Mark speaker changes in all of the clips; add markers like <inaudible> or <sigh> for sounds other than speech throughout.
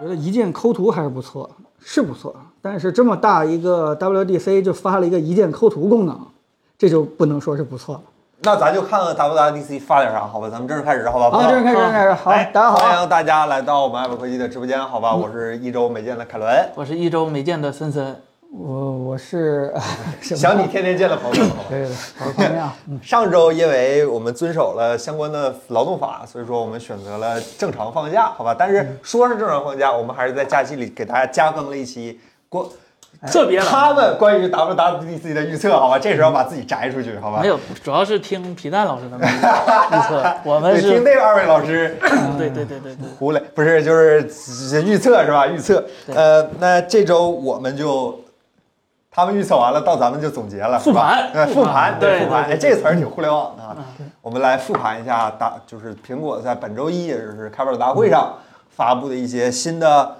Speaker 1: 觉得一键抠图还是不错，是不错。但是这么大一个 WDC 就发了一个一键抠图功能，这就不能说是不错了。
Speaker 2: 那咱就看看 WWDC 发点啥，好吧？咱们正式开始，好吧？
Speaker 1: 好，正式开始，正式开始。好，
Speaker 2: 哎
Speaker 1: 大家
Speaker 2: 欢
Speaker 1: 好。
Speaker 2: 迎大家来到我们爱博科技的直播间，好吧？我是一周没见的凯伦，
Speaker 3: 我是一周没见的森森，
Speaker 1: 我我是什么
Speaker 2: 想你天天见的
Speaker 1: <coughs>
Speaker 2: 朋友，好吧？
Speaker 1: 对对对，我怎么样？
Speaker 2: 上周因为我们遵守了相关的劳动法，所以说我们选择了正常放假，好吧？
Speaker 1: 嗯
Speaker 2: 但是说是正常放假，我们还是在假期里给大家加更了一期关哎
Speaker 3: 特别
Speaker 2: 他们关于 WWDC 的预测，好吧？这时候把自己摘出去，好吧？
Speaker 3: 没有，主要是听皮蛋老师
Speaker 2: <laughs>
Speaker 3: 他们预测，我们
Speaker 2: 对，听
Speaker 3: 是，嗯
Speaker 2: 那二位老师
Speaker 3: 对对对对对，
Speaker 2: 胡来，不是就是预测是吧？预测，呃，那这周我们就他们预测完了，到咱们就总结了，
Speaker 3: 复盘
Speaker 2: 是吧呃，复盘，
Speaker 3: 对
Speaker 2: 复盘，
Speaker 3: 对对
Speaker 2: 哎，这个词儿挺互联网的啊。我们来复盘一下大，就是苹果在本周一，也就是开发者大会上发布的一些新的。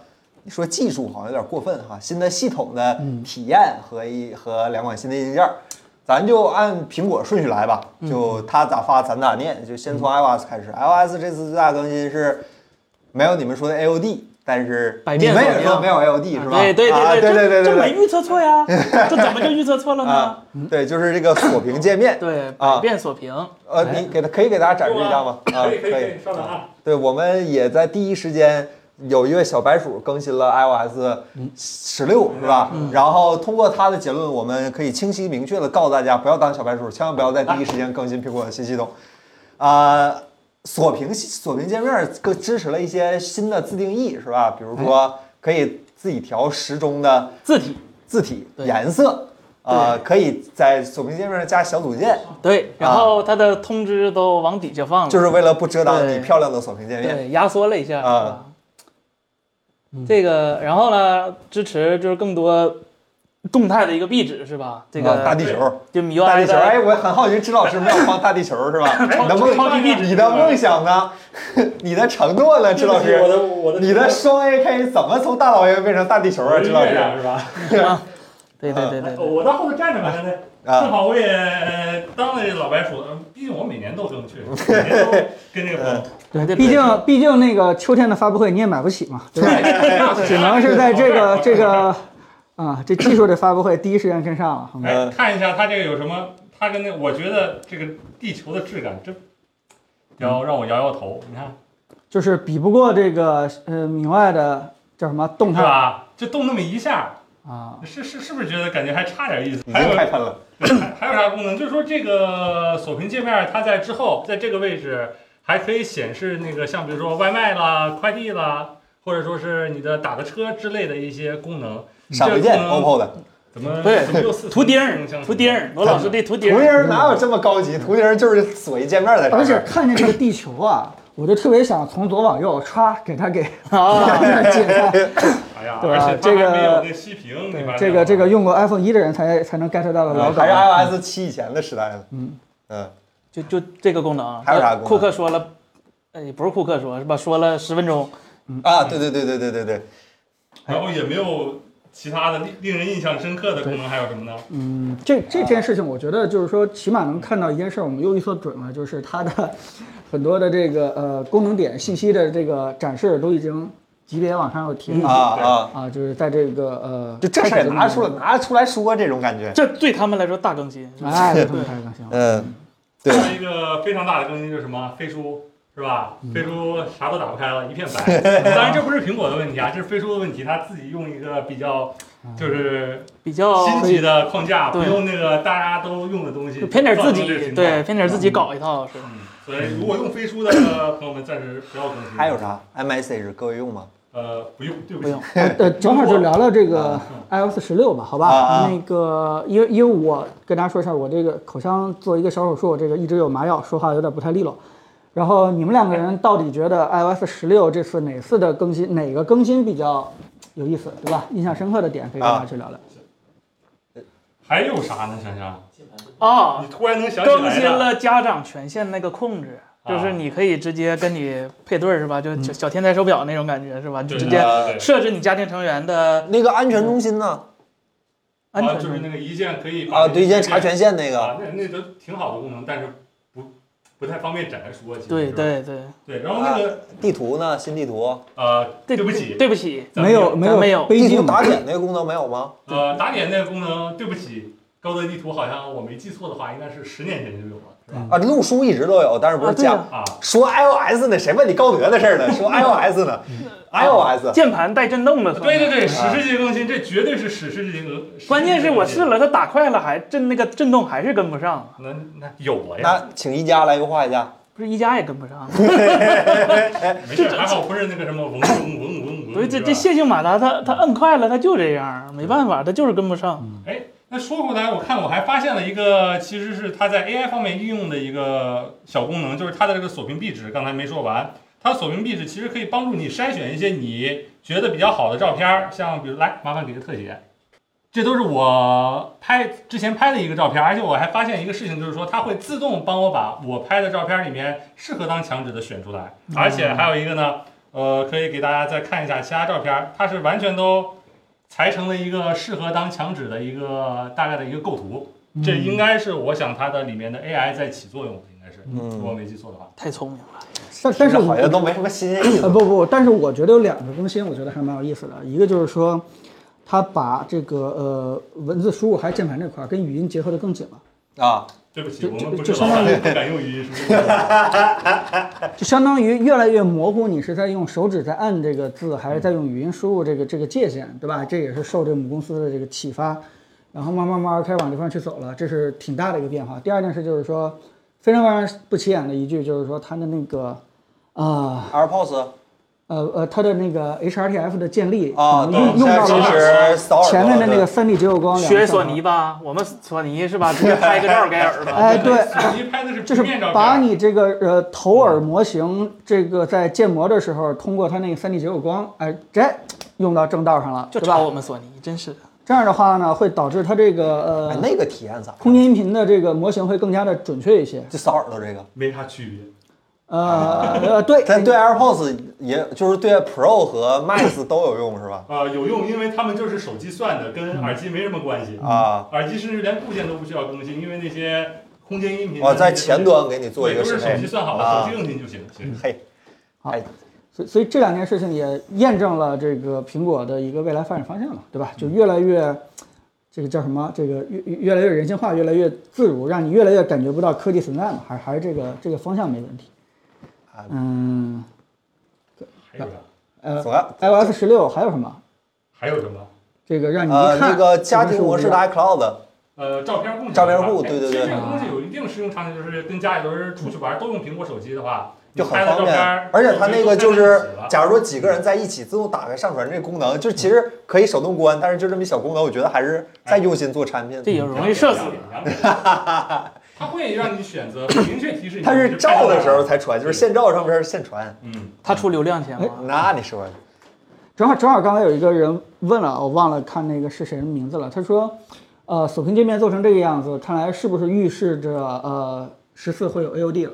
Speaker 2: 说技术好像有点过分哈，新的系统的体验和一和两款新的硬件儿，咱就按苹果顺序来吧，就它咋发咱咋念，就先从 iOS 开始。iOS 这次最大更新是没有你们说的 AOD，但是
Speaker 3: 百变
Speaker 2: 你们
Speaker 3: 锁
Speaker 2: 也
Speaker 3: 定
Speaker 2: 说没有 AOD 是吧？
Speaker 3: 对对
Speaker 2: 啊
Speaker 3: 对
Speaker 2: 对对对
Speaker 3: 这这没
Speaker 2: 对
Speaker 3: 预测
Speaker 2: <laughs>
Speaker 3: 错呀，这怎么就预测错了
Speaker 2: 对
Speaker 3: 呢
Speaker 2: 啊？，对，就是这个锁屏界面。
Speaker 3: 对，
Speaker 2: 啊
Speaker 3: 百变锁屏，
Speaker 2: 呃，你给他可以给大家展示一下吗？啊，
Speaker 4: 哎可以可以可以，稍等啊，
Speaker 2: 对，我们也在第一时间有一位小白鼠更新了 iOS 十六、是吧？然后通过他的结论，我们可以清晰明确的告诉大家，不要当小白鼠，千万不要在第一时间更新苹果的新系统。啊、锁屏锁屏界面更支持了一些新的自定义，是吧？比如说可以自己调时钟的
Speaker 3: 字体，
Speaker 2: 字体、
Speaker 3: 对
Speaker 2: 颜色，呃，可以在锁屏界面上加小组件，
Speaker 3: 对，然后它的通知都往底下放了，
Speaker 2: 啊就是为了不遮挡你
Speaker 3: 对
Speaker 2: 漂亮的锁屏界面。
Speaker 3: 对，压缩了一
Speaker 2: 啊
Speaker 3: 下是吧
Speaker 1: 嗯
Speaker 3: 这个，然后呢，支持就是更多动态的一个壁纸是吧？这
Speaker 2: 啊大
Speaker 3: 个
Speaker 2: 地球。
Speaker 3: 就
Speaker 2: 大
Speaker 3: MIUI
Speaker 2: 地球，
Speaker 3: 的
Speaker 2: 哎，我很好奇，支老师没有放大地球是吧？你的
Speaker 3: <laughs> 超级
Speaker 2: 梦，
Speaker 3: 壁纸
Speaker 2: 你的梦想呢？你的承诺呢，支老
Speaker 4: 对不
Speaker 2: 师？
Speaker 4: 起我的我的
Speaker 2: 你的双 AK 怎么从大老爷变成大地球啊，
Speaker 4: 我的
Speaker 2: 支老
Speaker 4: 月
Speaker 2: 师？
Speaker 4: 亮是吧？
Speaker 3: 对对对对
Speaker 4: 哎
Speaker 1: 哦
Speaker 3: 对，
Speaker 4: 我到后头站着吧，现在正
Speaker 2: 啊，
Speaker 4: 好我也呃当了老白鼠，嗯毕竟我每年都争
Speaker 2: <laughs>
Speaker 4: 取，每年都跟这个朋友
Speaker 3: 对对，
Speaker 1: 毕竟毕竟那个秋天的发布会你也买不起嘛，对吧？只能是在这个这个啊这技术的发布会第一时间跟上
Speaker 2: 嗯
Speaker 1: 了。好吗
Speaker 4: 哎，看一下它这个有什么，它跟那我觉得这个地球的质感真。
Speaker 2: 嗯
Speaker 4: 要让我摇摇头，你看
Speaker 1: 就是比不过这个呃明外的叫什么动
Speaker 4: 是
Speaker 1: 态
Speaker 4: 吧？就动那么一下，
Speaker 1: 啊，
Speaker 4: 是是是不是觉得感觉还差点意思？
Speaker 2: 已
Speaker 4: 还有
Speaker 2: 经开喷了。
Speaker 4: 还还有啥功能？就是说这个锁屏界面，它在之后在这个位置还可以显示那个像比如说外卖啦、快递啦，或者说是你的打个车之类的一些功能。
Speaker 2: 闪回键
Speaker 4: 这个功能
Speaker 2: ，OPPO 的
Speaker 3: 嗯
Speaker 4: 怎么
Speaker 3: 对
Speaker 4: 怎么又四
Speaker 3: 图钉儿，图钉儿，罗老师对图钉
Speaker 2: 图钉
Speaker 3: 儿，
Speaker 2: 儿哪有这么高级？图钉儿就是锁一界面在上
Speaker 1: <laughs> 而且
Speaker 2: 面。
Speaker 1: 看见这个地球啊，我就特别想从左往右歘给它 <laughs> 给
Speaker 2: <laughs>
Speaker 3: 啊，
Speaker 1: 解开。
Speaker 4: 哎呀，
Speaker 1: 对吧
Speaker 4: 而且它
Speaker 1: 这个
Speaker 4: 还没有那熄屏，你
Speaker 1: 对
Speaker 4: 把
Speaker 1: 这个这个用过 iPhone 一的人才才能 get 到的嗯老梗啊
Speaker 2: 还。是 iOS 七以前的时代了。
Speaker 1: 嗯
Speaker 2: 嗯，
Speaker 3: 就就这个功能啊。
Speaker 2: 还有啥功能
Speaker 3: 库克说了，呃，也不是库克说，是吧？说了十分钟，
Speaker 2: 啊，对对对对对对对，
Speaker 4: 然后也没有其他的令令人印象深刻的功能，还有什么呢？
Speaker 1: 嗯，这这件事情，我觉得就是说，起码能看到一件事，我们又预测准了，就是它的 <laughs> 很多的这个呃功能点信息的这个展示都已经级别往上有提
Speaker 2: 啊
Speaker 1: 了
Speaker 2: 啊，
Speaker 1: 啊，就是在这个呃，
Speaker 2: 就这事儿也拿出来。拿出来说这种感觉。
Speaker 3: 这对他们来说大更新，是吧
Speaker 2: 啊
Speaker 1: 哎，这么开始更新了。
Speaker 2: 嗯，对
Speaker 4: 还有一个非常大的更新就是什么飞书。是吧？飞书啥都打不开了，一片白。当然，这不是苹果的问题啊，这是飞书的问题。它自己用一个比较，就是
Speaker 3: 比较
Speaker 4: 新奇的框架，不
Speaker 3: 哦对
Speaker 4: 用那个大家都用的东西，
Speaker 3: 就偏点自己
Speaker 4: 造成这个情，况
Speaker 3: 对，。偏点自己搞一套是。
Speaker 4: 嗯所以如果用飞书的朋友们，暂时不要更新。
Speaker 2: 还有？啥？iMessage 各位用吗？
Speaker 4: 呃，不用，对不
Speaker 3: 不
Speaker 4: 起
Speaker 3: 用。
Speaker 1: 呃，呃正好就聊聊这个
Speaker 2: 啊
Speaker 1: iOS 十六吧，好
Speaker 2: 啊
Speaker 1: 吧
Speaker 2: 啊？
Speaker 1: 那个，因为因为我跟大家说一下，我这个口腔做一个小手术，我这个一直有麻药，说话有点不太利落。然后你们两个人到底觉得 iOS 十六这次哪次的更新，哪个更新比较有意思，对吧？印象深刻的点可以跟大家去聊聊。
Speaker 4: 啊还有啥呢？想想，
Speaker 3: 啊，
Speaker 4: 你突然能想起来
Speaker 3: 更新
Speaker 4: 的，
Speaker 3: 了家长权限那个控制。
Speaker 4: 啊嗯
Speaker 3: 就是你可以直接跟你配对儿是吧？就小小天才手表那种感觉是吧？你
Speaker 4: 对啊
Speaker 3: 直
Speaker 4: 对
Speaker 3: 接
Speaker 2: 呃
Speaker 4: 对
Speaker 3: 设置你家庭成员的
Speaker 2: 那个安全中心呢？
Speaker 3: 安
Speaker 4: 啊，
Speaker 3: 全
Speaker 4: 就是
Speaker 3: 程序
Speaker 4: 那个一键可以把
Speaker 2: 啊，
Speaker 4: 那个
Speaker 2: 对，一键查权限那个。
Speaker 4: 啊，那那都挺好的功能，但是不不太方便展开说。其实
Speaker 3: 对
Speaker 4: 是吧
Speaker 3: 对对，
Speaker 4: 对，然后那个
Speaker 2: 地图呢？新地图，
Speaker 4: 呃，
Speaker 3: 对
Speaker 4: 对不起，
Speaker 3: 对不起，
Speaker 4: 咱
Speaker 1: 没有
Speaker 4: 们
Speaker 1: 没有
Speaker 3: 没有
Speaker 1: 杯
Speaker 2: 地图
Speaker 1: 敬
Speaker 2: 打点那个功能没有吗？
Speaker 4: 呃打点那个功能，对不起，高德地图好像我没记错的话，应该是十年前就有了，是吧？
Speaker 2: 啊，路书一直都有，但是不
Speaker 3: 啊
Speaker 2: 是
Speaker 3: 对
Speaker 2: 加、
Speaker 3: 呀，
Speaker 4: 啊，
Speaker 2: 说 iOS 呢？谁问你高德的
Speaker 1: <laughs>
Speaker 2: 事儿呢？说 iOS 呢？iOS
Speaker 3: 键盘带震动的，
Speaker 4: 啊对对对，史诗级更新，这绝对是史诗级更新。
Speaker 3: 关键是我试
Speaker 4: 了，
Speaker 3: 了，它打快了还震那个震动还是跟不上，
Speaker 4: 那那有了呀，
Speaker 2: 那请一加来优化一下。
Speaker 3: 不是一加也跟不上。
Speaker 4: 没事，还好不是那个什么嗡嗡嗡嗡嗡。
Speaker 3: 所以这
Speaker 4: 是吧
Speaker 3: 这线性马达它它摁快了它就这样，没办法，它就是跟不上。
Speaker 4: 哎，那说回来，我看我还发现了一个，其实是它在 AI 方面应用的一个小功能，就是它的这个锁屏壁纸，刚才没说完。它锁屏壁纸其实可以帮助你筛选一些你觉得比较好的照片儿，像比如来，麻烦给个特写，这都是我拍之前拍的一个照片，而且我还发现一个事情，就是说它会自动帮我把我拍的照片里面适合当墙纸的选出来，而且还有一个呢，呃，可以给大家再看一下其他照片，它是完全都裁成了一个适合当墙纸的一个大概的一个构图。
Speaker 2: 嗯
Speaker 4: 这应该是我想它的里面的 AI 在起作用，应该是，
Speaker 2: 嗯
Speaker 4: 如果没记错的话。
Speaker 3: 太聪明了，
Speaker 1: 但但是
Speaker 2: 好
Speaker 1: 我
Speaker 2: 像都没什么新鲜意
Speaker 1: 呃
Speaker 2: 思。
Speaker 1: 不不，但是我觉得有两个更新，我觉得还蛮有意思的。一个就是说，它把这个呃文字输入还是键盘这块儿跟语音结合的更紧了。
Speaker 2: 啊，
Speaker 4: 对不起，
Speaker 1: 这
Speaker 4: 我们不
Speaker 1: 这
Speaker 4: 是
Speaker 1: 这
Speaker 4: 老板，不敢用语音输入。
Speaker 2: <laughs>
Speaker 1: 就相当于越来越模糊，你是在用手指在按这个字，还是在用语音输入这个这个界限，对吧？这也是受这个母公司的这个启发，然后慢慢慢慢开始往这方去走了，这是挺大的一个变化。第二件事就是说，非常非常不起眼的一句就是说它的那个啊
Speaker 2: AirPods
Speaker 1: 呃呃它的那个 HRTF 的建立
Speaker 2: 啊，
Speaker 1: 嗯
Speaker 2: 对，
Speaker 1: 用用
Speaker 2: 现在
Speaker 1: 到
Speaker 2: 其
Speaker 1: 了
Speaker 2: 实扫耳朵
Speaker 1: 前面的那个
Speaker 2: 对
Speaker 1: 三 D 结构光两个
Speaker 3: 学
Speaker 1: 摄像
Speaker 3: 索
Speaker 1: 头
Speaker 3: 尼吧，我们索尼是吧？直接拍个照
Speaker 1: <laughs>
Speaker 3: 给耳朵。
Speaker 1: 哎对
Speaker 4: 索尼拍的是
Speaker 1: 就是
Speaker 4: 平面照片，
Speaker 1: 把你这个呃头耳模型，这个在建模的时候，通过它那个 3D 结构光，哎，这用到正道上了，
Speaker 3: 就
Speaker 1: 对
Speaker 3: 抄
Speaker 1: 吧？
Speaker 3: 我们索尼，真是的。
Speaker 1: 这样的话呢，会导致它这个
Speaker 2: 哎
Speaker 1: 呃
Speaker 2: 那个体验咋样？
Speaker 1: 空间音频的这个模型会更加的准确一些。
Speaker 2: 就扫耳朵这个，
Speaker 4: 没啥区别。
Speaker 1: 呃呃，对，
Speaker 2: 但对 AirPods 也就是对 Pro 和 Max 都有用是吧？
Speaker 4: 啊，有用，因为他们就是手机算的，跟耳机没什么关系。
Speaker 2: 啊，
Speaker 4: 耳机甚至连固件都不需要更新，因为那些空间音频
Speaker 2: 我哦在前端给你做一
Speaker 4: 对
Speaker 2: 个
Speaker 4: 都是
Speaker 2: 适
Speaker 4: 手
Speaker 2: 配
Speaker 4: 机。算好
Speaker 2: 啊嗯
Speaker 4: 了，手机更新就行。其实
Speaker 2: 嘿，
Speaker 1: 好
Speaker 2: 哎，
Speaker 1: 所以所以这两件事情也验证了这个苹果的一个未来发展方向了，对吧？就越来越这个叫什么？这个越越越来越人性化，越来越自如，让你越来越感觉不到科技存在嘛，还还是这个这个方向没问题
Speaker 2: 啊。
Speaker 1: 嗯，
Speaker 4: 还有啥？
Speaker 1: 呃
Speaker 2: 怎么样？
Speaker 1: ，iOS 十六还有什么？
Speaker 4: 还有什么？
Speaker 1: 这个让你
Speaker 2: 呃，
Speaker 1: 一看
Speaker 2: 那个家庭模式的 iCloud，
Speaker 4: 呃，照片共享，
Speaker 2: 照片户
Speaker 4: 哎
Speaker 2: 对对
Speaker 4: 其实
Speaker 2: 对
Speaker 4: 这个
Speaker 3: 啊
Speaker 4: 东西有一定适用场景，就是跟家里头人出去玩都用苹果手机的话，
Speaker 2: 就
Speaker 4: 你
Speaker 2: 很
Speaker 4: 拍的
Speaker 2: 方
Speaker 4: 照
Speaker 2: 便
Speaker 4: 片，
Speaker 2: 而且它那个就
Speaker 4: 都
Speaker 2: 是
Speaker 4: 在一起，了
Speaker 2: 假如说几个人在一起自动打开上传这个功能，就其实可以手动关，但是就这么一小功能，我觉得还是在用心做产品。
Speaker 3: 这也容易社死。
Speaker 2: <laughs>
Speaker 4: 两点。两点它会让你选择，明确提示你。
Speaker 2: 它是照的时候
Speaker 4: 才，
Speaker 2: 才传，就是现照上边现传。
Speaker 4: 嗯，
Speaker 3: 他出流量钱吗？
Speaker 2: 那你说
Speaker 1: 正好正好刚才有一个人问了，我忘了看那个是谁的名字了。他说，呃，锁屏界面做成这个样子，看来是不是预示着呃十四会有 AOD 了？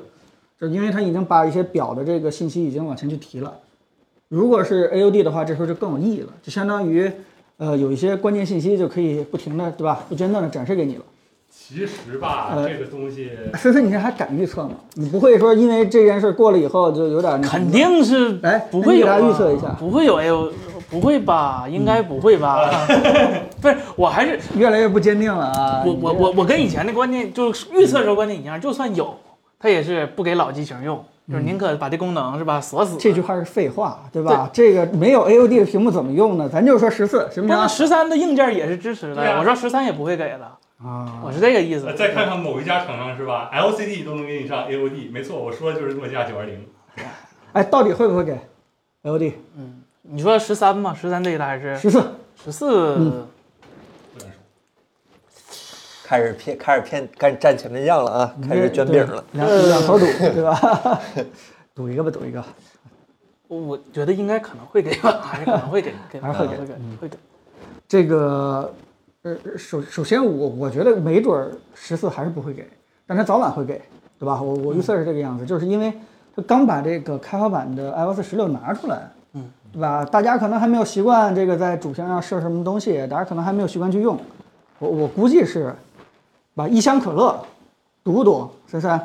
Speaker 1: 就因为它已经把一些表的这个信息已经往前去提了。如果是 AOD 的话，这时候就更有意义了，就相当于呃有一些关键信息就可以不停的对吧，不间断的展示给你了。
Speaker 4: 其实吧，
Speaker 1: 呃
Speaker 4: 这个东西
Speaker 1: 思思，你这还敢预测吗？你不会说因为这件事过了以后就有点那什么
Speaker 3: 肯定是
Speaker 1: 哎
Speaker 3: 不会有、啊。
Speaker 1: 那你给大家预测一下
Speaker 3: 不会有哎呦，不会吧？应该不会吧？ <laughs> 不是，我还是
Speaker 1: 越来越不坚定了啊！
Speaker 3: 我我
Speaker 1: 你这
Speaker 3: 我我跟以前的观念就是预测时候观念一样，就算有，它也是不给老机型用，就是宁可把这功能是吧锁死。
Speaker 1: 这句话是废话，对吧？这个没有 AOD 的屏幕怎么用呢？咱就说十四，行不啊
Speaker 3: 但是
Speaker 1: 行？
Speaker 3: 十三的硬件也是支持
Speaker 4: 对
Speaker 3: 的，
Speaker 4: 啊
Speaker 3: 我说十三也不会给的，
Speaker 1: 啊，
Speaker 3: 我是这个意思
Speaker 4: 呃。再看看某一家厂商是吧，LCD 都能给你上 AOD，没错，我说的就是诺基亚九二零。
Speaker 1: 哎，到底会不会给 AOD
Speaker 3: 你说十三嘛，十三对的还是
Speaker 1: 十四？嗯
Speaker 3: 十四？
Speaker 4: 不敢说
Speaker 2: 开始骗，开始骗，开始占前面将了啊，开始卷饼了。
Speaker 1: 对，两两头赌，对吧？ <laughs> 赌一个吧，赌一个。
Speaker 3: 我觉得应该可能会给吧，还是可能会给，给
Speaker 1: 还是
Speaker 3: 会
Speaker 1: 会
Speaker 3: 给
Speaker 1: 给嗯
Speaker 3: 会给会给。
Speaker 1: 这个，呃，首首先我我觉得没准儿十四还是不会给，但它早晚会给，对吧？我我预测是这个样子，就是因为它刚把这个开发版的 iOS 十六拿出来，嗯，对吧？大家可能还没有习惯这个在主屏上设什么东西，大家可能还没有习惯去用，我我估计是，把一箱可乐，赌不赌？三三，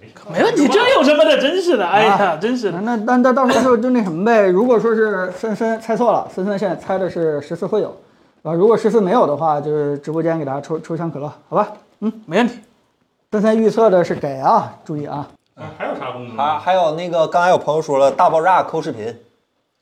Speaker 4: 没没
Speaker 3: 没问题，这有什么的？真是的，哎呀，真是的。
Speaker 1: 啊那那那到时候就就那什么呗。如果说是森森猜错了，森森现在猜的是十四会有，啊，如果十四没有的话，就是直播间给大家抽抽箱可乐，好吧？
Speaker 3: 嗯，没问题。
Speaker 1: 森森预测的是给啊，注意啊，
Speaker 4: 啊还有啥功
Speaker 2: 还
Speaker 4: 能呢？
Speaker 2: 还有那个，刚才有朋友说了，大爆炸抠视频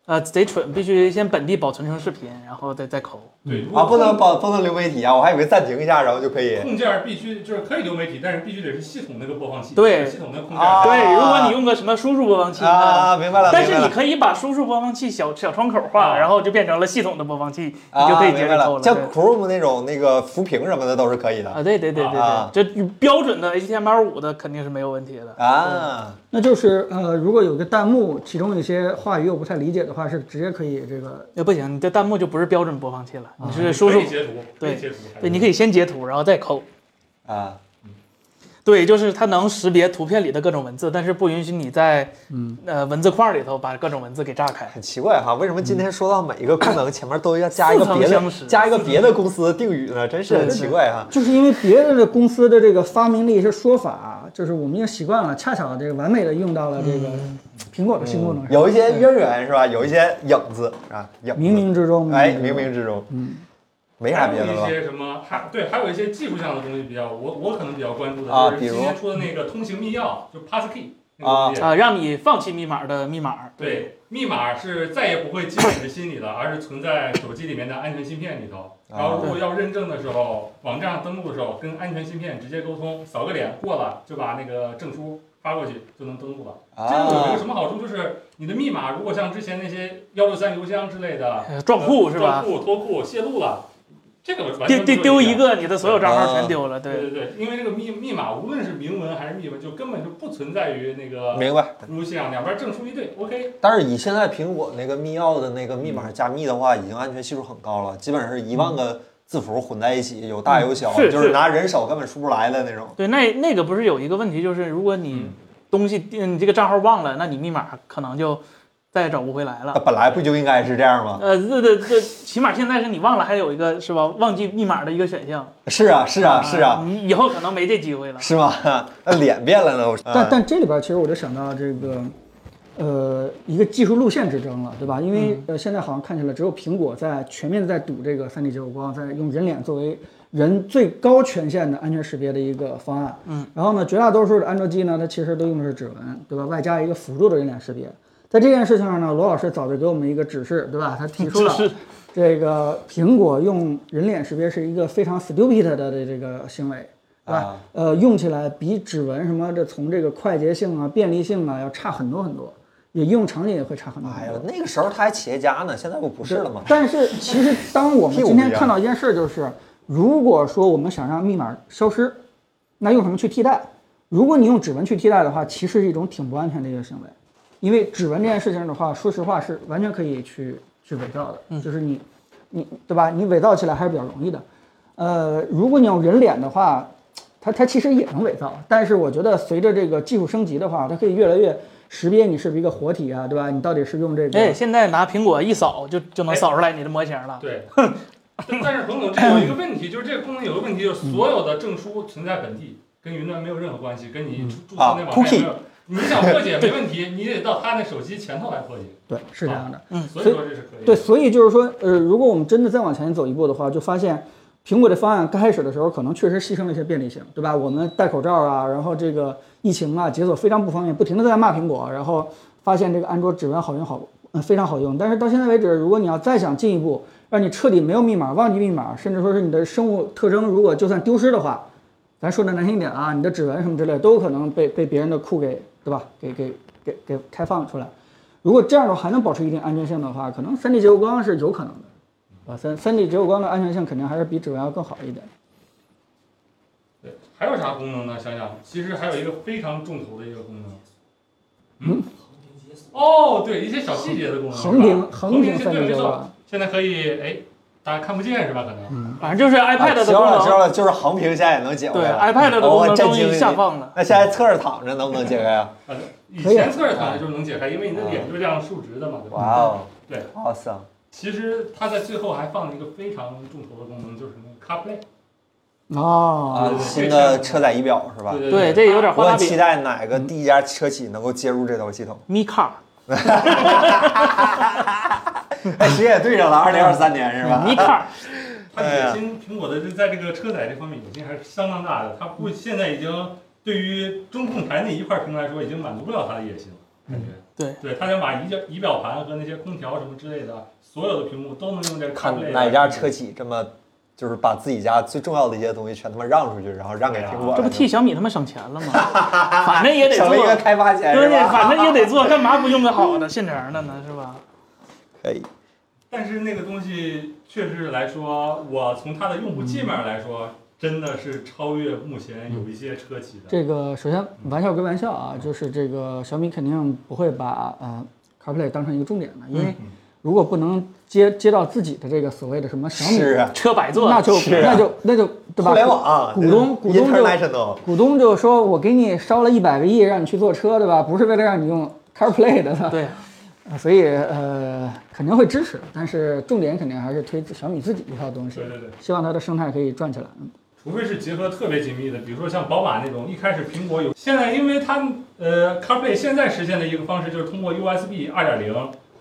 Speaker 3: 啊，贼蠢，必须先本地保存成视频，然后再再抠。
Speaker 4: 对，如
Speaker 2: 啊，
Speaker 4: 果
Speaker 2: 不能保不能流媒体啊，我还以为暂停一下然后就可以。
Speaker 4: 控件儿必须就是可以流媒体，但是必须得是系统那个播放器，
Speaker 3: 对
Speaker 4: 系统那个控件
Speaker 2: 啊
Speaker 4: 儿。
Speaker 3: 对，如果你用个什么输入播放器
Speaker 2: 啊，明白了，
Speaker 3: 但是
Speaker 2: 明白
Speaker 3: 你
Speaker 2: 了
Speaker 3: 可以把输入播放器小小窗口化，
Speaker 4: 啊
Speaker 3: 然后就变成了系统的播放器，你就
Speaker 2: 啊，
Speaker 3: 可以
Speaker 2: 明
Speaker 3: 接
Speaker 2: 白
Speaker 3: 着抠
Speaker 2: 了，
Speaker 3: 了。
Speaker 2: 像
Speaker 3: 对
Speaker 2: Chrome 那种那个扶贫什么的都是可以的
Speaker 3: <laughs> 啊，对对对对
Speaker 2: 啊
Speaker 3: 对，这标准的 HTML 五的肯定是没有问题的。
Speaker 2: 啊。
Speaker 1: 那就是呃，如果有个弹幕，其中一些话语我不太理解的话，是直接可以这个
Speaker 3: 呃那不行，你这弹幕就不是标准播放器了，你是输入
Speaker 4: 可以，截图，可以
Speaker 3: 对
Speaker 4: 截图，
Speaker 3: 对，你可以先截图，然后再抠。
Speaker 2: 啊，
Speaker 3: 对，就是它能识别图片里的各种文字，但是不允许你在嗯呃文字框里头把各种文字给炸开。
Speaker 2: 很奇怪哈，为什么今天说到每一个功能前面都要加一个别
Speaker 3: 嗯似曾相
Speaker 2: 的
Speaker 3: 识
Speaker 2: 加一个别的公司的定语呢？真是很奇怪哈。
Speaker 1: 就是因为别的公司的这个发明了一些说法，啊就是我们已经习惯了，恰巧这个完美的用到了这个
Speaker 3: 嗯
Speaker 1: 苹果的新功能上，
Speaker 2: 嗯有一些渊源是吧？有一些影子啊，影子
Speaker 1: 冥冥之中，
Speaker 2: 哎，
Speaker 1: 冥
Speaker 2: 冥
Speaker 1: 冥之中
Speaker 2: 冥之中，
Speaker 1: 嗯，
Speaker 2: 没啥
Speaker 4: 还
Speaker 2: 别
Speaker 4: 有
Speaker 2: 的
Speaker 4: 一
Speaker 2: 了
Speaker 4: 些什么，还对，还有一些技术上的东西比较，我我可能比较关注的，
Speaker 2: 啊
Speaker 4: 就是
Speaker 2: 比如
Speaker 4: 今天出的那个通行密钥，就 passkey 那
Speaker 2: 啊
Speaker 4: 个东西。
Speaker 3: 啊，让你放弃密码的密码。
Speaker 4: 对，密码是再也不会进入你的心里了，而是存在手机里面的安全芯片里头。
Speaker 2: 啊
Speaker 4: 然后如果要认证的时候，网站登录的时候跟安全芯片直接沟通，扫个脸过了就把那个证书发过去就能登录了。这个有一个
Speaker 2: 啊
Speaker 4: 什么好处？就是你的密码如果像之前那些幺六三邮箱之类的
Speaker 3: 呃撞库是吧
Speaker 4: 账？户脱库泄露了，这个完全
Speaker 3: 丢
Speaker 4: 不会
Speaker 3: 丢丢
Speaker 4: 影响
Speaker 3: 一个，你的所有账号全丢了。对，
Speaker 4: 对对对，因为这个密密码，无论是明文还是密文，就根本就不存在于那个
Speaker 2: 啊明白。
Speaker 4: 服务器上，两边证书一对，OK，
Speaker 2: 但是以现在苹果那个密钥的那个密码加密的话，已经安全系数很高了，基本上是一万个字符混在一起，有大有小，
Speaker 3: 嗯是
Speaker 2: 就是
Speaker 3: 是
Speaker 2: 拿人手根本输不出来的那种。
Speaker 3: 对，那那个不是有一个问题，就是如果你
Speaker 2: 嗯
Speaker 3: 东西你这个账号忘了，那你密码可能就再也找不回来
Speaker 2: 那
Speaker 3: 了。
Speaker 2: 本来不就应该是这样吗？ <laughs>
Speaker 3: 呃，这这这，起码现在是你忘了，还有一个是吧？忘记密码的一个选项。
Speaker 2: 是啊，是啊，是啊，
Speaker 3: 你以后可能没这机会了。
Speaker 2: 是吗？那脸变了呢？我
Speaker 1: 但
Speaker 2: 嗯
Speaker 1: 但这里边其实我就想到这个，呃，一个技术路线之争了，对吧？因为呃，现在好像看起来只有苹果在全面的在赌这个三 D 结构光，在用人脸作为人最高权限的安全识别的一个方案。嗯，然后呢，绝大多数的安卓机呢，它其实都用的是指纹，对吧？外加一个辅助的人脸识别。在这件事情上呢，罗老师早就给我们一个指示，对吧？他提出了这个苹果用人脸识别是一个非常 stupid 的的这个行为，对吧？
Speaker 2: 啊
Speaker 1: 呃，用起来比指纹什么的，从这个快捷性啊、便利性啊要差很多很多，也应用场景也会差很多很
Speaker 2: 哎呀
Speaker 1: 多。，
Speaker 2: 那个时候他还企业家呢，现在不不是了吗？
Speaker 1: 但是其实当我们
Speaker 2: 屁股
Speaker 1: 今天
Speaker 2: 不一样
Speaker 1: 看到一件事，就是如果说我们想让密码消失，那用什么去替代？如果你用指纹去替代的话，其实是一种挺不安全的一个行为，因为指纹这件事情的话，说实话是完全可以去去伪造的，就是你你对吧？你伪造起来还是比较容易的。呃，如果你用人脸的话，它它其实也能伪造，但是我觉得随着这个技术升级的话，它可以越来越识别你是不是一个活体啊，对吧？你到底是用这个
Speaker 3: 哎，现在拿苹果一扫就就
Speaker 2: 哎
Speaker 3: 能扫出来你的模型了。
Speaker 4: 对。但但是冯总，这有一个问题，就是这个功能有个问
Speaker 3: 嗯
Speaker 4: 题，就是所有的证书存在本地，跟云端没有任何关系，跟
Speaker 3: 嗯
Speaker 4: 你注注册那
Speaker 2: 啊
Speaker 4: 网站也
Speaker 2: ，cookie
Speaker 4: 没有。你想
Speaker 3: <laughs>
Speaker 4: 破解没问题，你得到他那手机前头来破解，
Speaker 1: 对，是这样的。
Speaker 3: 嗯
Speaker 4: 所以说这是可以的。
Speaker 1: 对，所以就是说，呃，如果我们真的再往前走一步的话，就发现苹果的方案刚开始的时候，可能确实牺牲了一些便利性，对吧？我们戴口罩啊，然后这个疫情啊，解锁非常不方便，不停的在骂苹果，然后发现这个安卓指纹好用好，嗯，非常好用。但是到现在为止，如果你要再想进一步，让你彻底没有密码，忘记密码，甚至说是你的生物特征，如果就算丢失的话，咱说的难听点啊，你的指纹什么之类都可能被被别人的库给，对吧？给给给给开放出来。如果这样的话还能保持一定安全性的话，可能三 D 结构光是有可能的，啊，三三 D 结构光的安全性肯定还是比指纹要更好一点。
Speaker 4: 对，还有啥功能呢？想想，其实还有一个非常重头的一个功能。嗯。哦，对，一些小细节的功能。
Speaker 1: 横屏横屏
Speaker 2: 啊
Speaker 4: 是吧是
Speaker 1: 三啊
Speaker 4: 对
Speaker 1: D
Speaker 4: 没
Speaker 1: 结构
Speaker 4: 错。
Speaker 1: 光，
Speaker 4: 现在可以，哎，大家看不见是吧？可能。
Speaker 1: 嗯
Speaker 3: 反正就是
Speaker 2: 哎
Speaker 3: iPad 的
Speaker 2: 知
Speaker 3: 功
Speaker 2: 道了，知道
Speaker 3: 能，
Speaker 2: 了，就是横屏现在也能解开
Speaker 3: 对哎
Speaker 2: 了。哎
Speaker 3: iPad 的功
Speaker 2: 我
Speaker 3: 能
Speaker 2: 震
Speaker 3: 终
Speaker 2: 惊
Speaker 3: 于
Speaker 2: 了
Speaker 3: 下放了。
Speaker 2: 那现在侧着躺着能不能解开
Speaker 4: <laughs>
Speaker 2: 啊？
Speaker 4: 啊，以
Speaker 1: 可以啊啊
Speaker 4: 前侧着躺着就是能解开，因为你的脸就是这样竖直的嘛，对吧？
Speaker 2: 哇哦，
Speaker 4: 对
Speaker 2: ，awesome！
Speaker 4: 其实它在最后还放了一个非常重头的功能，就是那个 CarPlay。
Speaker 1: 哦
Speaker 2: 啊，新的车载仪表是吧？
Speaker 4: 对
Speaker 3: 对，这有点
Speaker 2: 我
Speaker 3: 画大
Speaker 2: 很期
Speaker 3: 饼。
Speaker 2: 待哪个第一家车企能够接入这套系统。
Speaker 3: Mi Car，
Speaker 2: 哎，谁也对上了，二零二三年是吧
Speaker 3: Mi Car，
Speaker 4: 它野心，苹果的这在这个车载这方面野心还是相当大的。它不现在已经对于中控台那一块屏来说，已经满足不了它的野心了，
Speaker 2: 嗯
Speaker 4: 感觉。
Speaker 3: 对
Speaker 4: 对，它想把仪表仪表盘和那些空调什么之类的，所有的屏幕都能用这个
Speaker 2: 看
Speaker 4: CarPlay 来
Speaker 2: 哪家车企这么就是把自己家最重要的一些东西全他妈让出去，然后让给苹果了，
Speaker 3: 啊这不替小米他们省钱
Speaker 2: <laughs>
Speaker 3: 了吗？反正也得
Speaker 2: 省了一个
Speaker 3: 做，
Speaker 2: 开发哎钱是
Speaker 3: 对，
Speaker 2: 吧？
Speaker 3: 反正也得做，干嘛不用个好的现成的呢？是吧？
Speaker 2: 可以，
Speaker 4: 但是那个东西确实来说，我从它的用户界面来
Speaker 2: 嗯
Speaker 4: 说，真的是超越目前有一些车企的。
Speaker 1: 这个首先玩笑归玩笑啊，就是这个小米肯定不会把呃 CarPlay 当成一个重点的，因为如果不能接接到自己的这个所谓的什么小米，
Speaker 2: 是啊，
Speaker 3: 车百座，
Speaker 1: 那就是
Speaker 2: 啊
Speaker 1: 那就那就对吧？
Speaker 2: 互联网啊嗯
Speaker 1: 股东股东就
Speaker 2: international，
Speaker 1: 股东就说我给你烧了一百个亿让你去坐车，对吧？不是为了让你用 CarPlay 的，
Speaker 3: 对，
Speaker 1: 啊所以呃肯定会支持，但是重点肯定还是推小米自己这套东西，
Speaker 4: 对对对
Speaker 1: 希望它的生态可以转起来。嗯
Speaker 4: 除非是结合特别紧密的，比如说像宝马那种，一开始苹果有，现在因为它呃 CarPlay 现在实现的一个方式就是通过 USB 二点零，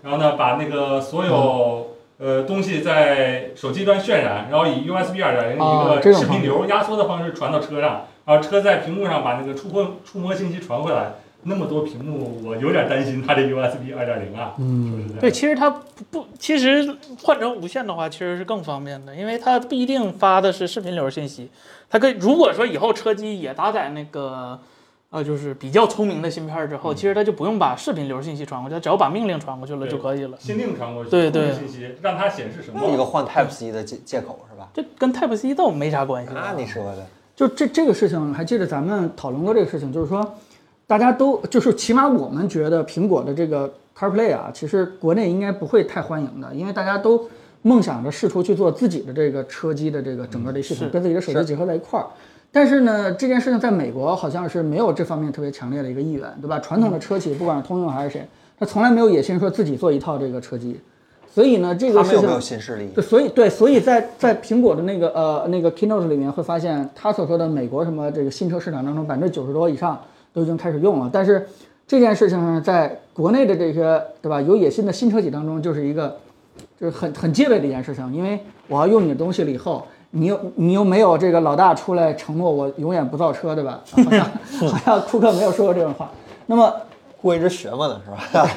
Speaker 4: 然后呢把那个所有、
Speaker 1: 嗯
Speaker 4: 呃东西在手机端渲染，然后以 USB 二点零
Speaker 1: 哦
Speaker 4: 一
Speaker 1: 这
Speaker 4: 个
Speaker 1: 种
Speaker 4: 视
Speaker 1: 方
Speaker 4: 频
Speaker 1: 式
Speaker 4: 流压缩的方式传到车上，然后车在屏幕上把那个触碰触摸信息传回来。那么多屏幕，我有点担心它这 USB 二点零啊，
Speaker 1: 嗯
Speaker 4: 是不是这样？
Speaker 3: 对，其实它不不，其实换成无线的话，其实是更方便的，因为它不一定发的是视频流信息，它可以如果说以后车机也搭载那个呃，就是比较聪明的芯片儿之后，
Speaker 2: 嗯
Speaker 3: 其实它就不用把视频流信息传过去，它只要把命令传过去了
Speaker 4: 对
Speaker 3: 就可以了。
Speaker 4: 限定传过去，
Speaker 3: 对对
Speaker 4: 通知信息让它显示什么？
Speaker 2: 一个换 Type C 的借借口是吧？
Speaker 3: 这跟 Type C 倒没啥关系吧。
Speaker 2: 那哎你说的，
Speaker 1: 就这这个事情，还记得咱们讨论过这个事情，就是说，大家都就是起码我们觉得苹果的这个 CarPlay 啊，其实国内应该不会太欢迎的，因为大家都梦想着试图去做自己的这个车机的这个整个的系
Speaker 2: 嗯
Speaker 1: 统，
Speaker 3: 是
Speaker 1: 跟自己的手机结合在一块儿。但是呢，这件事情在美国好像是没有这方面特别强烈的一个意愿，对吧？传统的车企，不管是通用还是谁，他从来没有野心说自己做一套这个车机。所以呢，这
Speaker 2: 他
Speaker 1: 个
Speaker 2: 们
Speaker 1: 事
Speaker 2: 有
Speaker 1: 情
Speaker 2: 没有新势力？
Speaker 1: 对，所以对，所以在在苹果的那个呃那个 keynote 里面会发现，他所说的美国什么这个新车市场当中百分之九十多以上都已经开始用了，但是这件事情呢，在国内的这些对吧有野心的新车企当中，就是一个就是很很戒备的一件事情，因为我要用你的东西了以后。你又你又没有这个老大出来承诺我永远不造车，对吧？ <laughs> 好像好像库克没有说过这种话。那么
Speaker 2: 过一直学嘛呢是 <laughs> 吧？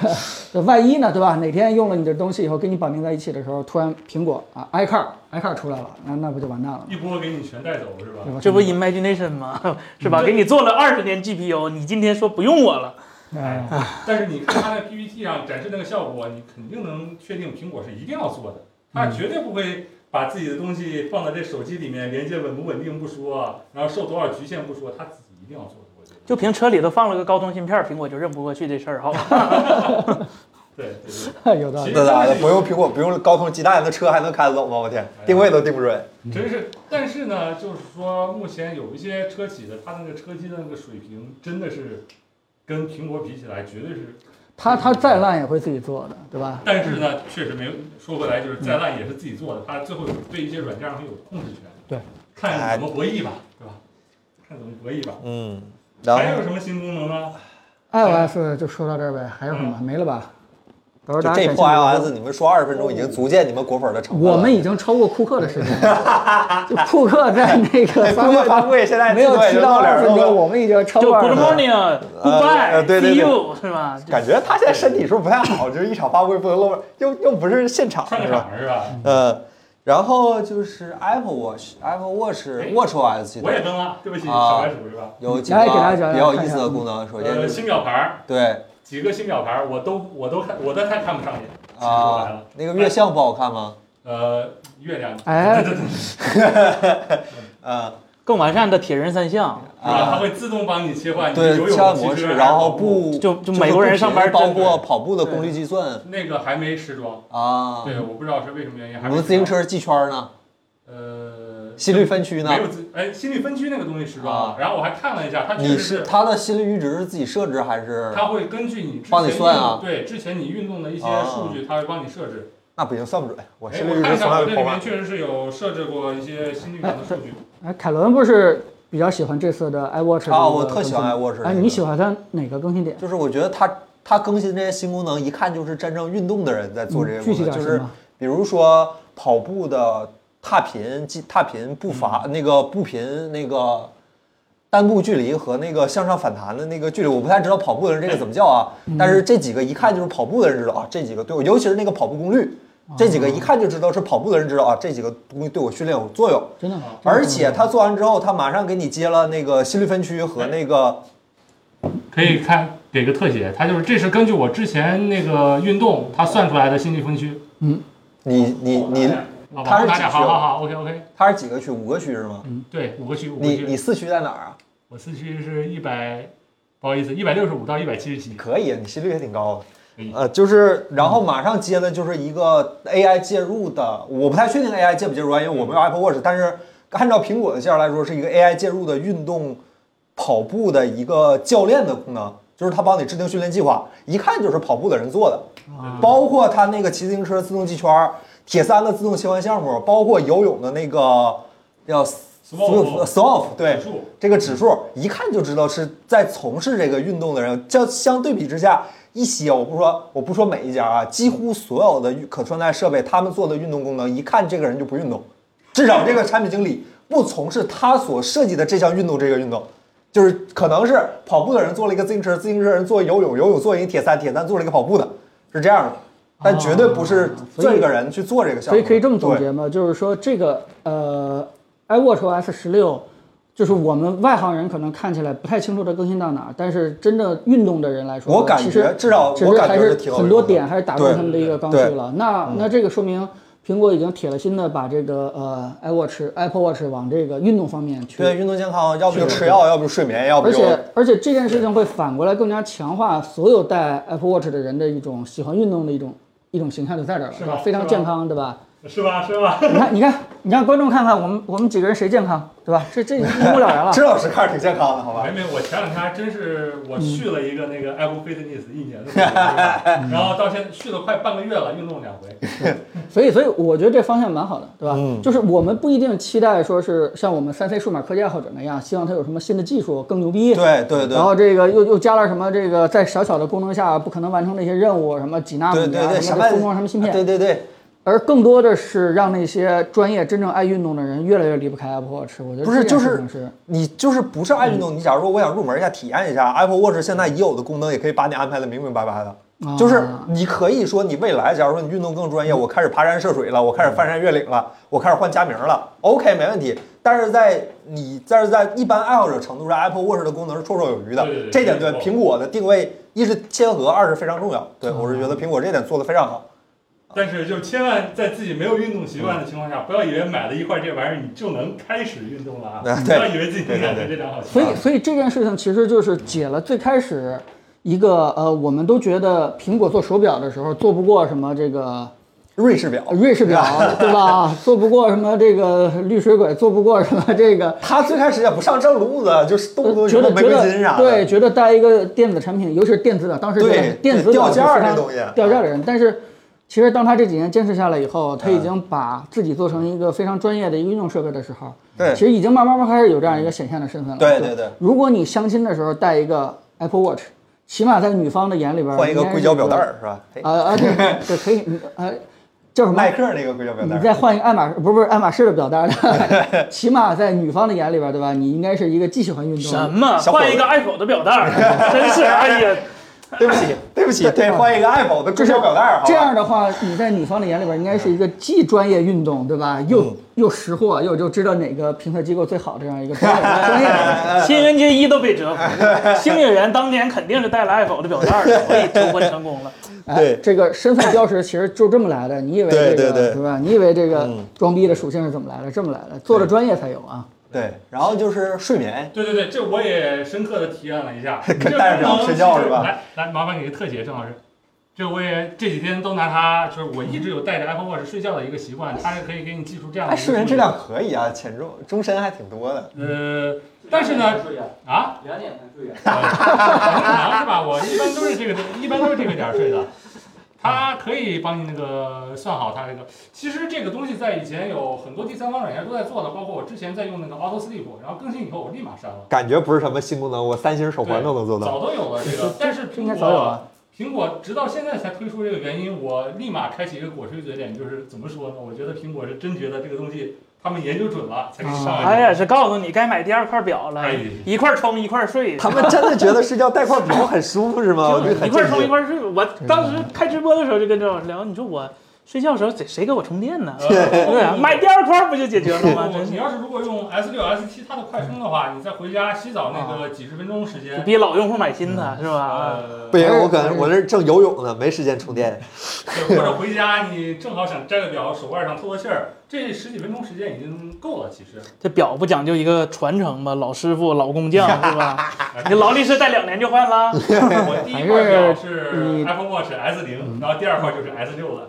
Speaker 1: 这万一呢，对吧？哪天用了你的东西以后，跟你绑定在一起的时候，突然苹果啊，iCar iCar 出来了，那那不就完蛋了吗？
Speaker 4: 一波给你全带走是吧？
Speaker 1: 对吧
Speaker 3: 这不 imagination 吗？ <laughs> 是
Speaker 2: 嗯
Speaker 3: 吧？给你做了二十年 GPU，你今天说不用我了，
Speaker 1: 哎，
Speaker 4: 但是你看它在 PPT 上展示那个效果，你肯定能确定苹果是一定要做的，它绝对不会把自己的东西放在这手机里面，连接稳不稳定不说，然后受多少局限不说，它自己一定要做的，我觉得。
Speaker 3: 就凭车里头放了个高通芯片，苹果就认不过去这事
Speaker 2: <laughs>
Speaker 3: 儿，好吧？
Speaker 4: 对对对，
Speaker 1: 哎 <laughs> 有道理。
Speaker 2: 那咋啊的？不用苹果，不用高通鸡蛋，那车还能开得走吗？我天，定位都定不准。
Speaker 4: 真是。但是呢，就是说目前有一些车企的，它那个车机的那个水平真的是跟苹果比起来，绝对是。
Speaker 1: 他他再烂也会自己做的，对吧？
Speaker 4: 但是呢，确实没有说回来，就是再烂也是自己做的，它最后对一些软件上会有控制权。
Speaker 1: 对，
Speaker 4: 看怎么博弈吧，对吧？看怎么博弈吧。
Speaker 2: 嗯，然
Speaker 4: 还有
Speaker 2: 后
Speaker 4: 什么新功能呢？
Speaker 1: iOS 就说到这儿呗，还有什么没了吧？到时候
Speaker 2: 就
Speaker 1: 大家
Speaker 2: 这
Speaker 1: 感
Speaker 2: 破
Speaker 1: 兴趣的话
Speaker 2: iOS，你们说二十分钟已经足见你们果粉的成分了。
Speaker 1: 我们已经超过库克的时间了。就库克在那 <laughs>
Speaker 2: <laughs>
Speaker 1: 个发
Speaker 2: 发布
Speaker 1: 布
Speaker 2: 发
Speaker 1: 会
Speaker 2: 布会现在
Speaker 1: 没有
Speaker 2: 提
Speaker 1: 提到二十分钟，
Speaker 2: 了。
Speaker 1: 我们已经超
Speaker 3: 就
Speaker 1: 过二
Speaker 3: Good
Speaker 1: 十分钟。
Speaker 2: 呃
Speaker 3: morning，Goodbye，See、
Speaker 2: 对对对
Speaker 3: you，是吧？
Speaker 2: 感觉他现在身体是不是不太好，就是一场发布会不能露面，又又不是现场
Speaker 4: 串
Speaker 2: 啊
Speaker 4: 个
Speaker 2: 是吧？
Speaker 4: 场是吧？
Speaker 2: 呃，然后就是 Apple Watch，Apple Watch
Speaker 4: 哎
Speaker 2: WatchOS 系
Speaker 4: 我
Speaker 2: 统
Speaker 4: 也登了，对不起，
Speaker 2: 啊
Speaker 4: 小白鼠是吧？
Speaker 2: 有几
Speaker 1: 来给大家
Speaker 2: 个
Speaker 1: 讲
Speaker 2: 比较有
Speaker 1: 讲
Speaker 2: 意思
Speaker 1: 看
Speaker 2: 的
Speaker 1: 一下嗯
Speaker 2: 功能。啊首先
Speaker 4: 呃，
Speaker 2: 就是
Speaker 4: 新表盘儿
Speaker 2: 对
Speaker 4: 几个新表盘儿，我都我都看，我都太看不上去。说白
Speaker 2: 啊
Speaker 4: 了，，
Speaker 2: 那个月相不好看吗？
Speaker 4: 呃，月亮，
Speaker 1: 哎
Speaker 4: 对对对， <laughs> 是
Speaker 2: 嗯
Speaker 3: 更完善的铁人三项，
Speaker 4: 吧？它
Speaker 2: 啊，
Speaker 4: 会自动帮你切啊换你的
Speaker 2: 对
Speaker 4: 游
Speaker 2: 切换
Speaker 4: 泳
Speaker 2: 模
Speaker 4: 骑
Speaker 2: 式，
Speaker 4: 车，
Speaker 2: 然后
Speaker 4: 不
Speaker 2: 不就
Speaker 3: 就就美国人
Speaker 2: 不
Speaker 3: 上班
Speaker 2: 包
Speaker 3: 真的
Speaker 2: 括跑步的功率计算
Speaker 4: 那个还没时装。
Speaker 2: 啊。
Speaker 4: 对，我不知道是为什么原因，
Speaker 2: 我
Speaker 4: 还没
Speaker 2: 们
Speaker 4: 时
Speaker 2: 自行
Speaker 4: 装，
Speaker 2: 车系圈呢，
Speaker 4: 呃，
Speaker 2: 心率分区呢
Speaker 4: 没，有自哎心率分区那个东西时
Speaker 2: 啊
Speaker 4: 装，然后我还看了一下，它确
Speaker 2: 你
Speaker 4: 实
Speaker 2: 是它的心率阈值是自己设置还是？
Speaker 4: 它会根据你之前
Speaker 2: 帮你算啊
Speaker 4: 运动对之前你运动的一些
Speaker 2: 啊
Speaker 4: 数据，它会帮你设置。
Speaker 2: 那不行，算不准。我
Speaker 4: 哎，
Speaker 2: 心里
Speaker 4: 我
Speaker 2: 一
Speaker 4: 看
Speaker 2: 直
Speaker 4: 一
Speaker 2: 从
Speaker 4: 下，
Speaker 2: 来
Speaker 4: 我
Speaker 2: 没
Speaker 4: 这
Speaker 2: 跑
Speaker 4: 里
Speaker 2: 完
Speaker 4: 面。确实是有设置过一些新绿能的数据。
Speaker 1: 哎，凯伦不是比较喜欢这次的 iWatch
Speaker 2: 啊
Speaker 1: 的
Speaker 2: 我
Speaker 1: 这个
Speaker 2: 特喜欢
Speaker 1: 更新
Speaker 2: iWatch
Speaker 1: 哎，
Speaker 2: 这个
Speaker 1: 你喜欢它哪个更新点？
Speaker 2: 就是我觉得它它更新这些新功能，一看就是真正运动的人在做这些
Speaker 1: 嗯
Speaker 2: 功
Speaker 1: 具体
Speaker 2: 能，
Speaker 1: 点
Speaker 2: 就
Speaker 1: 行
Speaker 2: 是
Speaker 1: 吗
Speaker 2: 比如说跑步的踏频、计踏频步伐、
Speaker 1: 嗯
Speaker 2: 那个步频、那个单步距离和那个向上反弹的那个距离，我不太知道跑步的人这
Speaker 1: 哎
Speaker 2: 个怎么叫啊，
Speaker 1: 嗯
Speaker 2: 但是这几个一看就是跑步的人知道啊，这几个对我，尤其是那个跑步功率。这
Speaker 1: 哦
Speaker 2: 几个一看就知道是跑步的人知道啊，这几个东西对我训练有作用。
Speaker 1: 真的吗？
Speaker 2: 而且他做完之后，他马上给你接了那个心率分区
Speaker 4: 哎
Speaker 2: 和那个
Speaker 4: <laughs> 可以看给个特写，它就是这是根据我之前那个运动它算出来的心率分区。
Speaker 2: 你你你，
Speaker 4: 好吧
Speaker 2: 它是
Speaker 4: 我拿点
Speaker 2: 几区啊
Speaker 4: 好好好，OK OK，
Speaker 2: 它是几个区？五个区是吗？
Speaker 4: 对，五个嗯区，五个
Speaker 2: 你你
Speaker 4: 区。
Speaker 2: 四区在哪儿啊？
Speaker 4: 我四区是一百，不好意思，一百六十五到一百七十七。
Speaker 2: 可以，你心率也挺高
Speaker 4: 可以
Speaker 2: 的。呃，就是，然后马上接的就是一个 AI 介入的，我不太确定 AI 介不介入啊，因为我没有 Apple Watch，但是按照苹果的介绍来说，是一个 AI 介入的运动跑步的一个教练的功能，就是它帮你制定训练计划，一看就是跑步的人做的，包括它那个骑自行车自动骑圈儿、铁三的自动切换项目，包括游泳的那个叫
Speaker 4: Swath
Speaker 2: Swath，对
Speaker 4: 指数，
Speaker 2: 这个指数一看就知道是在从事这个运动的人。相相对比之下，一些我不说我不说每一家啊，几乎所有的可穿戴设备，他们做的运动功能，一看这个人就不运动，至少这个产品经理不从事他所设计的这项运动这个运动。就是可能是跑步的人做了一个自行车，自行车人做游泳，游泳做了一个铁三，铁三做了一个跑步的，是这样的，但绝对不是
Speaker 1: 啊所以
Speaker 2: 这个人去做这个项
Speaker 1: 所
Speaker 2: 目
Speaker 1: 以
Speaker 2: 的。
Speaker 1: 可以这么总
Speaker 2: 对
Speaker 1: 结吗？就是说这个呃，iWatch OS 十六，就是我们外行人可能看起来不太清楚它更新到哪儿，但是真正运动的人来说，
Speaker 2: 我感
Speaker 1: 其
Speaker 2: 觉
Speaker 1: 实
Speaker 2: 至少
Speaker 1: 其
Speaker 2: 我
Speaker 1: 实
Speaker 2: 感
Speaker 1: 还
Speaker 2: 觉
Speaker 1: 是
Speaker 2: 挺有
Speaker 1: 很多
Speaker 2: 用的
Speaker 1: 点还是打中
Speaker 2: 对
Speaker 1: 他们的一个刚需
Speaker 2: 对嗯
Speaker 1: 了。那那这个说明。苹果已经铁了心的把这个呃 iWatch、Apple Watch 往这个运动方面去
Speaker 2: 对运动健康，要不就吃药，要不就睡眠，要不
Speaker 1: 而
Speaker 2: 就
Speaker 1: 且而且这件事情会反过来更加强化所有戴 Apple Watch 的人的一种喜欢运动的一种一种形象就在这儿了，
Speaker 4: 是
Speaker 1: 吧？
Speaker 4: 吧
Speaker 1: 非常
Speaker 4: 是吧
Speaker 1: 健康，对吧？
Speaker 4: 是吧？是吧？
Speaker 1: <laughs> 你看，你看，你让观众看看我们我们几个人谁健康，对吧？这这一目了
Speaker 2: <laughs>
Speaker 1: 然了。
Speaker 2: 支老师看着挺健康的，好吧
Speaker 4: 没？没，我前两天还真是
Speaker 2: 嗯
Speaker 4: 我续了一个那个 Apple Fitness 一
Speaker 2: <laughs>
Speaker 4: 年的会员，然后到现在续了快半个月了，运动两回。
Speaker 1: 所以，所以我觉得这方向蛮好的，对吧？
Speaker 2: 嗯
Speaker 1: 就是我们不一定期待说是像我们三 C 数码科技爱好者那样，希望它有什么新的技术更牛逼。
Speaker 2: 对对对
Speaker 1: 然后这个又又加了什么这个在小小的功能下不可能完成的一些任务，什么几纳米
Speaker 2: 对
Speaker 1: 啊，
Speaker 2: 对对，
Speaker 1: 什
Speaker 2: 什
Speaker 1: 么
Speaker 2: 么
Speaker 1: 这封装什么芯片，
Speaker 2: 对对对，
Speaker 1: 而更多的是让那些专业真正爱运动的人越来越离不开 Apple Watch。我觉得
Speaker 2: 不是
Speaker 1: 这
Speaker 2: 就
Speaker 1: 件事
Speaker 2: 是
Speaker 1: 情是
Speaker 2: 你就是不是爱运
Speaker 1: 嗯
Speaker 2: 动，你假如说我想入门一下，体验一下 Apple Watch 现在已有的功能，也可以把你安排的明明白白的。
Speaker 1: 啊嗯
Speaker 2: 就是你可以说你未来，假如说你运动更专业，我开始爬山涉水了，我开始翻山越岭了，我开始换家名了，OK 没问题。但是在你但是在一般爱好者程度上，Apple Watch 的功能是绰绰有余的
Speaker 4: 对对，对
Speaker 2: 这点对
Speaker 4: 没错
Speaker 2: 苹果的定位一是切合，二是非常重要。对
Speaker 1: 嗯
Speaker 2: 我是觉得苹果这点做得非常好。
Speaker 4: 但是就千万在自己没有运动习惯的情况下，不要以为买了一块这玩意儿你就能开始运动了啊！
Speaker 2: 啊
Speaker 4: 不
Speaker 2: 对
Speaker 4: 要以为自己能养成这良好啊习
Speaker 1: 所
Speaker 4: 惯。
Speaker 1: 以，所以这件事情其实就是解了最开始一个呃，我们都觉得苹果做手表的时候做不过什么这个
Speaker 2: 瑞士表，
Speaker 1: 瑞士表，对吧？做不过什么这个绿水鬼，做不过什么这个。
Speaker 2: 他最开始也不上正路子，就是动不动
Speaker 1: 觉
Speaker 2: 就
Speaker 1: 得
Speaker 2: 玫
Speaker 1: 觉
Speaker 2: 瑰
Speaker 1: 得
Speaker 2: 金啥的。
Speaker 1: 对，觉得带一个电子产品，尤其是电子表，当时觉得
Speaker 2: 对
Speaker 1: 电子
Speaker 2: 对
Speaker 1: 表
Speaker 2: 掉价儿
Speaker 1: 是非常
Speaker 2: 这东西嗯
Speaker 1: 掉价儿的人。但是其实当他这几年坚持下来以后，他已经把自己做成一个非常专业的一个运动设备的时候，
Speaker 2: 对
Speaker 1: 其实已经慢慢慢慢开始有这样一个显现的身份了。
Speaker 2: 对对对
Speaker 1: 如果你相亲的时候带一个 Apple Watch，起码在女方的眼里边儿
Speaker 2: 换一个
Speaker 1: 应该是
Speaker 2: 硅胶表带儿是吧？嘿
Speaker 1: 啊啊对对可以，你呃叫什么
Speaker 2: 耐克那个硅胶表带
Speaker 1: 你
Speaker 2: 儿，
Speaker 1: 再换一个爱马仕，不是不是爱马仕的表带儿， <laughs> 起码在女方的眼里边儿，对吧？你应该是一个既喜欢运动，
Speaker 3: 什么？
Speaker 2: 小伙子
Speaker 3: 换一个爱否的表带
Speaker 2: <laughs>
Speaker 3: 儿，真是哎呀！
Speaker 2: 对不起，
Speaker 1: <laughs>
Speaker 2: 对不起，对，
Speaker 1: 嗯
Speaker 2: 换一个 Apple 的
Speaker 1: 就
Speaker 2: 硅
Speaker 1: 是
Speaker 2: 胶表带儿，好吧
Speaker 1: 这样的话，你在女方的眼里边应该是一个既专业运动，对吧？又、
Speaker 2: 嗯
Speaker 1: 又识货，又就知道哪个评测机构最好这样一个专业
Speaker 2: <laughs>
Speaker 1: 专业人。
Speaker 2: 呃
Speaker 3: 新人街一都被折服，星月园当年肯定是带了爱否的表带儿的，所以求婚成功了。
Speaker 1: 哎
Speaker 2: 对
Speaker 1: 这个身份标识其实就这么来的。你以为这个
Speaker 2: 对对对嗯
Speaker 1: 吧？你以为这个装逼的属性是怎么来的？这么来的，做了专业才有啊。
Speaker 2: 对，然后就是睡眠，
Speaker 4: 对对对，这我也深刻的体验了
Speaker 2: <laughs>
Speaker 4: 一下。这
Speaker 2: 戴着表睡觉是吧
Speaker 4: 来来，麻烦给个特写，郑老师。这我也这几天都拿它，就是我一直有带着 Apple Watch 睡觉的一个习惯，它是可以给你记出这样的
Speaker 2: 哎，
Speaker 4: 一个
Speaker 2: 睡眠
Speaker 4: 数
Speaker 2: 质
Speaker 4: 据。
Speaker 2: 量可以啊，浅重终身还挺多的。
Speaker 4: 呃，但是呢，啊，
Speaker 5: 两
Speaker 3: <laughs>
Speaker 5: 点才睡啊。
Speaker 4: 呃可能是吧？我一般都是这个，一般都是这个点儿睡的。它可以帮你那个算好它这个。其实这个东西在以前有很多第三方软件都在做的，包括我之前在用那个 Auto Sleep，然后更新以后我立马删了。
Speaker 2: 感觉不是什么新功能，我三星手环都能做到。
Speaker 4: 早都有了这个，但是
Speaker 1: 应
Speaker 4: 苹
Speaker 1: 该早有
Speaker 4: 果
Speaker 1: 了。
Speaker 4: 苹果直到现在才推出这个原因，我立马开启一个鼓吹嘴脸，就是怎么说呢？我觉得苹果是真觉得这个东西他们研究准了才给上
Speaker 1: 啊
Speaker 4: 来
Speaker 1: 哎
Speaker 4: 的。
Speaker 3: 他哎也是告诉你该买第二块表了
Speaker 4: 哎，
Speaker 3: 一块充一块睡，
Speaker 2: 他们真的觉得睡觉带块表很舒服
Speaker 3: <laughs>
Speaker 2: 是吗？我就
Speaker 3: 一
Speaker 2: 啊很嗯
Speaker 3: 块
Speaker 2: 震
Speaker 3: 充一
Speaker 2: 惊。
Speaker 3: 块睡。我当时开直播的时候就跟郑老师聊，你说我睡觉的时候谁谁给我充电
Speaker 2: <laughs>
Speaker 3: 呢？对啊，
Speaker 4: 呃
Speaker 3: 买第二块不就解决了吗？真
Speaker 4: 你
Speaker 3: 是
Speaker 4: 要是如果用 S 六 S 七它的快充的话，你再回家洗澡那
Speaker 1: 啊
Speaker 4: 个几十分钟时间，
Speaker 3: 比老用户买新
Speaker 2: 嗯
Speaker 3: 的是吧？啊
Speaker 4: 呃，
Speaker 2: 不行，我可能我这正游泳呢，没时间充电。
Speaker 4: 对或者回家你正好想摘个表，手腕上透透气儿，这十几分钟时间已经够了。其实，
Speaker 3: 这表不讲究一个传承吗？老师傅、老工匠是吧？
Speaker 2: <laughs>
Speaker 3: 你劳力士戴两年就换了，
Speaker 4: 我第一块表是
Speaker 1: 你
Speaker 4: Apple Watch S 零，然后第二块就是 S 六了，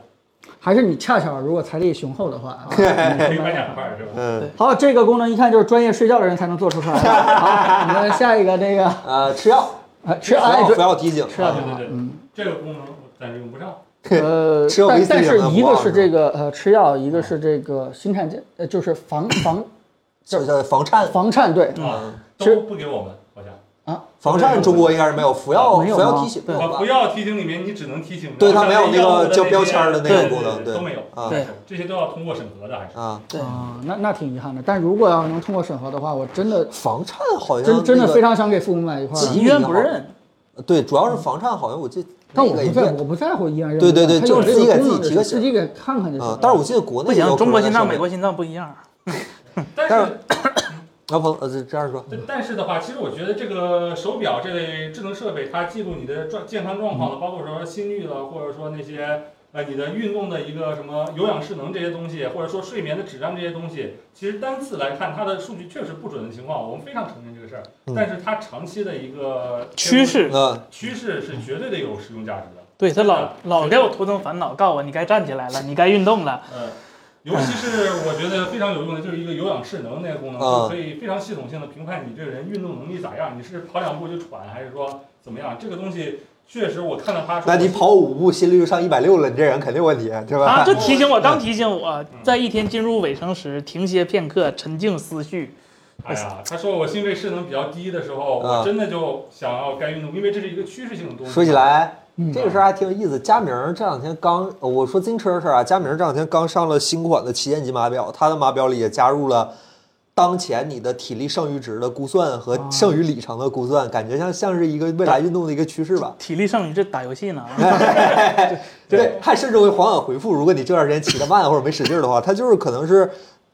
Speaker 1: 还是你恰巧如果财力雄厚的话，
Speaker 2: <laughs>
Speaker 1: 啊你
Speaker 4: 可以
Speaker 1: 明白
Speaker 4: 买两块是吧？
Speaker 2: 嗯
Speaker 1: 好，这个功能一看就是专业睡觉的人才能做出来。好，我们下一个这个
Speaker 2: 呃，吃药
Speaker 1: 啊，吃
Speaker 2: 不
Speaker 1: 哎
Speaker 2: 要
Speaker 1: 对
Speaker 2: 不，要提醒
Speaker 1: 吃药
Speaker 2: 啊
Speaker 1: 挺
Speaker 4: 对
Speaker 1: 好
Speaker 4: 对，对
Speaker 1: 嗯，
Speaker 4: 这个功能我暂时用不上。
Speaker 1: 呃，
Speaker 2: 吃药
Speaker 1: 但
Speaker 2: 维 C
Speaker 1: 但是
Speaker 2: 什么的
Speaker 1: 一个
Speaker 2: 不
Speaker 1: 是
Speaker 2: 忘
Speaker 1: 这个呃吃药，一个是这个新产健呃就是房房
Speaker 2: 这叫房颤。
Speaker 1: 房颤对，
Speaker 4: 啊，
Speaker 1: 其实
Speaker 4: 都不给我们，好像。
Speaker 2: 房颤中国应该是没有，服药
Speaker 1: 没有
Speaker 2: 服药
Speaker 1: 吗
Speaker 2: 提醒
Speaker 3: 对
Speaker 2: 有
Speaker 4: 我
Speaker 2: 吧
Speaker 4: 不要提醒里面，你只能提醒。
Speaker 2: 对
Speaker 4: 然后
Speaker 2: 它没有那
Speaker 4: 上面
Speaker 2: 个叫
Speaker 4: 药物的
Speaker 2: 标签儿的那个
Speaker 4: 些
Speaker 2: 功能
Speaker 4: 对对对
Speaker 2: 对
Speaker 4: 都没有。
Speaker 2: 啊
Speaker 3: 对
Speaker 4: 这些都要通过审核的，还是。
Speaker 2: 啊，
Speaker 3: 对
Speaker 1: 啊，那那挺遗憾的。但如果要能通过审核的话，我真的
Speaker 2: 房颤好像
Speaker 1: 真真的
Speaker 2: 那个
Speaker 1: 非常想给父母买一块儿。
Speaker 2: 几
Speaker 3: 医院不认。
Speaker 2: 对，主要是房颤好像我记，
Speaker 1: 但
Speaker 2: 那
Speaker 1: 我
Speaker 2: 个
Speaker 1: 不
Speaker 2: 也
Speaker 1: 在，我不在乎医院认不
Speaker 2: 对
Speaker 1: 认
Speaker 2: 对对
Speaker 1: 它
Speaker 2: 就
Speaker 1: 有
Speaker 2: 是
Speaker 1: 这
Speaker 2: 自己
Speaker 1: 个
Speaker 2: 给
Speaker 1: 功能
Speaker 2: 自己
Speaker 1: 的
Speaker 2: 提个
Speaker 1: 自己给看看就行
Speaker 2: 啊
Speaker 1: 了，。
Speaker 2: 但是我记得国内
Speaker 3: 不
Speaker 2: 也
Speaker 3: 行，
Speaker 2: 有
Speaker 3: 中国心脏、
Speaker 2: 可能在上面嗯
Speaker 3: 美国心脏不一样。
Speaker 4: 但
Speaker 2: 但
Speaker 4: 是
Speaker 2: 啊不，呃，这这样说，
Speaker 4: 但但是的话，其实我觉得这个手表这类智能设备，它记录你的状健康状况的，包括说心率了，或者说那些呃你的运动的一个什么有氧势能这些东西，或者说睡眠的质量这些东西，其实单次来看它的数据确实不准的情况，我们非常承认这个事儿
Speaker 2: 嗯。
Speaker 4: 但是它长期的一个
Speaker 3: 趋势，
Speaker 2: 嗯，
Speaker 4: 趋势是绝对的有使用价值的。
Speaker 3: 对他老老给我徒增烦恼，告诉我你该站起来了，你该运动了。
Speaker 4: 呃，尤其是我觉得非常有用的，就是一个有氧势能那个功能，
Speaker 2: 啊
Speaker 4: 就可以非常系统性的评判你这个人运动能力咋样，你是跑两步就喘，还是说怎么样？这个东西确实我看到他说，
Speaker 2: 那你跑五步心率就上一百六了，你这人肯定有问题，对吧？嗯
Speaker 3: 啊，就
Speaker 2: <laughs>
Speaker 3: 提醒我，刚提醒我，在一天进入尾声时，停歇片刻，沉静思绪。
Speaker 4: 哎呀，他说我心肺势能比较低的时候，
Speaker 2: 啊
Speaker 4: 我真的就想要该运动，因为这是一个趋势性的东西。
Speaker 2: 说起，来，
Speaker 1: 嗯
Speaker 2: 这个事儿还挺有意思。佳明儿这两天刚，呃我说自行车的事儿啊，佳明儿这两天刚上了新款的旗舰级码表，它的码表里也加入了当前你的体力剩余值的估算和
Speaker 1: 啊
Speaker 2: 剩余里程的估算，感觉像像是一个未来运动的一个趋势吧。
Speaker 3: 体力剩余这打游
Speaker 2: <laughs>
Speaker 3: 戏呢，
Speaker 2: 哎对，还甚至会缓缓回复。如果你这段时间骑得慢或者没使劲儿的话，它就是可能是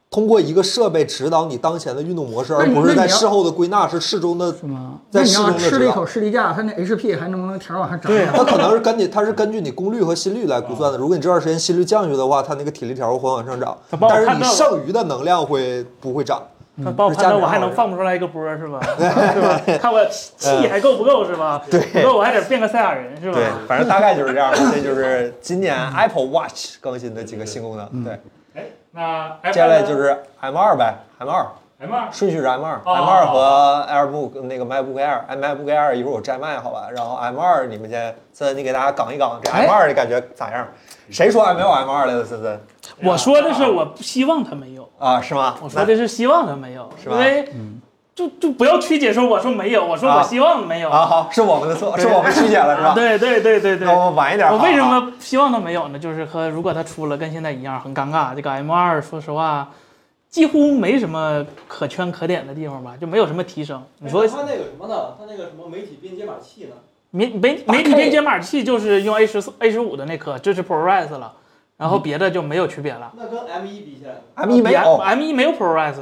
Speaker 2: 通过一个设备指导你当前的运动模式，
Speaker 1: 那
Speaker 2: 而
Speaker 1: 你
Speaker 2: 不是
Speaker 1: 那
Speaker 2: 在
Speaker 1: 你要
Speaker 2: 事后的归纳，是适中的。
Speaker 1: 是吗？
Speaker 2: 在
Speaker 1: 那你
Speaker 2: 适
Speaker 1: 要
Speaker 2: 中的
Speaker 1: 吃
Speaker 2: 质
Speaker 1: 了一
Speaker 2: 量
Speaker 1: 口士力架，它那 HP 还能不能条儿往上涨？
Speaker 2: <laughs>
Speaker 3: 对啊
Speaker 2: 它可能是根据它是根据你功率和心率来估算的。如果你这段时间心率降下去的话，它那个体力条会缓缓上涨
Speaker 3: 它帮，我
Speaker 2: 但是
Speaker 3: 判
Speaker 2: 你
Speaker 3: 断了
Speaker 2: 剩余的能量会不会涨？
Speaker 3: 他把我判断我还能放不出来一个波是
Speaker 2: <laughs>
Speaker 3: 吧？是吧？看我气还够不够是吧？
Speaker 2: 对
Speaker 3: 你说我还得变个赛亚人是吧？
Speaker 2: 对，反正大概就是这样。这就是今 <laughs> 年 Apple Watch 更新的几个新功能。对，
Speaker 4: 哎，那 iPad
Speaker 2: 接下来就是 M 2呗，M 2
Speaker 4: M 二
Speaker 2: 顺序是 M 2 m
Speaker 4: 哦
Speaker 2: 2和 AirBook 那个 MacBook Air，MacBook Air 一会儿我摘麦好吧，然后 M 2你们先，森森你给大家讲一讲这
Speaker 1: 哎
Speaker 2: M 2的感觉咋样？谁说没有 M 2来的？森森
Speaker 3: 我说的是我不希望他没有，
Speaker 2: 啊，是吗？
Speaker 3: 我说的是希望他没有，
Speaker 2: 是
Speaker 3: 因
Speaker 2: 吧嗯
Speaker 3: 为就就不要曲解说我说没有，我说我
Speaker 2: 啊
Speaker 3: 希望没有
Speaker 2: 那啊，好，是我们的错，是我们曲解了是吧？
Speaker 3: 对对对对对
Speaker 2: 那。我们晚一点好
Speaker 3: 我
Speaker 2: 了啊。
Speaker 3: 为什么希望它没有呢？就是和如果它出了跟现在一样很尴尬。这个 M 2说实话，几乎没什么可圈可点的地方吧，就没有什么提升。你说
Speaker 5: 哎他那个什么呢？他那个什么媒体编解码器呢？
Speaker 3: 媒媒媒体
Speaker 2: 8K
Speaker 3: 编解码器就是用 A 十四、A 十五的那颗，支持 ProRes 了，然
Speaker 1: 嗯
Speaker 3: 后别的就没有区别了。
Speaker 5: 那跟 M 一比起来，
Speaker 2: M E 一没有？
Speaker 3: M E 一没有 ProRes，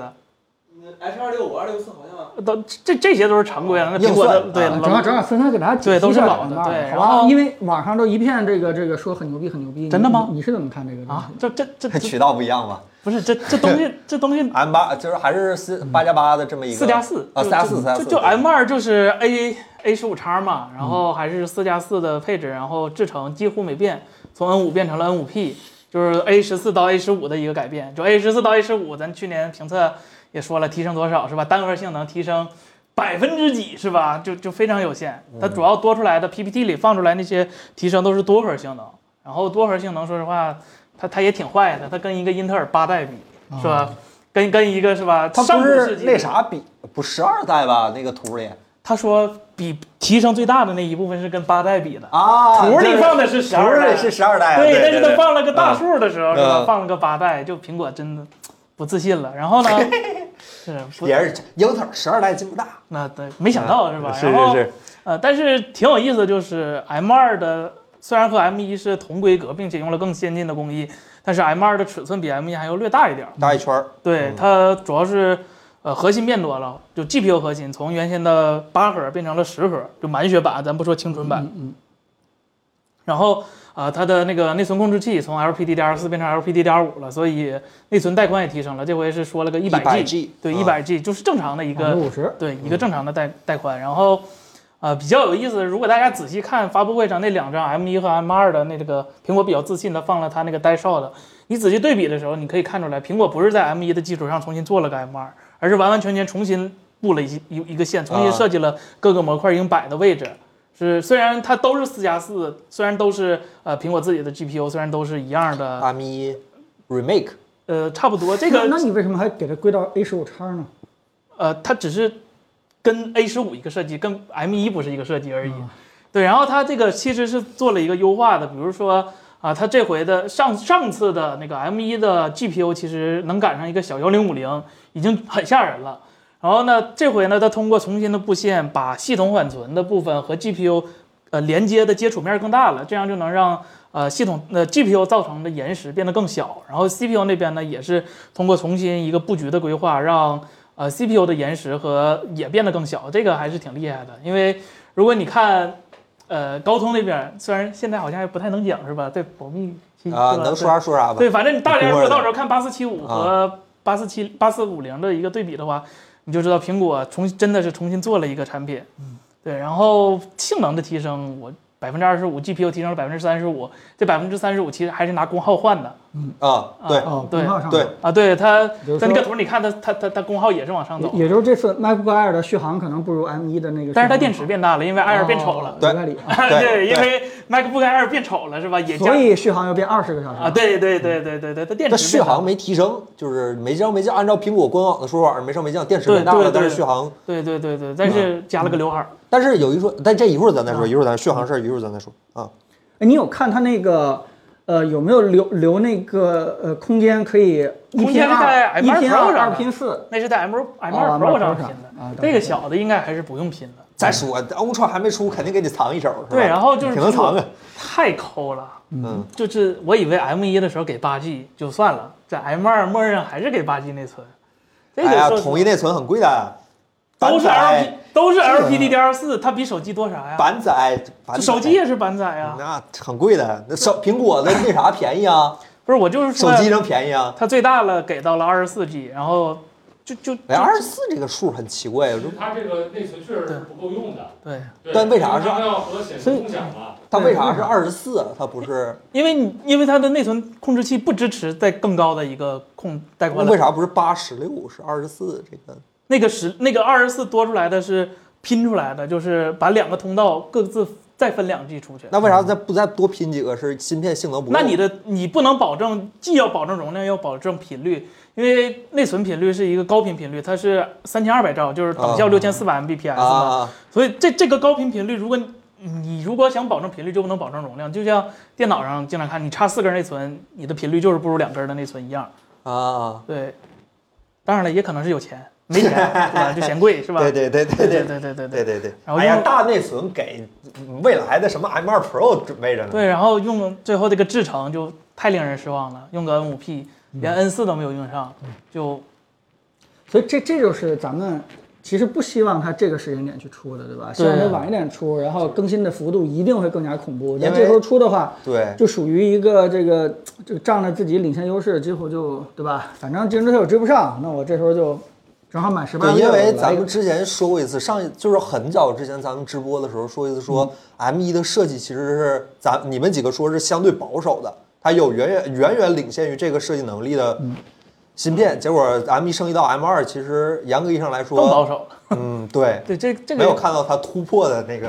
Speaker 5: 嗯，H 二六五、二六四好像
Speaker 3: 都这这些都是常规的。那苹果
Speaker 2: 硬
Speaker 3: 的
Speaker 2: 算
Speaker 3: 对
Speaker 2: 啊
Speaker 1: 啊正好
Speaker 3: 冷
Speaker 1: 正好，森森给大家解
Speaker 3: 对
Speaker 1: 析
Speaker 3: 都
Speaker 1: 一
Speaker 3: 是
Speaker 1: 下
Speaker 3: 老的
Speaker 1: 吧
Speaker 3: 对
Speaker 1: 好
Speaker 3: 然
Speaker 1: 吧
Speaker 3: 后？
Speaker 1: 因为网上都一片这个这个说很牛逼很牛逼，你
Speaker 3: 真的吗
Speaker 1: 你是怎么看这个
Speaker 3: 啊？，这这
Speaker 2: <laughs>
Speaker 3: 这这
Speaker 2: 渠道不一样嘛
Speaker 3: 不是这这
Speaker 2: <laughs>
Speaker 3: 东西这东西
Speaker 2: ？M 8就是还是四八加八的这么一个
Speaker 3: 嗯四加四
Speaker 2: 啊，四加四四加
Speaker 3: 就
Speaker 2: 四
Speaker 3: 就 M 2就是 A A 十五叉嘛，然后还是四加四的配置，然后制程几乎没变，从 N 5变成了 N 5 P，就是 A 十四到 A 十五的一个改变。就 A 十四到 A 十五，咱去年评测也说了，提升多少是吧？单核性能提升百分之几是
Speaker 2: 嗯
Speaker 3: 吧？就就非常有限。它主要多出来的 PPT 里放出来那些提升都是多核性能。然后多核性能，说实话，它它也挺坏的，它跟一个英特尔八代比是吧？跟跟一个是吧？
Speaker 2: 哦它
Speaker 3: 上
Speaker 2: 不
Speaker 3: 古
Speaker 2: 是
Speaker 3: 世纪
Speaker 2: 那啥比不十二代吧？那个图里
Speaker 3: 他说比提升最大的那一部分是跟八代比的，
Speaker 2: 啊，
Speaker 3: 图里放的
Speaker 2: 就是是图
Speaker 3: 12代
Speaker 2: 里是十二代啊，
Speaker 3: 对，
Speaker 2: 对，
Speaker 3: 但是
Speaker 2: 对
Speaker 3: 他放了个大数的时候，
Speaker 2: 嗯
Speaker 3: 是吧？
Speaker 2: 嗯
Speaker 3: 放了个八代，就苹果真的不自信了。然
Speaker 2: <laughs>
Speaker 3: 后呢，是不
Speaker 2: 也是英特尔十二代进步大，
Speaker 3: 那对，没想到是吧？
Speaker 2: 嗯是
Speaker 3: 然后
Speaker 2: 是是，
Speaker 3: 呃，但是挺有意思的就是 M 2的虽然和 M 1是同规格，并且用了更先进的工艺，但是 M 2的尺寸比 M 1还要略大一点儿。
Speaker 2: 大一圈儿，
Speaker 3: 对，它主要是呃核心变多了，就 GPU 核心从原先的八核变成了十核，就满血版，咱不说青春版。
Speaker 1: 嗯
Speaker 3: 然后呃，它的那个内存控制器从 LPDDR4 变成 LPDDR5 了，所以内存带宽也提升了。这回是说了个一百 G，, 啊
Speaker 2: G，嗯
Speaker 3: 对，一百 G 就是正常的一
Speaker 1: 百
Speaker 3: 个
Speaker 1: 分之五十，
Speaker 3: 对，一个正常的带带宽。然后，呃，比较有意思的，如果大家仔细看发布会上那两张 M 1和 M 2的那这个苹果比较自信的放了它那个 Dash Out，你仔细对比的时候，你可以看出来，苹果不是在 M 1的基础上重新做了个 M 2，而是完完全全重新布了一一一个线，重新
Speaker 2: 啊
Speaker 3: 设计了各个模块应摆的位置。是，虽然它都是四加四，虽然都是呃苹果自己的 GPU，虽然都是一样的，
Speaker 2: M 一 remake
Speaker 3: 呃，差不多。这
Speaker 1: 那
Speaker 3: 个
Speaker 1: 那你为什么还给它归到 A 十五叉呢？
Speaker 3: 呃，它只是跟 A 十五一个设计，跟 M 一不是一个设计而已。
Speaker 1: 啊
Speaker 3: 对，然后它这个其实是做了一个优化的，比如说啊，它这回的上上次的那个 M 一的 GPU 其实能赶上一个小幺零五零，已经很吓人了。然后呢，这回呢，它通过重新的布线，把系统缓存的部分和 GPU 呃连接的接触面更大了，这样就能让呃系统呃 GPU 造成的延时变得更小。然后 CPU 那边呢，也是通过重新一个布局的规划，让呃 CPU 的延时和也变得更小，这个还是挺厉害的。因为如果你看呃高通那边，虽然现在好像还不太能讲是吧，在保密期
Speaker 2: 啊，
Speaker 3: 嗯是吧
Speaker 2: 能说啥说啥吧。
Speaker 3: 对，反正你大家
Speaker 2: 多
Speaker 3: 如果
Speaker 2: 了
Speaker 3: 到时候看八四七五和八四七八四五零的一个对比的话，你就知道苹果重真的是重新做了一个产品。对，然后性能的提升，我百分之二十五，GPU 提升了百分之三十五，这百分之三十五其实还是拿功耗换的
Speaker 2: 啊，对
Speaker 1: 哦，
Speaker 3: 对
Speaker 1: 功耗上
Speaker 2: 对
Speaker 1: 去
Speaker 3: 啊。对它
Speaker 1: 比如，
Speaker 3: 在那
Speaker 1: 说
Speaker 3: 个图你看它它它它功耗也是往上走
Speaker 1: 也，也就是这次 MacBook Air 的续航可能不如 M 一的那个续航好，
Speaker 3: 但是它电池变大了，因为 Air 变丑了
Speaker 1: 哦。
Speaker 2: 对
Speaker 1: 有道理啊
Speaker 2: 对
Speaker 3: <laughs> 对，因
Speaker 2: 对
Speaker 3: 为 MacBook Air 变丑了是吧？也加
Speaker 1: 所以续航要变二十个小时
Speaker 3: 啊，对对对对对对，它电池
Speaker 2: 但续
Speaker 3: 变大
Speaker 2: 航没提升，就是没降没降。按照苹果官网的说法，没升没降，电池
Speaker 3: 对
Speaker 2: 变大
Speaker 3: 对
Speaker 2: 了，但是
Speaker 3: 对
Speaker 2: 续航。
Speaker 3: 对对对对，但
Speaker 1: 嗯
Speaker 3: 是加了个刘海儿。
Speaker 2: 但是有一说，但这一会儿咱再说，
Speaker 3: 啊
Speaker 2: 一会儿咱续航事儿，一会儿咱再说啊。
Speaker 1: 哎，你有看它那个呃有没有留留那个呃空间可以一
Speaker 3: 空
Speaker 1: 拼
Speaker 3: 间是在
Speaker 1: 二、一
Speaker 3: M2
Speaker 1: 拼
Speaker 3: Pro
Speaker 1: 二、
Speaker 3: 上
Speaker 1: 二
Speaker 3: 的
Speaker 1: 拼四？
Speaker 3: 那是在 M M
Speaker 1: 哦
Speaker 3: 2
Speaker 1: M2
Speaker 3: Pro
Speaker 1: Pro
Speaker 3: 上
Speaker 1: 上
Speaker 3: 拼
Speaker 1: 啊
Speaker 3: 的，
Speaker 1: 对
Speaker 3: 这个小的应该还是不用拼的。
Speaker 2: 再说，Ultra 啊还没出，肯定给你藏一嗯手。是吧
Speaker 3: 对，然后就是
Speaker 2: 挺能
Speaker 3: 苹果
Speaker 2: 藏的。
Speaker 3: 太抠了，
Speaker 2: 嗯，
Speaker 3: 就是我以为 M 1的时候给八 G 就算了，在 M 2默认还是给八 G 内存。这
Speaker 2: 哎
Speaker 3: 个
Speaker 2: 呀
Speaker 3: 说，实
Speaker 2: 统一内存很贵的，
Speaker 3: 都
Speaker 2: 板
Speaker 3: 是 L P
Speaker 2: 载，
Speaker 3: 都是 L P D D R 4它比手机多啥呀？
Speaker 2: 板载，板
Speaker 3: 就
Speaker 2: 载嗯
Speaker 3: 手机也是板载啊呀。
Speaker 2: 那很贵的，那手 <laughs> 苹果的那啥便宜啊，
Speaker 3: 不是，我就是
Speaker 2: 手
Speaker 3: 说
Speaker 2: 机能便宜啊。
Speaker 3: 它最大了给到了二十四 G，然后就就
Speaker 2: 哎，
Speaker 3: 就
Speaker 2: 二十四这个数很奇怪，
Speaker 4: 就是它这个内存确实
Speaker 3: 对
Speaker 4: 是不够用的。
Speaker 3: 对，
Speaker 4: 对
Speaker 2: 哎但为啥是
Speaker 4: 因它要和显示共享嘛？
Speaker 2: 它为啥是二十四？啊
Speaker 3: <laughs>
Speaker 2: 它不是
Speaker 3: 因为你因为它的内存控制器不支持在更高的一个控带宽了
Speaker 2: 为。啥不是八十六是二十四？这个
Speaker 3: 那个十那个二十四多出来的是拼出来的，就是把两个通道各自再分两 G 出去。
Speaker 2: 那为啥再不再多拼几个？是芯片性能不够？
Speaker 3: 那你的你不能保证，既要保证容量，要保证频率，因为内存频率是一个高频频率，它是三千二百兆，就是等效
Speaker 2: 啊
Speaker 3: 六千四百 Mbps
Speaker 2: 啊
Speaker 3: 嘛。
Speaker 2: 啊，啊
Speaker 3: 所以这这个高频频率，如果你你如果想保证频率，就不能保证容量。就像电脑上经常看，你插四根内存，你的频率就是不如两根的内存一样。
Speaker 2: 啊，
Speaker 3: 对，当然了，也可能是有钱，没钱对吧？就嫌贵是吧？
Speaker 2: 对对对对对
Speaker 3: 对对对对对
Speaker 2: 对对对。
Speaker 3: 然后
Speaker 2: 哎呀，
Speaker 3: 用
Speaker 2: 大内存给未来的什么 M2 Pro 准备着呢。
Speaker 3: 对，然后用最后这个制程就太令人失望了，用个 N 五 P，连 N 四都没有用上，
Speaker 2: 嗯
Speaker 3: 就
Speaker 1: 所以这这就是咱们其实不希望它这个时间点去出的，对吧？希望它
Speaker 3: 对
Speaker 1: 晚一点出，然后更新的幅度一定会更加恐怖。
Speaker 2: 因
Speaker 1: 咱
Speaker 2: 为
Speaker 1: 这时候出的话，
Speaker 2: 对
Speaker 1: 就属于一个这个就仗着自己领先优势，几乎就对吧？反正竞争对手追不上，那我这时候就正好买十八
Speaker 2: 对，
Speaker 1: 个月
Speaker 2: 因
Speaker 1: 了。
Speaker 2: 为
Speaker 1: 来
Speaker 2: 咱
Speaker 1: 一个
Speaker 2: 们之前说过一次，上一就是很早之前咱们直播的时候说一次，
Speaker 3: 嗯
Speaker 2: 说 M 1的设计其实是咱你们几个说是相对保守的，它有远远远远领先于这个设计能力的
Speaker 3: 嗯
Speaker 2: 芯片。结果 M 1升级到 M 2其实严格意义上来
Speaker 3: 更保
Speaker 2: 说，
Speaker 3: 守了。
Speaker 2: 嗯，对，
Speaker 3: 对，这这
Speaker 2: 没有
Speaker 3: 个
Speaker 2: 看到它突破的那个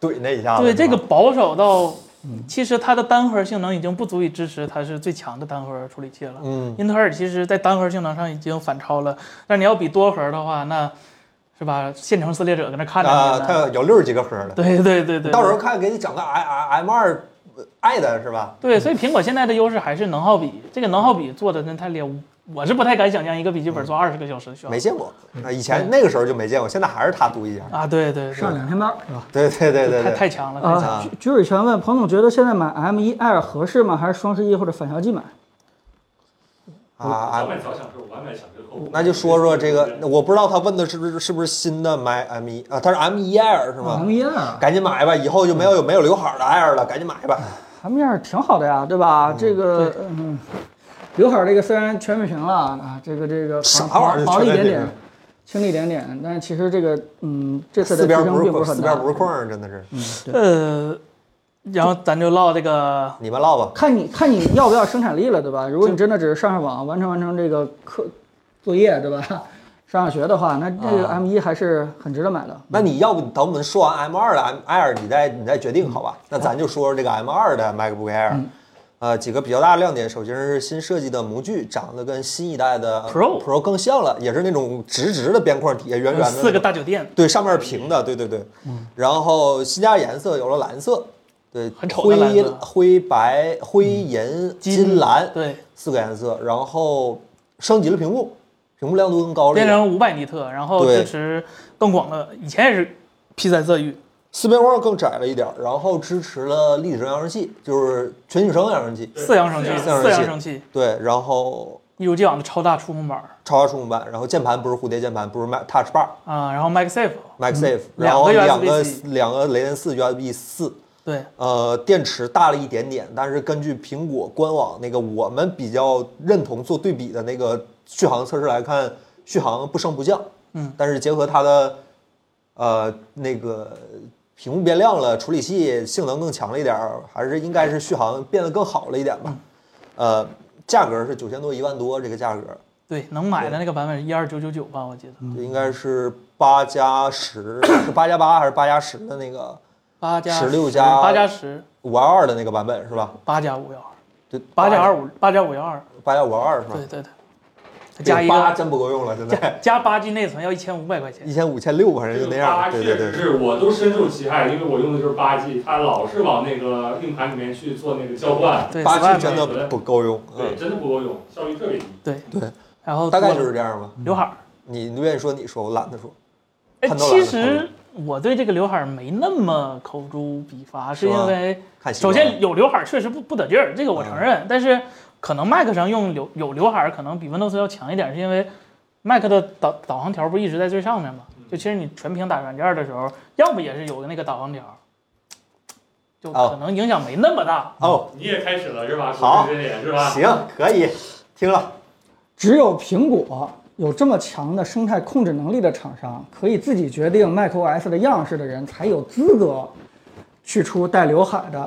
Speaker 2: 怼那一下子。
Speaker 3: 对
Speaker 2: 是吧嗯
Speaker 3: 这个保守到其实它的单核性能已经不足以支持它是最强的单核处理器了。
Speaker 2: 嗯，
Speaker 3: 英特尔其实在单核性能上已经反超了，但你要比多核的话，那是吧？现成撕裂者搁那看着
Speaker 2: 啊，
Speaker 3: 你
Speaker 2: 它
Speaker 3: 呢。
Speaker 2: 有有六十几个核的，
Speaker 3: 对对对对，
Speaker 2: 到时候看给你整个 i i m 二 i 的是吧？
Speaker 3: 对，所以苹果现在的优势还是能耗比，这个能耗比做的真太厉害，我是不太敢想象一个笔记本做二十个小时需要
Speaker 2: 嗯没见过，
Speaker 1: 嗯
Speaker 2: 啊，以前那个时候就没见过，现在还是他读一下。
Speaker 3: 啊，对对
Speaker 1: 上
Speaker 3: 对，
Speaker 1: 两天班儿是吧？
Speaker 2: 对对对对
Speaker 3: 太
Speaker 2: 对，
Speaker 3: 太强了，太强了。
Speaker 1: 啊，居居委全问彭总，觉得现在买 M 1 Air 合适吗？还是双十一或者返校季买？
Speaker 2: 啊啊
Speaker 4: 早，买早享受，晚买享折扣。
Speaker 2: 那就说说这个，我不知道他问的是不是是不是新的 m M 一啊？他是 M 一 Air 是吗？
Speaker 1: m 1 Air 啊
Speaker 2: 赶紧买吧，以后就没有没有刘海儿的 Air 了，赶紧买吧。
Speaker 1: M 1 Air 挺好的呀，对吧？这个嗯，刘海儿这个虽然全面屏了啊，这个这个
Speaker 2: 啥
Speaker 1: 薄
Speaker 2: 玩意儿
Speaker 1: 薄了一点
Speaker 2: 全面
Speaker 1: 点
Speaker 2: 屏，
Speaker 1: 轻了一点点，但是其实这个嗯，这次的提
Speaker 2: 四边
Speaker 1: 升并
Speaker 2: 不
Speaker 1: 不是
Speaker 2: 是四
Speaker 1: 很
Speaker 2: 边
Speaker 1: 大。
Speaker 2: 不是框儿，真的是。
Speaker 1: 嗯，对，
Speaker 3: 呃，然后咱就唠这个，
Speaker 2: 你们唠吧，
Speaker 1: 看你看你要不要生产力了，对吧？如果你真的只是上上网，完成完成这个课作业，对吧？ <laughs> 上上学的话，那这个
Speaker 2: 啊
Speaker 1: M 1还是很值得买的。
Speaker 2: 那你要不等我们说完 M 二的 M Air，你再你再决
Speaker 3: 嗯
Speaker 2: 定好吧？那咱就说说这个 M 二的 MacBook Air，呃，几个比较大的亮点，首先是新设计的模具，长得跟新一代的
Speaker 3: Pro 呃
Speaker 2: Pro 更像了，也是那种直直的边框，底下圆圆的那
Speaker 3: 四个
Speaker 2: 种，
Speaker 3: 大嗯酒店，
Speaker 2: 对，上面是平的，对对对。然后新加颜色有了蓝色，对，
Speaker 3: 很丑的蓝
Speaker 2: 灰
Speaker 3: 色嗯
Speaker 2: 灰白、灰银、金蓝，
Speaker 3: 对，
Speaker 2: 四个颜色，然后升级了屏幕，屏幕亮度更高了一
Speaker 3: 变
Speaker 2: 点，
Speaker 3: 成五百尼特，然后
Speaker 2: 对
Speaker 3: 支持更广的，以前也是 P 三色域，
Speaker 2: 四边框更窄了一点，然后支持了立体声扬声器，就是全景声扬声器，
Speaker 4: 对
Speaker 3: 四扬声器，
Speaker 4: 四
Speaker 2: 扬
Speaker 3: 四
Speaker 2: 声器
Speaker 3: 扬声器，
Speaker 2: 对，然后
Speaker 3: 一如既往的超大触控板儿
Speaker 2: 超大触控板，然后键盘不是蝴蝶键盘，不是 Mac Touch Bar
Speaker 3: 啊，然后 MagSafe，
Speaker 2: MagSafe，、
Speaker 3: 嗯两
Speaker 2: 然后
Speaker 3: 个
Speaker 2: 两
Speaker 3: USB
Speaker 2: 个
Speaker 3: C
Speaker 2: 两个雷电四 USB 四。
Speaker 3: 对，
Speaker 2: 呃，电池大了一点点，但是根据苹果官网那个我们比较认同做对比的那个续航测试来看，续航不升不降。
Speaker 3: 嗯，
Speaker 2: 但是结合它的呃那个屏幕变亮了，处理器性能更强了一点儿，还是应该是续航变得更好了一点吧。
Speaker 3: 嗯
Speaker 2: 呃，价格是九千多一万多这个价格，
Speaker 3: 对，能买的那个版本是一二九九九吧，我记得，
Speaker 2: 这应该是八加十，是八加八还是八加十的那个
Speaker 3: 八加
Speaker 2: 16加
Speaker 3: 八加十，
Speaker 2: 五二二的那个版本是吧？
Speaker 3: 八加五幺二，
Speaker 2: 对，
Speaker 3: 八加二五，八加五幺二，
Speaker 2: 八加五二是吧？
Speaker 3: 对对对，
Speaker 2: 这
Speaker 3: 加一
Speaker 2: 八
Speaker 3: 个
Speaker 2: 真不够用了，现在
Speaker 3: 加八 G 内存要一千五百块
Speaker 2: <laughs>
Speaker 3: 钱，
Speaker 2: 一千五千六反正就那样。对对
Speaker 4: 确实
Speaker 2: 对，
Speaker 4: 是我都深受其害，因为我用的就是八 G，它老是往那个硬盘里面去做那个交换，
Speaker 3: 对，
Speaker 2: 八 G
Speaker 3: 18
Speaker 2: 真的不够用。
Speaker 4: 对，
Speaker 2: 嗯，
Speaker 4: 真的不够用，效率特别低。
Speaker 3: 对
Speaker 2: 对，
Speaker 3: 然后
Speaker 2: 大概
Speaker 3: 多
Speaker 2: 就是这样吧。
Speaker 3: 刘海儿。
Speaker 2: 你你愿意说你说，我懒得说。
Speaker 3: 哎，
Speaker 2: 判断完
Speaker 3: 其
Speaker 2: 了
Speaker 3: 实我对这个刘海儿没那么口诛笔伐，
Speaker 2: 是
Speaker 3: 是
Speaker 2: 吗
Speaker 3: 因为
Speaker 2: 看习
Speaker 3: 首
Speaker 2: 惯了
Speaker 3: 先有刘海儿确实不不得劲儿，这个我承
Speaker 2: 嗯
Speaker 3: 认。但是可能 Mac 上用刘有刘海儿可能比 Windows 要强一点，是因为 Mac 的导导航条不一直在最上面嘛？
Speaker 2: 嗯
Speaker 3: 就其实你全屏打软件的时候，要不也是有个那个导航条，就
Speaker 2: 哦
Speaker 3: 可能影响没那么大。
Speaker 2: 哦，
Speaker 4: 你也开始了是吧？
Speaker 2: 好
Speaker 4: 口水之脸是吧？
Speaker 2: 行，可以，听了。
Speaker 1: 只有苹果有这么强的生态控制能力的厂商，可以自己决定 macOS 的样式的人，才有资格去出带刘海的。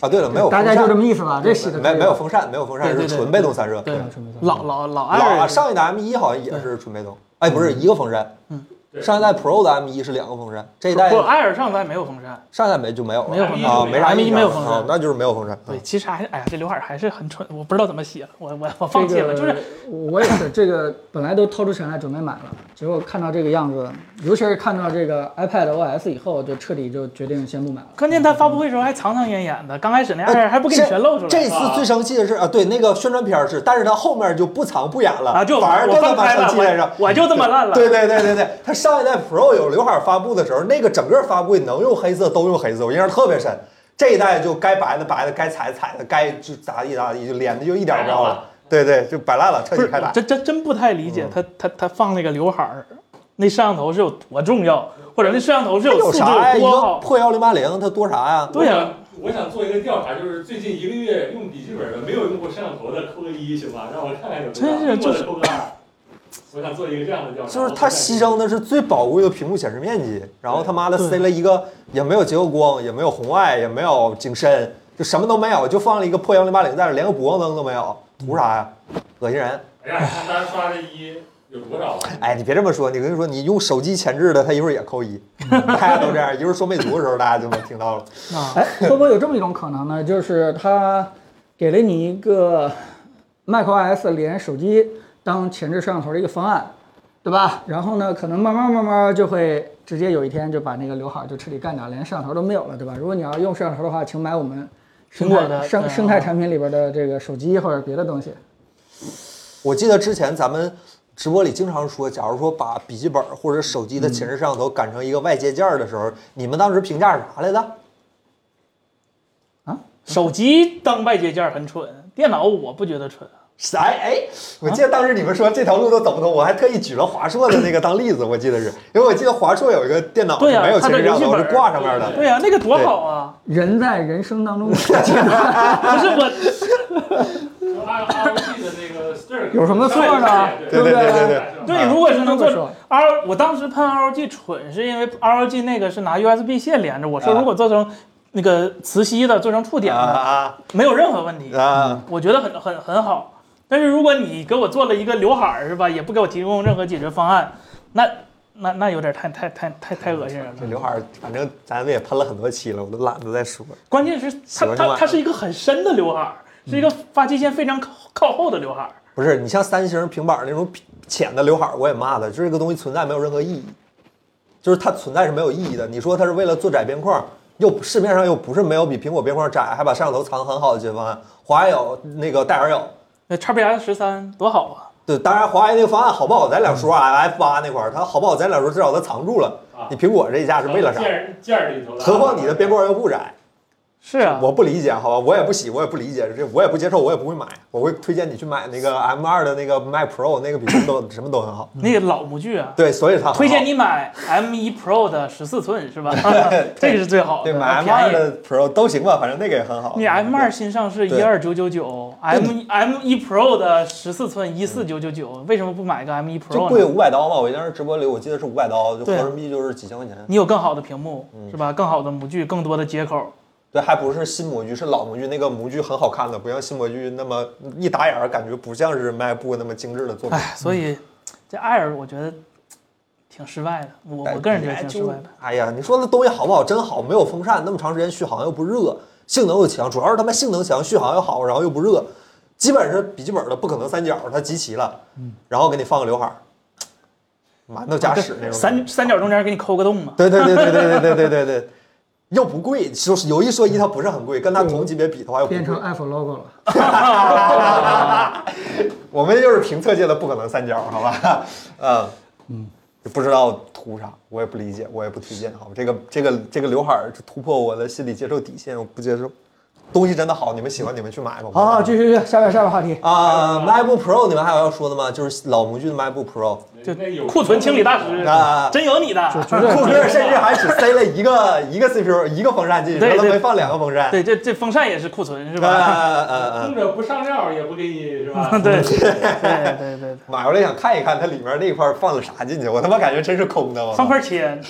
Speaker 2: 啊，对了，没有
Speaker 1: 大
Speaker 2: 风
Speaker 1: 概
Speaker 2: 扇，
Speaker 1: 就这么意思吧，这洗的
Speaker 2: 没没有风扇，没有风扇
Speaker 3: 对对
Speaker 2: 是
Speaker 3: 对
Speaker 2: 纯被动散热。
Speaker 3: 对
Speaker 1: 对是没错，
Speaker 3: 老老老
Speaker 2: 老啊
Speaker 3: 二
Speaker 2: 上一代 M 一好像也是纯被动，哎，不是一个风扇。
Speaker 3: 嗯
Speaker 4: 对
Speaker 2: 上一代 Pro 的 M 一是两个风扇，这一代
Speaker 3: 不，Air 上咱没有风扇。
Speaker 2: 上一代没就没有了，
Speaker 3: 没有风扇
Speaker 2: 啊，没啥
Speaker 3: M1
Speaker 2: 印象
Speaker 3: 没有风扇
Speaker 2: 啊那就是没有风扇。
Speaker 3: 对，
Speaker 2: 嗯，
Speaker 3: 其实还哎呀，这刘海儿还是很蠢，我不知道怎么写了，我我我放弃了，
Speaker 1: 这
Speaker 3: 就
Speaker 1: 个
Speaker 3: 是
Speaker 1: 我也是，这个本来都掏出钱来准备买了，结果看到这个样子，尤其是看到这个 iPad OS 以后，就彻底就决定先不买了。
Speaker 3: 关键他发布会时候还藏藏掩掩的，刚开始那
Speaker 2: 嗯哎
Speaker 3: 二还不给你全露出来。
Speaker 2: 这次
Speaker 4: 啊
Speaker 2: 最生气的是啊，对那个宣传片儿是，但是它后面就不藏不掩了
Speaker 3: 啊，就
Speaker 2: 反而
Speaker 3: 我
Speaker 2: 更他
Speaker 3: 放
Speaker 2: 妈
Speaker 3: 开
Speaker 2: 生
Speaker 3: 了，
Speaker 2: 气来着。
Speaker 3: 我我就这么烂了。
Speaker 2: 对对对对对，它上一代 Pro 有刘海儿发布的时候，那个整个发布会能用黑色都用黑色，我印象特别深。这一代就该白的白的，该彩的彩的，该就咋地咋地，就脸的就一点儿不要了。对对，就摆烂了，彻底
Speaker 3: 不是
Speaker 2: 开打。嗯
Speaker 3: 这这真不太理解他他他放那个刘海儿，那摄像头是有多重要，或者那摄像头是
Speaker 2: 有
Speaker 3: 素质
Speaker 2: 啥呀？
Speaker 3: 有
Speaker 2: 一
Speaker 3: 多
Speaker 2: 个
Speaker 3: 好？
Speaker 2: 破幺零八零，它多啥呀？
Speaker 3: 对呀、
Speaker 4: 我想做一个调查，就是最近一个月用笔记本的没有用过摄像头的扣个一，行吧？让我看看有多
Speaker 3: 真
Speaker 4: 少。
Speaker 3: 是
Speaker 4: 用过
Speaker 3: 就是
Speaker 4: 的扣个二。我想做一个这样的调查。
Speaker 2: 就是它牺牲的是最宝贵的屏幕显示面积，然后他妈的
Speaker 3: 对
Speaker 2: 塞了一个也没有结构光，也没有红外，也没有景深，就什么都没有，就放了一个破幺零八零在这儿，连个补光灯都没有，图啥呀？恶心人！
Speaker 4: 哎呀，你看大家刷的一，有多少？
Speaker 2: 哎，你别这么说，你跟你说，你用手机前置的，它一会儿也扣
Speaker 3: <laughs>
Speaker 2: 一，大家都这样。一会儿说魅族的时候，大家就能听到了。
Speaker 3: 啊，
Speaker 1: 哎，会不会有这么一种可能呢？就是它给了你一个 macOS 连手机当前置摄像头的一个方案，对吧？然后呢，可能慢慢慢慢就会直接有一天就把那个刘海就彻底干掉，连摄像头都没有了，对吧？如果你要用摄像头的话，请买我们生
Speaker 3: 苹果
Speaker 1: 态
Speaker 3: 的
Speaker 1: 生
Speaker 3: 嗯
Speaker 1: 生态产品里边的这个手机或者别的东西。
Speaker 2: 我记得之前咱们直播里经常说，假如说把笔记本或者手
Speaker 3: 嗯
Speaker 2: 机的前置摄像头赶成一个外接件儿的时候，你们当时评价是啥来着？
Speaker 3: 手机当外接件儿很蠢，电脑我不觉得蠢。
Speaker 2: 是哎哎，我记得当时你们说这条路都走不通，我还特意举了华硕的那个当例子，我记得是因为我记得华硕有一个电脑是
Speaker 3: 对呀、啊
Speaker 2: 没有
Speaker 3: 它
Speaker 2: 前
Speaker 3: 的
Speaker 2: 置摄
Speaker 3: 游
Speaker 2: 像
Speaker 3: 戏
Speaker 2: 头
Speaker 3: 本
Speaker 2: 是
Speaker 3: 儿
Speaker 2: 挂上面的。
Speaker 3: 对呀、那个多好啊！
Speaker 1: 人在人生当中，
Speaker 3: 不是我，
Speaker 2: <laughs>
Speaker 4: 说按 ROG 的那个 Stern
Speaker 1: 有什么错呢
Speaker 2: 对对对对对
Speaker 3: 对，如果是能
Speaker 2: 啊
Speaker 1: 这么说
Speaker 3: 做 R，我当时喷 ROG 蠢，是因为 ROG 那个是拿 USB 线连着，我说
Speaker 2: 啊
Speaker 3: 如果做成那个磁吸的，做成触点
Speaker 2: 啊
Speaker 3: 的，
Speaker 2: 啊
Speaker 3: 没有任何问题，
Speaker 2: 啊！
Speaker 3: 我觉得很很很好。但是如果你给我做了一个刘海儿是吧，也不给我提供任何解决方案，那那那有点太太太太太恶心人
Speaker 2: 这
Speaker 3: 了。
Speaker 2: 刘海儿，反正咱们也喷了很多期了，我都懒得再说了。
Speaker 3: 关键是
Speaker 2: 喜
Speaker 3: 它
Speaker 2: 欢就
Speaker 3: 它
Speaker 2: 完
Speaker 3: 它是一个很深的刘海儿，是一个发际线非常靠靠后的刘海儿。
Speaker 2: 不是你像三星平板儿那种浅的刘海，儿，我也骂它，就是这个东西存在没有任何意义，就是它存在是没有意义的。你说它是为了做窄边框，又市面上又不是没有比苹果边框窄，还把摄像头藏得很好的解决方案，华为有那个戴尔有。
Speaker 3: 那 XPS 十三多好啊！
Speaker 2: 对，当然华为那个方案好不好咱俩说啊，F 八那块儿它好不好咱俩说，至少它藏住了。你苹果这一下是为了啥？
Speaker 4: 件件儿里头了。
Speaker 2: 何况你的边框又不窄，
Speaker 3: 是啊，
Speaker 2: 我不理解，好吧，我也不喜，我也不理解，这我也不接受，我也不会买。我会推荐你去买那个 M 二的那个 Mac Pro，那个比什么都什么都很好。
Speaker 3: 那个老模具啊，
Speaker 2: 对，所以它很好
Speaker 3: 推荐你买 M1 Pro 的十四寸是吧？ <laughs> 这个是最好
Speaker 2: <laughs>
Speaker 3: 的，
Speaker 2: 对买 M
Speaker 3: 便
Speaker 2: 二
Speaker 3: 宜。
Speaker 2: 的 Pro 都行吧，反正那个也很好。
Speaker 3: 你 M 二新上市
Speaker 2: 对
Speaker 3: 一二九九九，M M 一 Pro 的十四寸一四九九九，为什么不买个 M 一
Speaker 2: 就
Speaker 3: Pro
Speaker 2: 贵
Speaker 3: 呢？
Speaker 2: 五百刀吧，我当时直播里我记得是五百刀，就合
Speaker 3: 对啊
Speaker 2: 人民币就是几千块钱。
Speaker 3: 你有更好的屏幕是吧？更好的模具，更多的接口。
Speaker 2: 对，还不是新模具，是老模具，那个模具很好看的，不像新模具那么一打眼儿感觉不像是迈步那么精致的作品。
Speaker 3: 哎，所以这 Air 我觉得挺失败的，我我个人觉得挺失败的。
Speaker 2: 哎呀，你说那东西好不好？真好，没有风扇，那么长时间续航又不热，性能又强，主要是他妈性能强，续航又好，然后又不热，基本是笔记本的不可能三角，它集齐了，然后给你放个刘海儿，馒头加屎那种感觉。
Speaker 3: 三三角中间给你抠个洞嘛。
Speaker 2: 对对对对对对对对对对，又不贵，就是有一说一，它不是很贵，跟它同级别比的话又不
Speaker 1: 变成
Speaker 2: 贵。
Speaker 1: Apple logo 了。
Speaker 2: 我们就是评测界的不可能三角，好吧？嗯嗯，不知道图啥，我也不理解，我也不推荐，好吧？这个这个这个刘海儿就突破我的心理接受底线，我不接受。东西真的好，你们喜欢你们去买吧。
Speaker 1: 好好，继续继续，下边下边话题。
Speaker 2: 啊，MacBook Pro 你们还有要说的吗？就是老模具的 MacBook Pro，
Speaker 3: 就
Speaker 4: 那有
Speaker 3: 库存清理大师
Speaker 2: 啊，
Speaker 3: 真有你的。
Speaker 2: 库克甚至还只塞了一个一个 CPU 一个风扇进去，
Speaker 3: 对
Speaker 2: 他都
Speaker 3: 对
Speaker 2: 没放两个风扇。
Speaker 3: 对，这这风扇也是库存是
Speaker 2: 啊啊
Speaker 3: 吧？
Speaker 2: 啊啊啊！
Speaker 4: 空着不上料也不给你是吧？
Speaker 3: <laughs> 对对对对对，
Speaker 2: 买回来想看一看它里面那块儿放了啥进去，我他妈感觉真是空的。我
Speaker 3: 放块铅，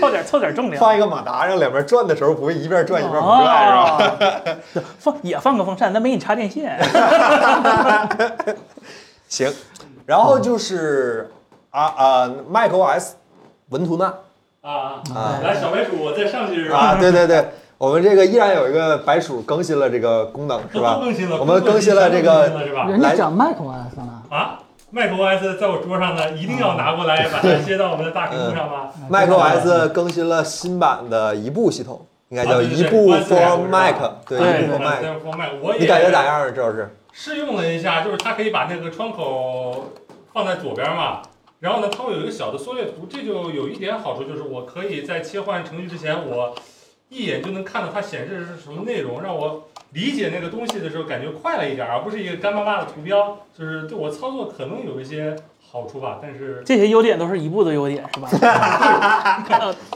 Speaker 3: 凑点凑点重量。
Speaker 2: 放一个马达，让两边转的时候不会一边转一边不转，是吧？ <laughs>
Speaker 3: 哦，放也放个风扇，但没给你插电线。
Speaker 2: 行，然后就是啊啊，macOS 文图纳
Speaker 4: 啊
Speaker 2: 啊
Speaker 4: 来小白鼠，我再上去是吧？
Speaker 2: 啊，对对对，我们这个依然有一个白鼠更新了这个功能，是
Speaker 4: <laughs>
Speaker 2: <laughs>
Speaker 4: 都
Speaker 2: 吧？
Speaker 4: 更新了，
Speaker 2: 我们更新了这
Speaker 4: 都更新
Speaker 2: 个
Speaker 4: 了是吧？
Speaker 1: 人家讲 macOS 呢，
Speaker 4: 啊，macOS 在我桌上呢，一定
Speaker 2: 嗯
Speaker 4: 要拿过来，把它接到我们的大屏幕上吧。
Speaker 2: macOS 更新了新版的一步系统，应该叫一步
Speaker 4: 啊对对对
Speaker 2: for Mac，对，
Speaker 3: 对
Speaker 2: 一步 for
Speaker 4: 对
Speaker 2: Mac，
Speaker 4: 对啊我买，我也
Speaker 2: 你感觉咋样啊？这是
Speaker 4: 试用了一下，就是它可以把那个窗口放在左边嘛，然后呢，它会有一个小的缩略图，这就有一点好处，就是我可以在切换程序之前，我一眼就能看到它显示的是什么内容，让我理解那个东西的时候感觉快了一点，而不是一个干巴巴的图标，就是对我操作可能有一些好处吧，但是
Speaker 3: 这些优点都是一步的优点，是吧？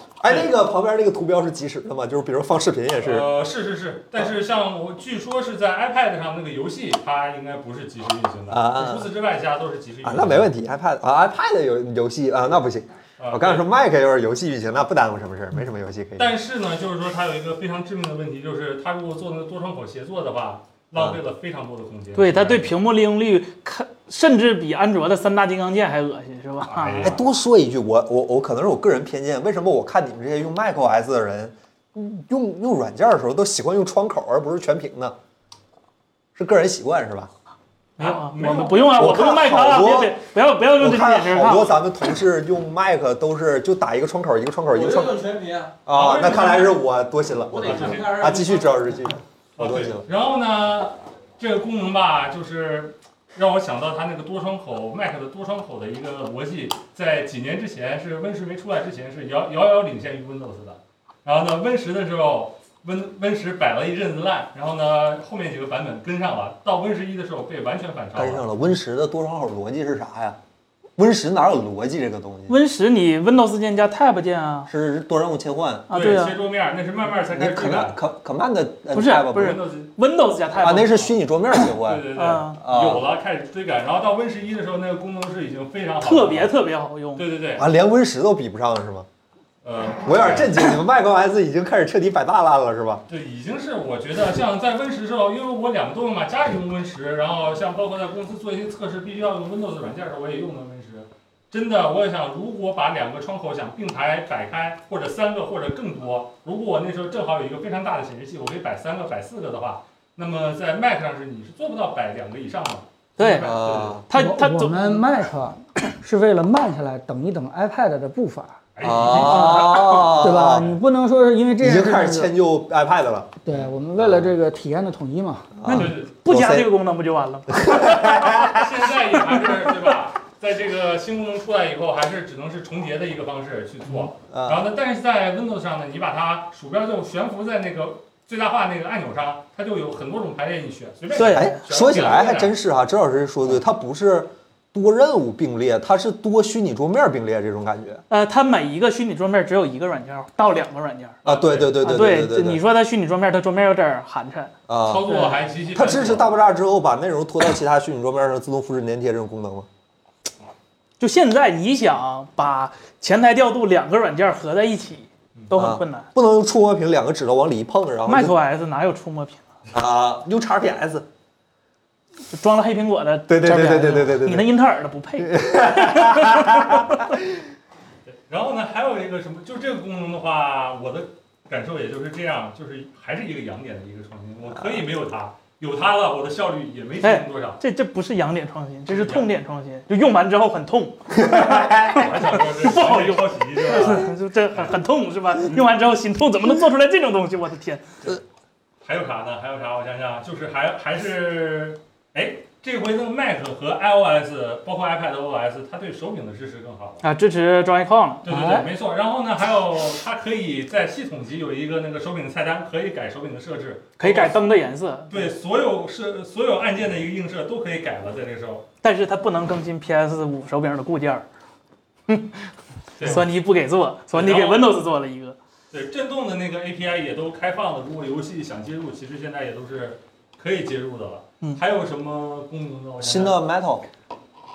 Speaker 2: <laughs> 哎，那个旁边那个图标是即时的吗？就是比如放视频也是。
Speaker 4: 呃，是是是，但是像我据说是在 iPad 上那个游戏，它应该不是即时运行的。
Speaker 2: 啊啊啊
Speaker 4: 除此之外，其他都是即时运
Speaker 2: 啊
Speaker 4: 行。，
Speaker 2: 那没问题，iPad 啊，iPad 有游戏啊，那不行。
Speaker 4: 啊
Speaker 2: 我刚才说 Mac 又是游戏运行，那不耽误什么事儿，没什么游戏可以。
Speaker 4: 但是呢，就是说它有一个非常致命的问题，就是它如果做那个多窗口协作的话，浪费了非常多的空间。
Speaker 2: 哎
Speaker 3: 对，它对屏幕利用率看甚至比安卓的三大金刚键还恶心，是吧？
Speaker 4: 哎
Speaker 2: 哎，
Speaker 4: 呀，
Speaker 2: 多说一句，我我我可能是我个人偏见，为什么我看你们这些用 macOS 的人，嗯用用软件的时候都习惯用窗口而不是全屏呢？是个人习惯是吧？
Speaker 3: 没有啊，
Speaker 4: 没有
Speaker 3: 我们不用啊，
Speaker 2: 我
Speaker 3: 我不
Speaker 2: 看
Speaker 3: 用麦克
Speaker 2: 好
Speaker 3: 啊，别
Speaker 2: 多
Speaker 3: 别不要不要用
Speaker 2: 我
Speaker 3: 这种眼
Speaker 2: 看
Speaker 3: 神
Speaker 2: 好
Speaker 3: 看
Speaker 2: 多
Speaker 3: 我。
Speaker 2: 咱们同事用 Mac 都是就打一个窗口，一个窗口，
Speaker 5: 我
Speaker 2: 一
Speaker 5: 就
Speaker 2: 个窗口
Speaker 5: 用全屏啊，
Speaker 2: 啊。那看来是我多心了，
Speaker 5: 我得
Speaker 2: 多心
Speaker 5: 看
Speaker 2: 了
Speaker 5: 看
Speaker 2: 啊！继续，知道日记，我
Speaker 4: 啊
Speaker 2: 多
Speaker 4: 对
Speaker 2: 心了。，
Speaker 4: 然后呢，这个功能吧，就是让我想到它那个多窗口 Mac 的多窗口的一个逻辑，在几年之前是 Win 十没出来之前是遥遥遥领先于 Windows 的。然后呢，Win 十的时候，Win Win 十摆了一阵子烂，然后呢，后面几个版本跟上了，到 Win 十一的时候被完全反超
Speaker 2: 跟
Speaker 4: 了。
Speaker 2: 上了 Win 十的多窗口逻辑是啥呀？Win 十哪有逻辑这个东西？
Speaker 3: Win 十你 Windows 键加 Tab 键啊
Speaker 2: 是多任务切换，
Speaker 3: 啊，
Speaker 4: 对
Speaker 3: 对啊
Speaker 4: 切桌面儿那是慢慢才开
Speaker 2: 那
Speaker 4: 始
Speaker 2: 可
Speaker 4: 改
Speaker 2: 慢
Speaker 4: 的。
Speaker 2: 可可慢的呃
Speaker 3: 不是不是
Speaker 4: Windows
Speaker 3: ，Windows 加 Tab
Speaker 2: 啊，那是虚拟桌面切换
Speaker 4: 对对对，
Speaker 3: 啊，
Speaker 2: 啊
Speaker 4: 有了开始追赶，然后到 Win 十一的时候，那个功能是已经非常好了，
Speaker 3: 特别特别好用。
Speaker 4: 对对对，
Speaker 2: 啊，连 Win 十都比不上是吗？
Speaker 4: 呃，
Speaker 2: <laughs> 我有点震惊，你们 macOS 已经开始彻底摆大烂了是吧？
Speaker 4: 对，已经是我觉得像在 Win 十时候，因为我两个都用嘛，家里用 Win 十，然后像包括在公司做一些测试，必须要用 Windows 软件的时候，我也用的 Win 十。真的，我也想，如果把两个窗口想并排摆开，或者三个或者更多，如果我那时候正好有一个非常大的显示器，我可以摆三个、摆四个的话，那么在 Mac 上是你是做不到摆两个以上的。
Speaker 3: 对
Speaker 2: 啊
Speaker 3: 它
Speaker 1: 我
Speaker 3: 它
Speaker 1: 我
Speaker 3: 总
Speaker 1: 们 Mac <coughs> 是为了慢下来等一等 iPad 的步伐，
Speaker 4: 哎，
Speaker 2: 啊
Speaker 1: 对吧？你不能说是因为这
Speaker 2: 已
Speaker 1: 件
Speaker 2: 经
Speaker 1: 事
Speaker 2: 开始
Speaker 1: 情，
Speaker 2: 迁就 iPad 了。
Speaker 1: 对我们为了这个体验的统一嘛，
Speaker 2: 啊
Speaker 3: 那
Speaker 4: 对
Speaker 3: 你
Speaker 4: 对，
Speaker 3: 不加这个功能不就完了吗？
Speaker 4: 现在也还是对吧？在这个新功能出来以后，还是只能是重叠的一个方式去做。然
Speaker 2: 啊，
Speaker 4: 后呢，但是在 Windows 上呢，你把它鼠标就悬浮在那个最大化那个按钮上，它就有很多种排列，你选随便
Speaker 3: 对
Speaker 4: 选。
Speaker 2: 哎，说起来还真是哈、周老师说的对，它不是多任务并列，它是多虚拟桌面并列这种感觉
Speaker 3: 呃，它每一个虚拟桌面只有一个软件儿到两个软件儿。
Speaker 2: 啊。对对对
Speaker 3: 啊，
Speaker 2: 对
Speaker 3: 这
Speaker 2: 对
Speaker 3: 你说它虚拟桌面，它桌面有点儿寒碜。
Speaker 2: 啊
Speaker 4: 操。作还极其。
Speaker 2: 它支持大爆炸之后，把内容拖到其他虚拟桌面上自动复制粘贴这种功能吗？
Speaker 3: 就现在你想把前台调度两个软件儿合在一起，
Speaker 2: 嗯
Speaker 3: 都很困难。
Speaker 2: 不能用触摸屏两个指头往里一碰，然后
Speaker 3: macOS 哪有触摸屏啊？
Speaker 2: 就啊，用 XPS
Speaker 3: 就装了黑苹果的，
Speaker 2: 对对对对对对对对
Speaker 3: 你那英特尔的不配。
Speaker 2: <laughs>
Speaker 4: 然后呢，还有一个什么，就这个功能的话，我的感受也就是这样，就是还是一个养点的一个创新。我可以没有它，有它了，我的效率也没提升多
Speaker 2: <laughs>
Speaker 4: 少。
Speaker 3: 这这不是痒点创新，这是痛点创新。就用完之后很痛，
Speaker 2: <laughs>
Speaker 4: 我还想说是
Speaker 3: 不好用
Speaker 4: 抄袭是吧？
Speaker 3: 就这很很痛是吧？用完之后心痛，怎么能做出来这种东西？我的天！
Speaker 4: 还有啥呢？还有啥？我想想，就是还还是，哎，这回的 Mac 和 iOS，包括 iPad OS，它对手柄的支持更好了。
Speaker 3: 啊，支持装 icon 了。啊
Speaker 4: 对对
Speaker 2: 啊
Speaker 4: 对，没错。然后呢，还有它可以在系统级有一个那个手柄菜单，可以改手柄的设置，
Speaker 3: 可以改。灯的颜色，
Speaker 4: 对，所有设所有按键的一个映射都可以改了，在这个时候。
Speaker 3: 但是它不能更新 PS 五手柄的固件儿。
Speaker 4: 对
Speaker 3: 索尼不给做，索尼给
Speaker 4: 然后
Speaker 3: Windows 做了一个。
Speaker 4: 对，震动的那个 API 也都开放了，如果游戏想接入，其实现在也都是可以接入的了。
Speaker 3: 嗯
Speaker 4: 还有什么功能呢？我想想啊
Speaker 2: 嗯新的 Metal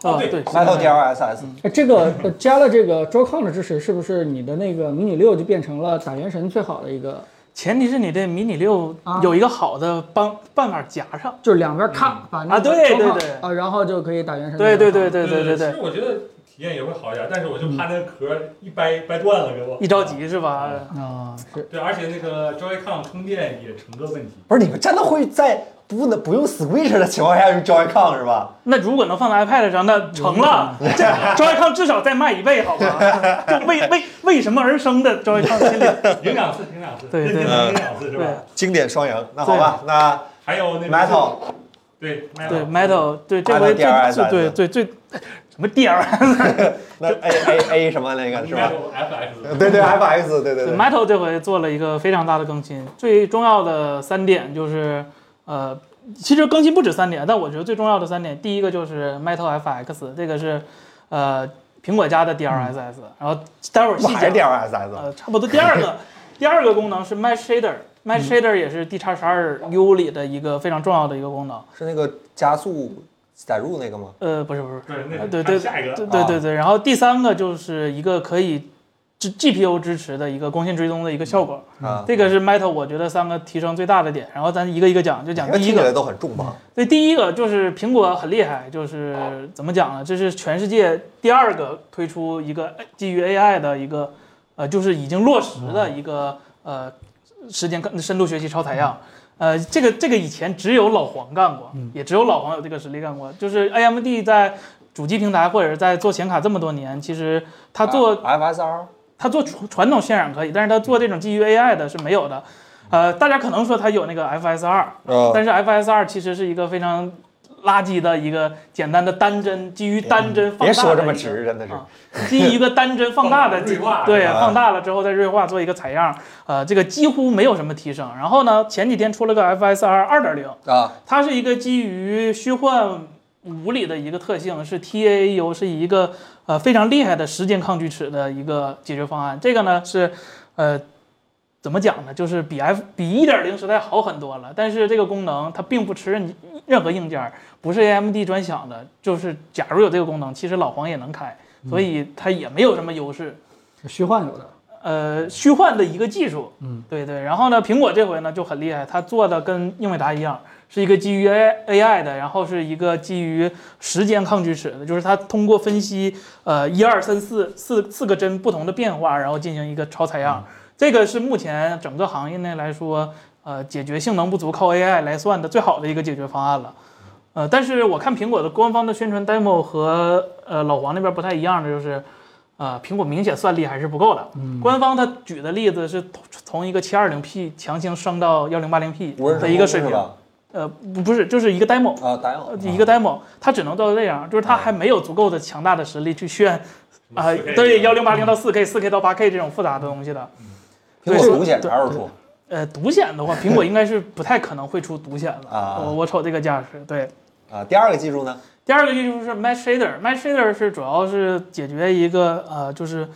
Speaker 4: 哦
Speaker 3: 啊
Speaker 4: 对
Speaker 3: 对
Speaker 2: Metal DLSS
Speaker 1: 哎这个呃加了这个 Joy-Con 的支持，是不是你的那个迷你六就变成了打原神最好的一个？
Speaker 3: 前提是你这迷你六
Speaker 1: 啊
Speaker 3: 有一个好的帮办法夹上。
Speaker 1: 就是两边咔把那
Speaker 3: 啊
Speaker 1: 个
Speaker 3: 对对
Speaker 1: Joy-Con，
Speaker 3: 对
Speaker 1: 啊，然后就可以打
Speaker 4: 嗯
Speaker 1: 原神。
Speaker 3: 对对对
Speaker 1: 对，
Speaker 3: 对对对
Speaker 4: 其
Speaker 3: 对
Speaker 4: 实，我觉得体验也会好一点，但是我就怕那个壳一掰掰断了给我。
Speaker 3: 一着。急是吧？
Speaker 1: 啊是。
Speaker 4: 对，而且那个 Joy-Con 充电也成个问题。
Speaker 2: 不是你们真的会在不能不用 Switch 的情况下用 Joy-Con 是吧？
Speaker 3: 那如果能放在 iPad 上，那成了。这 Joy-Con 至少再卖一倍，好吧？就为为为什么而生的 Joy-Con 心里
Speaker 4: 赢两次，赢两次，
Speaker 3: 对
Speaker 4: <laughs>
Speaker 3: 对
Speaker 4: 赢两次是
Speaker 3: 对
Speaker 4: 吧？
Speaker 2: 经典双赢。那好吧，那
Speaker 4: 还有那个
Speaker 2: Metal
Speaker 4: 对
Speaker 3: 对 Metal 对这
Speaker 2: Metal
Speaker 3: 回最
Speaker 2: DRSS
Speaker 3: 最对最最什么 DRS
Speaker 2: 那 A A A 什么那个是吧？
Speaker 4: Metal FX
Speaker 2: 对对，FX 对对
Speaker 3: 对
Speaker 2: 对。
Speaker 3: Metal 这回做了一个非常大的更新，最重要的三点就是呃。其实更新不止三点，但我觉得最重要的三点，第一个就是 Metal FX，这个是，呃，苹果家的 DLSS，、然后待会儿细
Speaker 2: 还
Speaker 3: 讲
Speaker 2: 是 DLSS
Speaker 3: 呃，差不多。第二 <laughs> 个，第二个功能是 Mesh Shader，Mesh Shader 也是 D 叉十二 U 里的一个非常重要的一个功能。
Speaker 2: 是那个加速载入那个吗？
Speaker 3: 呃，不是不是，
Speaker 4: 对，那
Speaker 3: 啊
Speaker 4: 是
Speaker 3: 对对
Speaker 4: 下一个
Speaker 3: 对对对对。然后第三个就是一个可以 G GPU 支持的一个光线追踪的一个效果。
Speaker 2: 啊，
Speaker 3: 嗯这个是 Meta 我觉得三个提升最大的点。然后咱一个一个讲，就讲
Speaker 2: 哎每个
Speaker 3: 第一
Speaker 2: 听起
Speaker 3: 个。
Speaker 2: 来都很重磅。
Speaker 3: 对，第一个就是苹果很厉害，就是怎么讲呢？这是全世界第二个推出一个呃基于 AI 的一个，呃，就是已经落实的一个呃时间跟深度学习超采样。呃，这个这个以前只有老黄干过，也只有老黄有这个实力干过。就是 AMD 在主机平台或者是在做显卡这么多年，其实
Speaker 2: 啊
Speaker 3: 他做
Speaker 2: FSR，
Speaker 3: 它做传传统渲染可以，但是它做这种基于 AI 的是没有的。呃，大家可能说它有那个 FSR，
Speaker 2: 呃，
Speaker 3: 但是 FSR 其实是一个非常垃圾的一个简单的单帧，基于单帧放
Speaker 2: 哎别
Speaker 3: 大的一个
Speaker 2: 说这么直，真的是
Speaker 3: 啊基于一个单帧放
Speaker 2: <laughs>
Speaker 3: 大的
Speaker 4: 锐化
Speaker 3: 对，
Speaker 2: 啊
Speaker 3: 放大了之后再锐化做一个采样，呃，这个几乎没有什么提升。然后呢，前几天出了个 FSR 2.0，
Speaker 2: 啊，
Speaker 3: 它是一个基于虚幻五里的一个特性，是 TAU 是一个呃非常厉害的时间抗锯齿的一个解决方案。这个呢是呃怎么讲呢？就是比 F 比一点零时代好很多了，但是这个功能它并不吃任任何硬件儿，不是 AMD 专享的。就是假如有这个功能，其实老黄也能开，所以它也没有什么优势。
Speaker 1: 虚幻有的，
Speaker 3: 呃虚幻的一个技术，
Speaker 1: 嗯，
Speaker 3: 对对。然后呢，苹果这回呢就很厉害，它做的跟英伟达一样，是一个基于 AI AI 的，然后是一个基于时间抗锯齿的，就是它通过分析呃一二三四四四个帧不同的变化，然后进行一个超采样。这个是目前整个行业内来说，呃，解决性能不足靠 AI 来算的最好的一个解决方案了。呃，但是我看苹果的官方的宣传 demo 和呃老黄那边不太一样的就是，呃，苹果明显算力还是不够的。
Speaker 1: 嗯
Speaker 3: 官方他举的例子是从从一个 720P 强行升到 1080P 的一个
Speaker 2: 是
Speaker 3: 水平，
Speaker 2: 吧？
Speaker 3: 呃，不不是，就是一个 demo，
Speaker 2: 啊，打
Speaker 3: 呃
Speaker 2: 有
Speaker 3: 一个 demo，它只能做到这样，就是它还没有足够的强大的实力去炫啊、对幺零八零到四 K、四 K 到八 K 这种复杂的东西的。
Speaker 2: 苹
Speaker 3: 对
Speaker 2: 果独显啥时候出
Speaker 3: 呃，独显的话，苹果应该是不太可能会出独显了。我
Speaker 2: 啊？
Speaker 3: 我瞅这个架势，对。
Speaker 2: 啊，第二个技术呢？
Speaker 3: 第二个技术是 Mesh Shader，Mesh Shader 是主要是解决一个呃，就是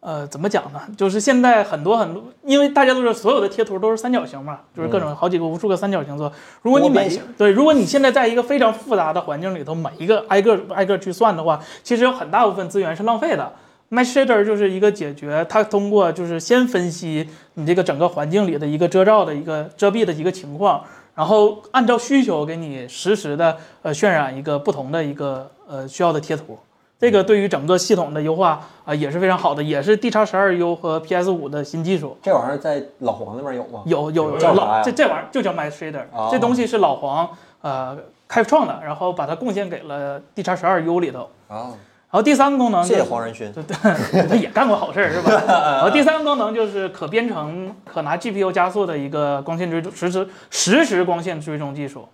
Speaker 3: 呃怎么讲呢？就是现在很多很多，因为大家都是所有的贴图都是三角形嘛，就是各种好几个无数个三角形做。如果你
Speaker 2: 多边
Speaker 3: 每
Speaker 2: 形
Speaker 3: 对，如果你现在在一个非常复杂的环境里头，每一个挨个挨个去算的话，其实有很大部分资源是浪费的。Mesh Shader 就是一个解决，它通过就是先分析你这个整个环境里的一个遮罩的一个遮蔽的一个情况，然后按照需求给你实时的呃渲染一个不同的一个呃需要的贴图。这个对于整个系统的优化啊、也是非常好的，也是 D 叉十二 U 和 PS 五的新技术。
Speaker 2: 这玩意儿在老黄那边有吗？
Speaker 3: 有有
Speaker 2: 叫啥呀
Speaker 3: 老这这玩意儿就叫 My Shader，、
Speaker 2: 哦
Speaker 3: 这东西是老黄呃开创的，然后把它贡献给了 D 叉十二 U 里头。
Speaker 2: 啊，
Speaker 3: 然后第三个功能、就
Speaker 2: 谢
Speaker 3: 是，
Speaker 2: 谢黄仁勋。
Speaker 3: 他也干过好事儿是吧？
Speaker 2: <laughs>
Speaker 3: 然后第三个功能就是可编程、可拿 GPU 加速的一个光线追踪实时实时光线追踪技术。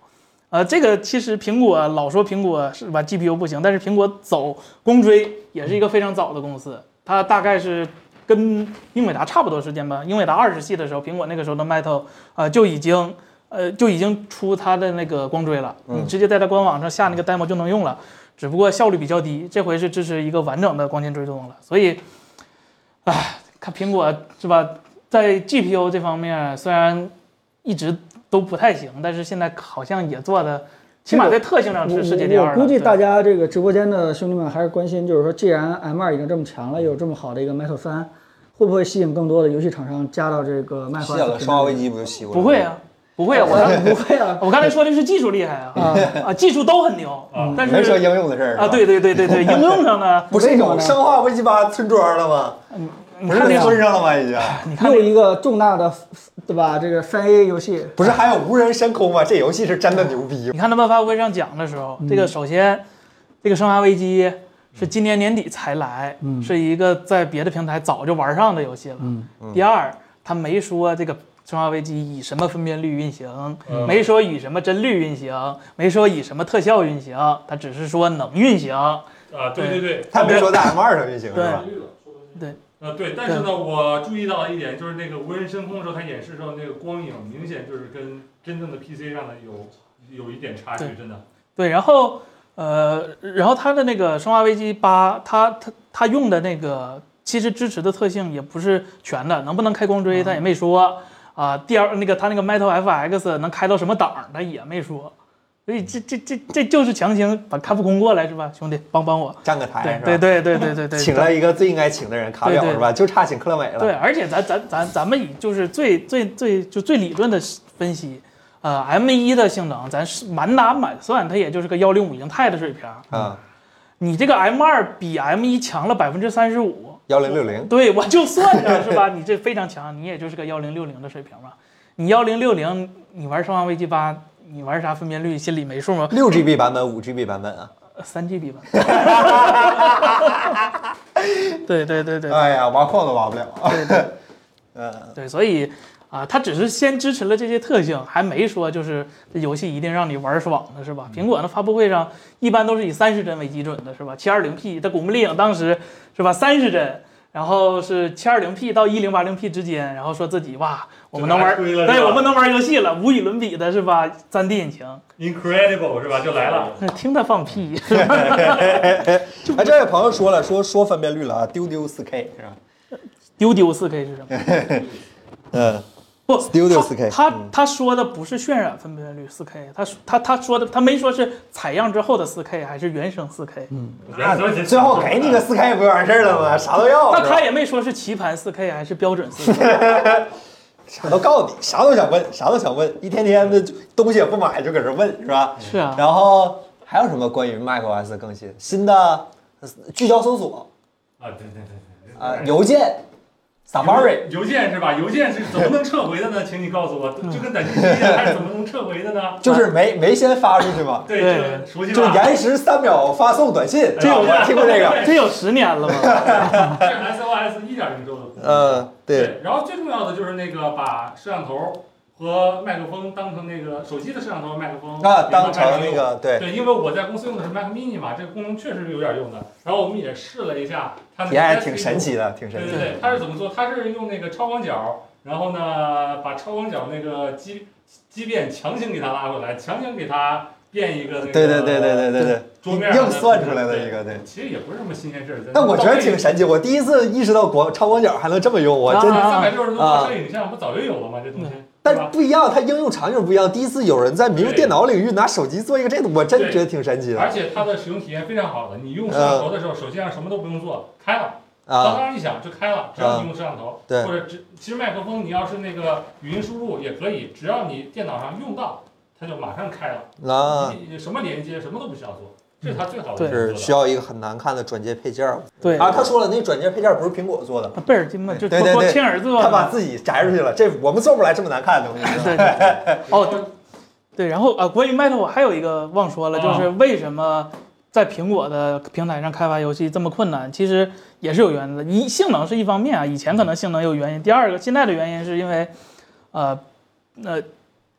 Speaker 3: 呃，这个其实苹果老说苹果是吧 GPU 不行，但是苹果走光追也是一个非常早的公司，它大概是跟英伟达差不多时间吧。英伟达二十系的时候，苹果那个时候的 Metal 呃就已经呃就已经出它的那个光追了，你
Speaker 2: 嗯
Speaker 3: 直接在它官网上下那个 demo 就能用了。只不过效率比较低，这回是支持一个完整的光纤追踪了，所以，唉，看苹果是吧，在 GPU 这方面虽然一直都不太行，但是现在好像也做的，起码在特性上是世界第
Speaker 1: 我
Speaker 3: 二
Speaker 1: 我
Speaker 3: 了。
Speaker 1: 估计
Speaker 3: 对
Speaker 1: 大家这个直播间的兄弟们还是关心，就是说，既然 M 2已经这么强
Speaker 3: 嗯
Speaker 1: 了，有这么好的一个 Metal 3，会不会吸引更多的游戏厂商加到这个麦
Speaker 2: 谢
Speaker 1: 克？
Speaker 2: 了，生化危机不就吸过来了？
Speaker 3: 不会啊，不会啊，我刚
Speaker 1: <laughs> 不会啊，
Speaker 3: 我刚才说的是技术厉害啊
Speaker 1: 啊，
Speaker 3: 啊，技术都很牛
Speaker 4: 啊，
Speaker 3: 但
Speaker 2: 没说应
Speaker 3: 是
Speaker 2: 用的事儿
Speaker 3: 啊，，对对对
Speaker 2: <laughs>
Speaker 3: 对对，应用上呢，嗯
Speaker 2: 不是
Speaker 1: 为什么
Speaker 2: 有
Speaker 1: 呢
Speaker 2: 生化危机八村庄了吗？
Speaker 3: 你
Speaker 2: 不是
Speaker 3: 看那个
Speaker 2: 村上了吗？
Speaker 3: <laughs>
Speaker 2: 已经
Speaker 3: <laughs> 你看那
Speaker 1: 又
Speaker 3: 个
Speaker 1: 一个重大的，对吧？这个三 A 游戏，
Speaker 2: 不是还有无人深空吗？这游戏是真的牛逼
Speaker 3: 你看他们发布会上讲的时候，这个首先，这个《生化危机》是今年年底才来，
Speaker 1: 嗯
Speaker 3: 是一个在别的平台早就玩上的游戏了。
Speaker 1: 嗯
Speaker 3: 第二，他没说这个《生化危机》以什么分辨率运行，
Speaker 4: 嗯
Speaker 3: 没说以什么帧率运行，没说以什么特效运行，他只是说能运行。
Speaker 4: 啊，对对对，
Speaker 2: 他别说在 M 二上运行是吧？
Speaker 4: 呃，对，但是呢，我注意到了一点，就是那个无人深空的时候，它演示的时候那个光影明显就是跟真正的 PC 上的有有一点差距
Speaker 3: 对，
Speaker 4: 真的。
Speaker 3: 对，然后呃，然后它的那个《生化危机八》，它它它用的那个其实支持的特性也不是全的，能不能开光
Speaker 2: 嗯
Speaker 3: 追它也没说啊、第二，那个它那个 Metal FX 能开到什么档儿，它也没说。所以
Speaker 2: 嗯
Speaker 3: 这这这这就是强行把卡普空过来是吧，兄弟帮帮我。
Speaker 2: 站个台
Speaker 3: 对
Speaker 2: 哎是吧？
Speaker 3: 对对对对对
Speaker 2: <laughs>
Speaker 3: 对，
Speaker 2: 请了一个最应该请的人，卡
Speaker 3: 对
Speaker 2: 表
Speaker 3: 对
Speaker 2: 是吧？就差请克乐美了。
Speaker 3: 对，而且咱咱咱咱们以就是最最最就最理论的分析，呃，M 1的性能咱是满打满算，它也就是个幺零五英泰的水平儿。
Speaker 2: 啊，
Speaker 3: 你这个 M 2比 M 1强了百分之三十五，
Speaker 2: 幺零六零，
Speaker 3: 对我就算着是吧？你这非常强，你也就是个幺零六零的水平嘛。你幺零六零，你玩《生化危机八》，你玩啥分辨率心里没数吗？呃
Speaker 2: 六 GB 版本，五 GB 版本啊！
Speaker 3: 三 GB 吧。 <laughs> 对对对对
Speaker 2: 哎呀，挖矿都挖不了。
Speaker 3: 对对。
Speaker 2: 嗯，
Speaker 3: 对，所以啊、它只是先支持了这些特性，还没说就是这游戏一定让你玩爽的是吧？苹果的发布会上一般都是以三十帧为基准的是吧？七二零 P，它《古墓丽影》当时是吧三十帧。然后是七二零 P 到一零八零 P 之间，然后说自己哇，我们能玩，
Speaker 4: 就来推了是吧
Speaker 3: 对，我们能玩游戏了，无与伦比的是吧？三 D 引擎，
Speaker 4: Incredible 是吧？就来了，
Speaker 3: 听他放屁，
Speaker 4: 嗯
Speaker 2: 哎，这位朋友说了，说说分辨率了啊，丢丢四 K 是吧？
Speaker 3: 丢丢四 K 是什么？
Speaker 2: 嗯，
Speaker 3: 不
Speaker 2: Studio 4K
Speaker 3: 他他
Speaker 2: 嗯
Speaker 3: 他说的不是渲染分辨率四 K，他说他他说的他没说是采样之后的四 K 还是原生四 K，、
Speaker 2: 嗯那最后给你个四 K 不就完事儿了吗？啥都要，是
Speaker 3: 那
Speaker 2: 吧
Speaker 3: 他也没说是棋盘四 K 还是标准
Speaker 2: <laughs>
Speaker 3: 四 K，
Speaker 2: 啥都告你，啥都想问，啥都想问，一天天的就东西也不买就搁这问是吧？
Speaker 3: 是啊
Speaker 2: 然后还有什么关于 macOS 的更新？新的呃聚焦搜索
Speaker 4: 啊，对对对对
Speaker 2: 啊、邮件 Safari
Speaker 4: 邮件是吧？邮件是怎么能撤回的呢？请你告诉我，就跟短信一样，它是怎么能撤回的呢？
Speaker 2: 就是没没先发出去嘛，
Speaker 4: 对，
Speaker 3: 对
Speaker 4: 这个熟悉
Speaker 2: 就
Speaker 4: 吧？
Speaker 2: 延时三秒发送短信，
Speaker 4: 这
Speaker 2: 这
Speaker 4: 个
Speaker 2: 个我听过这个。
Speaker 3: 这有十年了吧？
Speaker 4: 这是 SOS 一点零周的功能。
Speaker 2: 嗯，对，
Speaker 4: 然后最重要的就是那个把摄像头和麦克风当成那个手机的摄像头和麦克风
Speaker 2: 那啊当成
Speaker 4: 连
Speaker 2: 那
Speaker 4: 到麦克风
Speaker 2: 个对
Speaker 4: 对，因为我在公司用的是 Mac Mini 嘛，这个功能确实是有点用的。然后我们也试了一下，它那
Speaker 2: 体
Speaker 4: 个
Speaker 2: 验还挺神奇的，挺
Speaker 4: 对
Speaker 2: 神
Speaker 4: 对
Speaker 2: 奇的。
Speaker 4: 对，它是怎么做？它是用那个超广角，然后呢，把超广角那个畸畸变强行给它拉回来，强行给它变一个那个
Speaker 2: 对对对对对对对，
Speaker 4: 桌面
Speaker 2: 硬算出来的一个对。
Speaker 4: 其实也不是什么新鲜事儿。
Speaker 2: 但我觉得挺神奇，我第一次意识到广超广角还能这么用，我真
Speaker 3: 啊
Speaker 4: 三百六十度拍摄影像不早就有了吗？这东西，对吧
Speaker 2: 嗯但不一样，它应用场景不一样。第一次有人在民用电脑领域拿手机做一个这个，我真觉得挺神奇
Speaker 4: 而
Speaker 2: 的
Speaker 4: 且它的使用体验非常好的，你用摄像头的时候，手机上什么都不用做，开了，当
Speaker 2: 啊。
Speaker 4: 当一响就开了，只要你用摄像头，
Speaker 2: 嗯对
Speaker 4: 或者只其实麦克风你要是那个语音输入也可以，只要你电脑上用到，它就马上开了，
Speaker 2: 啊，
Speaker 4: 你什么连接什么都不需要做，这是它最好
Speaker 3: 对
Speaker 4: 的
Speaker 2: 是需
Speaker 4: 要
Speaker 2: 要一个很难看的转接配件儿
Speaker 3: 对
Speaker 2: 啊。他说了，那转接配件儿不是苹果做的，
Speaker 3: 贝尔金嘛，就
Speaker 2: 对
Speaker 3: 托
Speaker 2: 对
Speaker 3: 托
Speaker 2: 对
Speaker 3: 亲儿子
Speaker 2: 他把
Speaker 3: 嘛。
Speaker 2: 自己摘出去了，这我们做不来这么难看的东西。
Speaker 3: 对对哦对，然后啊、关于 Meta 我还有一个忘说了，
Speaker 4: 啊
Speaker 3: 就是为什么在苹果的平台上开发游戏这么困难，其实也是有原因的。一性能是一方面啊，以前可能性能有原因，第二个现在的原因是因为，呃，呃。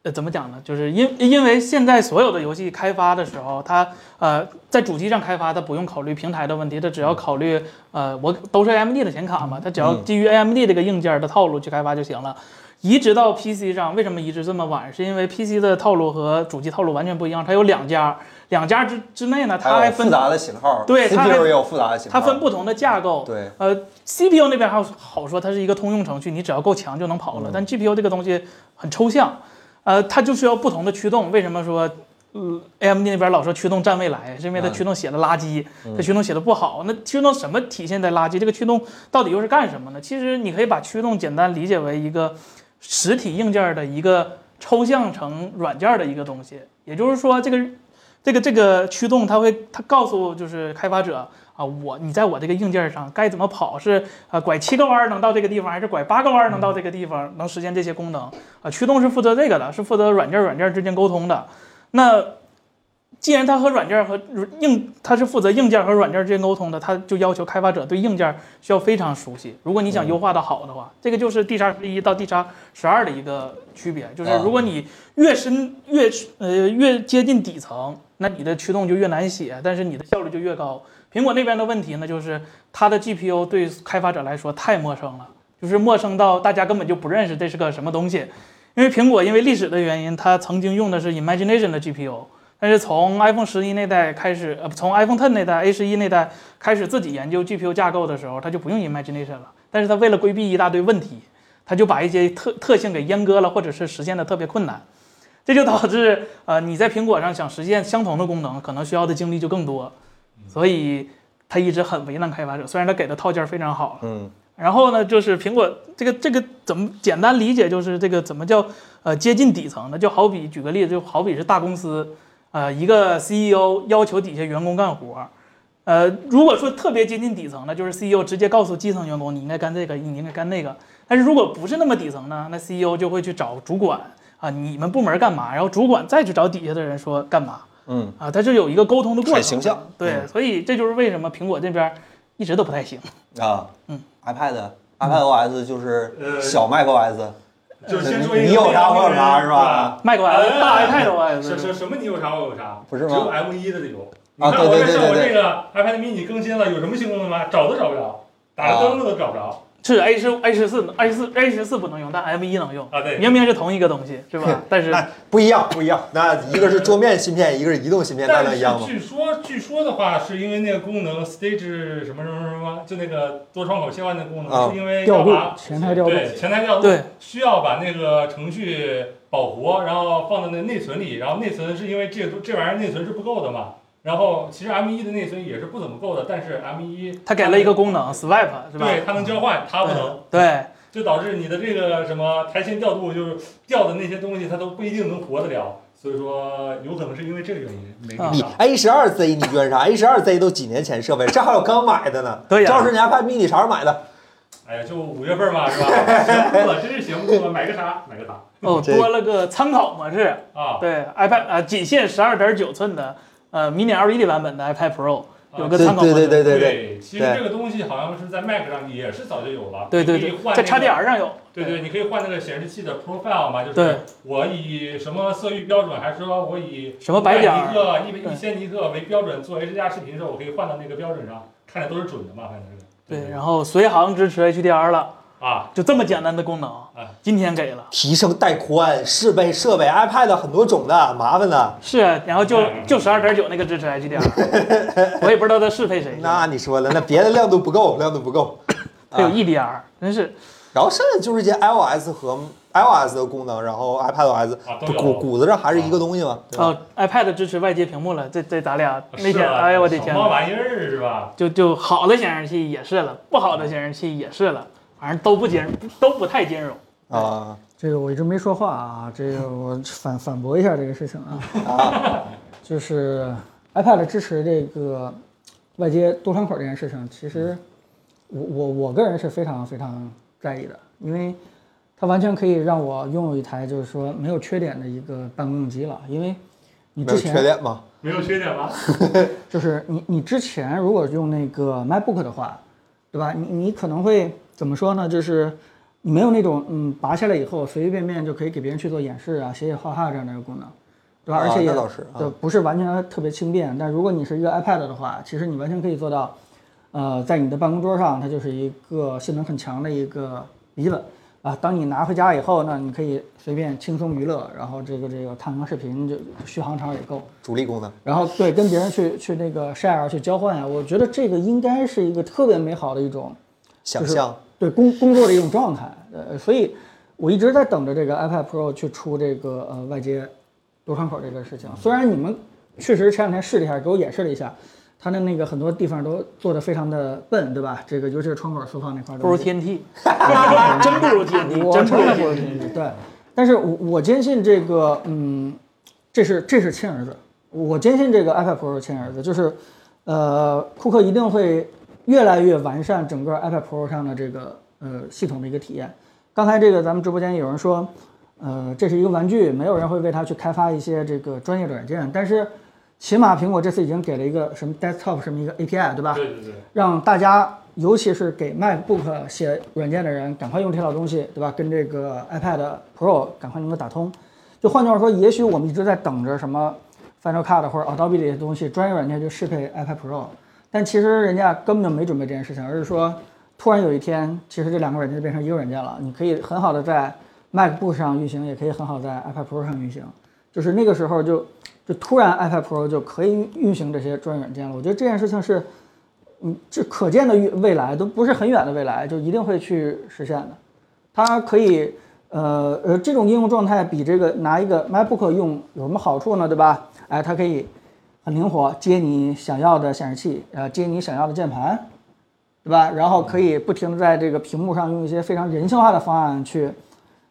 Speaker 3: 呃，怎么讲呢？就是因因为现在所有的游戏开发的时候，它呃在主机上开发，它不用考虑平台的问题，它只要考虑呃我都是 AMD 的显卡嘛，它只要
Speaker 2: 嗯
Speaker 3: 基于 AMD 这个硬件的套路去开发就行了。移植到 PC 上，为什么移植这么晚？是因为 PC 的套路和主机套路完全不一样，它有两家，两家之之内呢，它
Speaker 2: 还
Speaker 3: 还
Speaker 2: 有复
Speaker 3: 分
Speaker 2: 杂的型号，
Speaker 3: 对它还
Speaker 2: CPU 也有复杂的型号，
Speaker 3: 它分不同的架构。
Speaker 2: 对，
Speaker 3: 呃，CPU 那边还好说，它是一个通用程序，你只要够强就能跑
Speaker 2: 嗯
Speaker 3: 了。但 GPU 这个东西很抽象，呃，它就需要不同的驱动。为什么说，呃，AMD 那边老说驱动占未来，是因为它
Speaker 2: 嗯
Speaker 3: 驱动写的垃圾，
Speaker 2: 嗯
Speaker 3: 它驱动写的不好。那驱动什么体现在垃圾？这个驱动到底又是干什么呢？其实你可以把驱动简单理解为一个实体硬件的一个抽象成软件的一个东西。也就是说，这个这个这个驱动，它会它告诉就是开发者啊，我你在我这个硬件上该怎么跑，是啊拐七个弯儿能到这个地方，还是拐八个弯儿能到这个地方，能实现这些功能啊？驱动是负责这个的，是负责软件儿软件儿之间沟通的。那既然它和软件儿和硬，它是负责硬件儿和软件儿之间沟通的，它就要求开发者对硬件儿需要非常熟悉。如果你想优化的好的话，这个就是 D 叉十一到 D 叉十二的一个区别，就是
Speaker 2: 啊
Speaker 3: 如果你越深越呃越接近底层，那你的驱动就越难写，但是你的效率就越高。苹果那边的问题呢，就是它的 GPU 对开发者来说太陌生了，就是陌生到大家根本就不认识这是个什么东西。因为苹果因为历史的原因，它曾经用的是 Imagination 的 GPU，但是从 iPhone 十一那代开始，呃，从 iPhone Ten 那代、A 十一那代开始自己研究 GPU 架构的时候，它就不用 Imagination 了。但是它为了规避一大堆问题，它就把一些特特性给阉割了，或者是实现的特别困难。这这就导致呃你在苹果上想实现相同的功能，可能需要的精力就更多，所以它一直很为难开发者。虽然它给的套件非常好，
Speaker 2: 嗯
Speaker 3: 然后呢，就是苹果这个这个怎么简单理解就是这个怎么叫呃接近底层呢？就好比举个例子，就好比是大公司，呃，一个 CEO 要求底下员工干活，呃，如果说特别接近底层呢，就是 CEO 直接告诉基层员工你应该干这个，你应该干那个。但是如果不是那么底层呢，那 CEO 就会去找主管啊，你们部门干嘛？然后主管再去找底下的人说干嘛
Speaker 2: 嗯，
Speaker 3: 啊？它是有一个沟通的过
Speaker 2: 很
Speaker 3: 程。
Speaker 2: 形象。嗯
Speaker 3: 对，所以这就是为什么苹果这边一直都不太行。
Speaker 2: 啊，
Speaker 3: 嗯
Speaker 2: ，iPad iPadOS 就是
Speaker 4: 呃
Speaker 2: 小 macOS，
Speaker 4: 就是先说一个
Speaker 2: 你有啥我有啥
Speaker 4: 非常令人
Speaker 2: 是吧？？
Speaker 3: macOS 大
Speaker 4: 哎
Speaker 3: iPad
Speaker 4: 对
Speaker 3: OS
Speaker 4: 什什什么你有啥我有啥，
Speaker 2: 不是吗
Speaker 4: 只有 M 1的有。你
Speaker 2: 啊
Speaker 4: 看我
Speaker 2: 对
Speaker 4: 这
Speaker 2: 对对
Speaker 4: 上我
Speaker 2: 对
Speaker 4: 这个 iPad mini 更新了，有什么新功能吗？找都找不着，打个
Speaker 2: 啊
Speaker 4: 灯笼都找不着
Speaker 3: 是 A 十 A 十四 A 四 A 十四不能用，但 M 一能用，
Speaker 4: 啊！对，
Speaker 3: 明明是同一个东西，是吧？但是
Speaker 2: 那不一样，不一样。那一个是桌面芯片，一个是移动芯片，那
Speaker 4: 但
Speaker 2: 能
Speaker 4: 是
Speaker 2: 一样吗？
Speaker 4: 据说，据说的话，是因为那个功能 Stage 什么什么什么，就那个多窗口切换的功能，
Speaker 2: 啊
Speaker 4: 是因为
Speaker 1: 调
Speaker 4: 要
Speaker 1: 度
Speaker 4: 把
Speaker 1: 前台调度
Speaker 4: 对前台调度
Speaker 3: 对
Speaker 4: 需要把那个程序保活，然后放到那内存里，然后内存是因为这这玩意儿内存是不够的嘛。然后其实 M 1的内存也是不怎么够的，但是 M 1
Speaker 3: 它给了一个功能 Swipe，是吧？
Speaker 4: 对它能交换，它不嗯能，
Speaker 3: 对
Speaker 4: 就导致你的这个什么台前调度就是调的那些东西，它都不一定能活得了。所以说，有可能是因为这个原因没跟
Speaker 3: 啊
Speaker 2: 你
Speaker 4: 上。
Speaker 2: A 1 2 Z 你冤啥？A 1 2 Z 都几年前设备，这还有刚买的呢。
Speaker 3: 对呀
Speaker 2: 赵老师，你 iPad mini 啥时候买的？
Speaker 4: 哎呀，就五月份
Speaker 3: <laughs>
Speaker 4: 嘛，是吧？行不住了，真是行不住了，买个啥买个啥
Speaker 3: 哦，
Speaker 2: 这
Speaker 3: 多了个参考模式，
Speaker 4: 啊！
Speaker 3: 对 iPad 啊，仅限十二点九寸的呃 Mini LED 版本的 iPad Pro
Speaker 4: 啊
Speaker 3: 有个
Speaker 2: 对
Speaker 3: 参考模
Speaker 2: 对
Speaker 3: 式，
Speaker 2: 对对对对，
Speaker 4: 对，其实这个东西好像是在 Mac 上也是早就有了，
Speaker 3: 对对
Speaker 4: 你可以
Speaker 3: 对，
Speaker 4: 换
Speaker 3: 在
Speaker 4: 那个
Speaker 3: XDR 上有，
Speaker 4: 对对，你可以换那个显示器的 profile 嘛，就
Speaker 3: 对
Speaker 4: 是我以什么色域标准，还是说我以
Speaker 3: 什么白点
Speaker 4: 100尼
Speaker 3: 儿，
Speaker 4: 克、一
Speaker 3: 对
Speaker 4: 一千尼克为标准做 H 加视频的时候，我可以换到那个标准上，看着都是准的嘛，反正是。
Speaker 3: 对，然后随行支持 HDR 了，
Speaker 4: 啊，
Speaker 3: 就这么简单的功能
Speaker 4: 哎，
Speaker 3: 今天给了。
Speaker 2: 提升带宽，设备设备 iPad 很多种的，麻烦的。
Speaker 3: 是，啊然后就
Speaker 4: 嗯
Speaker 3: 就十二点九那个支持 HDR，我也不知道它适配谁，
Speaker 2: 那你说了，那别的亮度不够，亮度不够。
Speaker 3: 它有
Speaker 2: 啊
Speaker 3: EDR，真是
Speaker 2: 然后剩下就是一些 iOS 和 iOS 的功能，然后 iPadOS
Speaker 4: 啊都
Speaker 2: 不
Speaker 4: 有
Speaker 2: 骨骨子上还是一个东西嘛。对吧
Speaker 3: 哦，iPad 支持外接屏幕了，这这咱俩那
Speaker 4: 是
Speaker 3: 天，
Speaker 4: 啊
Speaker 3: 哎呦我的天
Speaker 4: 什，么玩意儿是吧？
Speaker 3: 就就好的显示器也是了，不好的显示器也是了，反正都不兼都不太兼容。
Speaker 1: 哦
Speaker 2: 啊
Speaker 1: 这个我一直没说话啊，这个我反 <laughs> 反驳一下这个事情啊，
Speaker 2: 啊，
Speaker 1: 就是 iPad 支持这个外接多窗口这件事情，其实
Speaker 2: 嗯
Speaker 1: 我我我个人是非常非常在意的，因为它完全可以让我拥有一台就是说没有缺点的一个办公用机了，因为你
Speaker 2: 没
Speaker 1: 之
Speaker 2: 有缺
Speaker 1: 前
Speaker 2: 点吗？
Speaker 4: 没有缺点吧？
Speaker 1: 就是你你之前如果用那个 MacBook 的话，对吧？你你可能会怎么说呢？就是你没有那种嗯拔下来以后随随便便就可以给别人去做演示啊、写写画画这样的一个功能，对吧？
Speaker 2: 啊
Speaker 1: 而且也
Speaker 2: 那倒是啊
Speaker 1: 对不是完全特别轻便。但如果你是一个 iPad 的话，其实你完全可以做到，呃，在你的办公桌上它就是一个性能很强的一个笔记本。啊，当你拿回家以后呢，你可以随便轻松娱乐，然后这个这个看看视频，就续航长也够。
Speaker 2: 主力功能。
Speaker 1: 然后对跟别人去去那个 share 去交换呀、啊我觉得这个应该是一个特别美好的一种
Speaker 2: 想象，
Speaker 1: 对工工作的一种状态。呃，所以我一直在等着这个 iPad Pro 去出这个呃外接多窗口这个事情。虽然你们确实前两天试了一下，给我演示了一下，它的那个很多地方都做的非常的笨，对吧？这个尤其是窗口缩放那块儿
Speaker 3: 不如
Speaker 1: 东西，
Speaker 2: <laughs>
Speaker 3: TNT，真不如 TNT，
Speaker 1: 我
Speaker 3: 真不
Speaker 1: 承
Speaker 3: 如
Speaker 1: 认不如
Speaker 3: TNT。
Speaker 1: TNT，对。但是我我坚信这个，嗯，这是这是亲儿子，我坚信这个 iPad Pro 是亲儿子，就是，呃，库克一定会越来越完善整个 iPad Pro 上的这个呃系统的一个体验。刚才这个咱们直播间有人说，呃，这是一个玩具，没有人会为它去开发一些这个专业的软件，但是起码苹果这次已经给了一个什么 desktop 什么一个 API，对吧？
Speaker 3: 啊
Speaker 4: 对对对，
Speaker 1: 让大家，尤其是给 MacBook 写软件的人，赶快用这套东西，对吧？跟这个 iPad Pro 赶快能够打通。就换句话说，也许我们一直在等着什么 Final Cut 或者 Adobe 这些东西，专业软件去适配 iPad Pro，但其实人家根本就没准备这件事情，而是说突然有一天，其实这两个软件就变成一个软件了，你可以很好的在 MacBook 上运行，也可以很好地在 iPad Pro 上运行，就是那个时候就就突然 iPad Pro 就可以运行这些专业软件了。我觉得这件事情是。嗯，这可见的未未来都不是很远的未来，就一定会去实现的。它可以呃呃，这种应用状态比这个拿一个 MacBook 用有什么好处呢？对吧？哎，它可以很灵活，接你想要的显示器，呃，接你想要的键盘，对吧？然后可以不停的在这个屏幕上用一些非常人性化的方案去，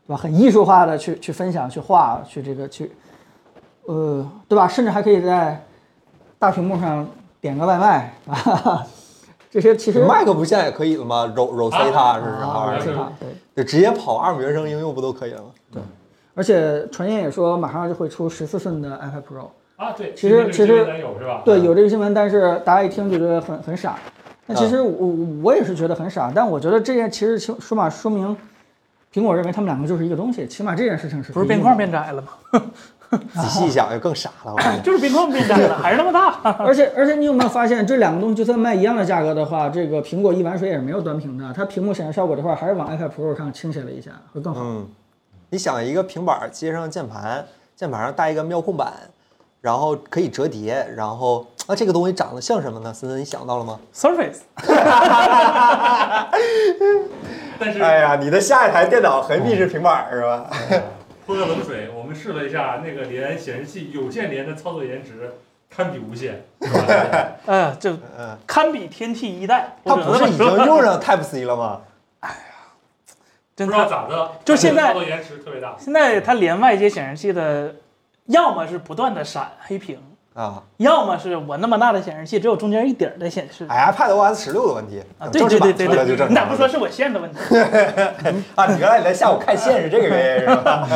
Speaker 1: 对吧？很艺术化的去去分享、去画、去这个去，呃，对吧？甚至还可以在大屏幕上点个外卖，啊， <laughs> 这些其实
Speaker 2: 麦克不现在也可以了吗？揉揉 C 它是啥
Speaker 1: 啊，
Speaker 2: 玩意
Speaker 1: 这
Speaker 2: 儿？
Speaker 1: 个对。
Speaker 2: 就直接跑二五原生应用不都可以了吗？
Speaker 1: 而且传言也说马上就会出十四寸的 iPad Pro，
Speaker 4: 啊，对，
Speaker 1: 其实
Speaker 4: 今
Speaker 1: 其实
Speaker 4: 天有是
Speaker 3: 啊
Speaker 4: 吧？
Speaker 1: 对，有这个新闻，但是大家一听就觉得很很傻。那其
Speaker 3: 啊
Speaker 1: 实我我我也是觉得很傻，但我觉得这件其实起说嘛说明，苹果认为他们两个就是一个东西，起码这件事情是
Speaker 3: 不是
Speaker 1: 一
Speaker 3: 边
Speaker 1: 样
Speaker 3: 框
Speaker 1: 的
Speaker 3: 变窄了吗？
Speaker 2: 仔细一想就更傻了，我
Speaker 1: 啊
Speaker 2: 感觉。
Speaker 3: 就是边框变窄了，还是那么大。
Speaker 1: 而且而且你有没有发现，这两个东西就算卖一样的价格的话，这个苹果一碗水也是没有端平的，它屏幕显示效果这块儿还是往 iPad Pro 上倾斜了一下，会更好。
Speaker 2: 嗯，你想一个平板儿接上键盘，键盘上带一个妙控板，然后可以折叠，然后啊，这个东西长得像什么呢？森森，你想到了吗？
Speaker 3: Surface
Speaker 4: 但
Speaker 3: 哎
Speaker 4: 是
Speaker 2: 哎呀，你的下一台电脑何必是平板是吧？
Speaker 4: 泼个冷水，我们试了一下那个连显示器有线连的操作延迟，堪比无线。是吧
Speaker 3: 呃，这
Speaker 2: 嗯，
Speaker 3: 堪比天梯一代。
Speaker 2: 它
Speaker 3: 我只能
Speaker 2: 不是
Speaker 3: 这
Speaker 2: 已
Speaker 3: 么
Speaker 2: 经
Speaker 3: 说 <laughs>
Speaker 2: 用上 Type C 了吗？
Speaker 4: 不
Speaker 3: <laughs> 真
Speaker 4: 知道
Speaker 3: 的，
Speaker 4: 咋的，
Speaker 3: 就现在
Speaker 4: 操作延迟特别大。
Speaker 3: 现在它连外接显示器的，要么是不断的闪黑屏，
Speaker 2: 啊，
Speaker 3: 要么是我那么大的显示器只有中间一点儿在显示。
Speaker 2: 哎，iPad OS 十六的问题
Speaker 3: 啊，
Speaker 2: 等
Speaker 3: 对
Speaker 2: 正式
Speaker 3: 对
Speaker 2: 版
Speaker 3: 对对
Speaker 2: 出来就
Speaker 3: 对对，
Speaker 2: 正
Speaker 3: 你咋
Speaker 2: 常
Speaker 3: 不
Speaker 2: 了
Speaker 3: 说是我线的问题？
Speaker 2: 啊？你原来你在下午看线是这个原因是吧？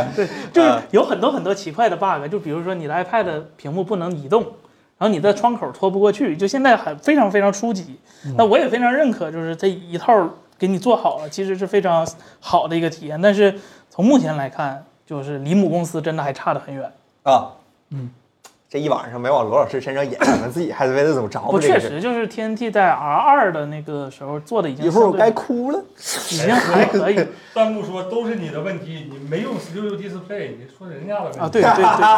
Speaker 3: 就是有很多很多奇怪的 bug，就比如说你的 iPad 的屏幕不能移动，然后你的窗口拖不过去，就现在很非常非常初级。那我也非常认可，就是这一套给你做好了，其实是非常好的一个体验。但是从目前来看，就是离母公司真的还差得很远。
Speaker 2: 啊， <laughs> 嗯，这一晚上没往罗老师身上演，你们自己还没得怎么着吧
Speaker 3: 不，
Speaker 2: 这
Speaker 3: 确
Speaker 2: 个是
Speaker 3: 实就是天 t 在 R 二的那个时候做的已经
Speaker 2: 一会儿
Speaker 3: 相
Speaker 2: 我该
Speaker 3: 对
Speaker 2: 哭了。
Speaker 3: 已经还可以
Speaker 4: 弹幕说都是你的问题，你没用十六 U Display，你说人家的问题
Speaker 3: 啊，对对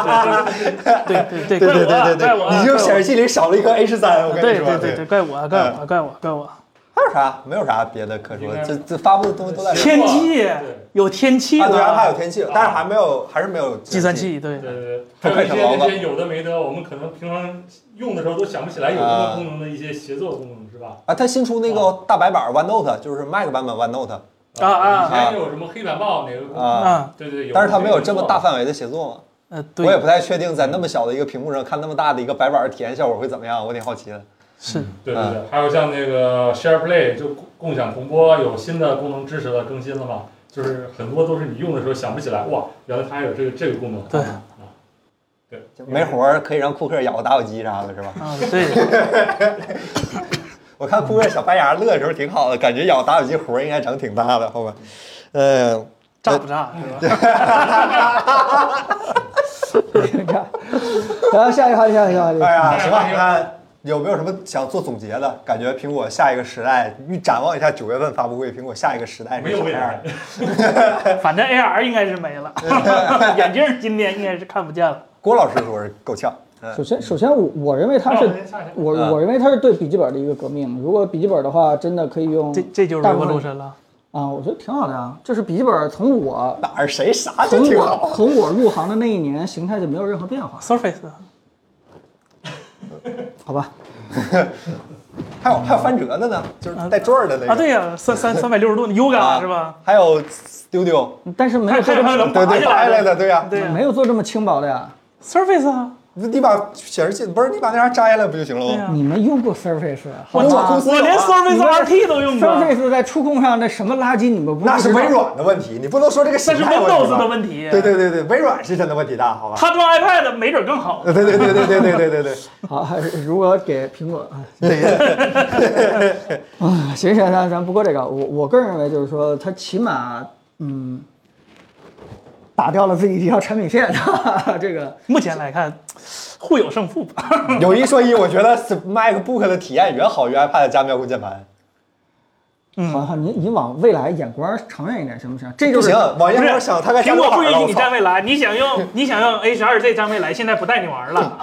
Speaker 2: 对对对对对，你
Speaker 3: 对对对对对怪我啊怪我啊
Speaker 2: 就
Speaker 3: 怪我
Speaker 2: 显示器里少了一颗 A 十三，我跟啊你
Speaker 3: 对
Speaker 2: 说。嗯
Speaker 3: 对对对，怪我啊怪我啊怪我啊怪我啊。
Speaker 2: 还有啥？没有啥别的可说
Speaker 4: 应
Speaker 2: 的，
Speaker 4: 该
Speaker 2: 这这发布的东西都在这儿。
Speaker 3: 天气
Speaker 4: 对
Speaker 3: 有天气
Speaker 2: 啊，对，
Speaker 3: 了，啊
Speaker 2: 还有天气了，但是还没有，还是没有
Speaker 3: 计算。器，对
Speaker 4: 对，对
Speaker 2: 太
Speaker 4: 对，还有
Speaker 2: 快手了
Speaker 4: 一些
Speaker 2: 吧
Speaker 4: 那些有的没的，我们可能平常用的时候都想不起来有这
Speaker 2: 啊
Speaker 4: 个功能的一些协作功能是吧？
Speaker 2: 啊，它新出那个大白板 OneNote，就是 Mac 版本 OneNote
Speaker 3: 啊啊
Speaker 4: 以前是有什么黑板报哪个功能？
Speaker 2: 啊，
Speaker 3: 啊，
Speaker 4: 对对，有
Speaker 2: 但是它没有这么大范围的协作嘛。
Speaker 3: 呃，
Speaker 2: 我也
Speaker 3: 对，
Speaker 2: 不太确定在那么小的一个屏幕上看那么大的一个白板儿体验效果会怎么样，我挺好奇的。
Speaker 3: 是
Speaker 2: 嗯
Speaker 4: 对对对，还有像那个 SharePlay 就共共享同播有新的功能支持了，更新了嘛？就是很多都是你用的时候想不起来，哇，原来它还有这个这个功能。
Speaker 3: 对
Speaker 4: 啊对，
Speaker 3: 嗯
Speaker 2: 没活儿可以让库克咬个打火机啥的，是
Speaker 3: <laughs>
Speaker 2: 吧？
Speaker 3: 啊，对，
Speaker 2: 我看库克小白牙乐的时候挺好的，感觉咬打火机活儿应该长挺大的，好吧？
Speaker 3: <laughs>
Speaker 2: 嗯，
Speaker 3: 炸不炸是吧？
Speaker 1: 你看， <laughs> 然后下一个话题，下一个话题，
Speaker 2: 哎呀，行吧，你看有没有什么想做总结的？感觉苹果下一个时代，预展望一下九月份发布会，苹果下一个时代是
Speaker 4: 没
Speaker 2: 什
Speaker 4: 有
Speaker 2: 么
Speaker 4: 未
Speaker 2: 样
Speaker 4: 来
Speaker 2: 的？。
Speaker 3: 反正 AR 应该是没了，眼镜儿今天应该是看不见了。
Speaker 2: <laughs> 郭老师说是够呛，
Speaker 1: 首
Speaker 2: 嗯，
Speaker 1: 先，首先我我认为它是
Speaker 4: 那我们下一条
Speaker 1: 我
Speaker 2: 嗯
Speaker 1: 我认为它是对笔记本的一个革命。如果笔记本的话，真的可以用
Speaker 3: 这这就是
Speaker 1: 大
Speaker 3: r
Speaker 1: 部
Speaker 3: e
Speaker 1: 分
Speaker 3: v 身了，
Speaker 1: 啊，我觉得挺好的呀。就是笔记本从我
Speaker 2: 哪儿谁啥
Speaker 3: <laughs>
Speaker 2: 都
Speaker 1: 从
Speaker 2: 挺
Speaker 1: 我
Speaker 2: 好。
Speaker 1: 从我入行的那一年形态就没有任何变化，
Speaker 3: Surface 啊
Speaker 1: 好吧？
Speaker 2: 还有还有翻折的呢，就是带坠儿的那个
Speaker 3: 啊，对呀，三三三百六十度的 Yoga
Speaker 2: 啊
Speaker 3: 是吧？？
Speaker 2: 还有 Studio，
Speaker 1: 但是没有
Speaker 3: 还
Speaker 1: 做
Speaker 3: 有
Speaker 1: 这
Speaker 3: <laughs> 还有
Speaker 1: 么
Speaker 2: <laughs>
Speaker 1: <laughs>
Speaker 3: 能
Speaker 2: 对
Speaker 3: 拔
Speaker 2: 对，
Speaker 3: 下
Speaker 2: 拔下来
Speaker 3: 来
Speaker 2: 的，对呀。
Speaker 3: 对呀
Speaker 1: 没有做这么轻薄的呀。
Speaker 3: ，Surface 啊，
Speaker 2: 你把显示器不是你把那啥摘下来不就行了
Speaker 3: 对
Speaker 2: 吗？
Speaker 3: 啊呀，
Speaker 1: 你们用过 Surface？
Speaker 3: 我
Speaker 1: 好
Speaker 2: 那
Speaker 1: 吧
Speaker 2: 嗯我公司有啊
Speaker 3: 我连
Speaker 1: 你
Speaker 3: Surface
Speaker 1: 们
Speaker 3: RT 都用过，
Speaker 1: Surface 在触控上那什么垃圾你们不
Speaker 2: 那是
Speaker 1: 知道
Speaker 2: 微软的问题，你不能说这个
Speaker 3: 那
Speaker 2: 形
Speaker 3: 是
Speaker 2: 态问题
Speaker 3: Windows
Speaker 2: 吧
Speaker 3: 的问题。啊
Speaker 2: 对，对对对，微软是真的问题大，好吧？
Speaker 3: 他装 iPad 没准更好。
Speaker 2: 对对对对对对对对对。
Speaker 3: <laughs>
Speaker 1: <laughs> 好，如果给苹果啊， <laughs> 啊，行行，咱咱不过这个，我我个人认为就是说，它起码嗯，打掉了自己一条产品线， <laughs> 哈哈这个
Speaker 3: 目前来看，互有胜负吧。
Speaker 2: 有一说一，我觉得 MacBook 的体验远好于 iPad 加妙控键盘。
Speaker 1: 好好，你你往未来眼光长远一点行不行？这就
Speaker 2: 不
Speaker 1: 是
Speaker 2: 行，啊往
Speaker 3: 不
Speaker 2: 眼
Speaker 3: 是
Speaker 2: 光想，他该
Speaker 3: 苹
Speaker 2: 站
Speaker 3: 果
Speaker 2: 哪
Speaker 3: 不
Speaker 2: 儿
Speaker 3: 允
Speaker 2: 了？
Speaker 3: 许
Speaker 2: 我
Speaker 3: 你站
Speaker 2: 操！
Speaker 3: 未来，你想用你想用 H 2 Z 站未来，现在不带你
Speaker 2: <laughs>
Speaker 3: 玩了。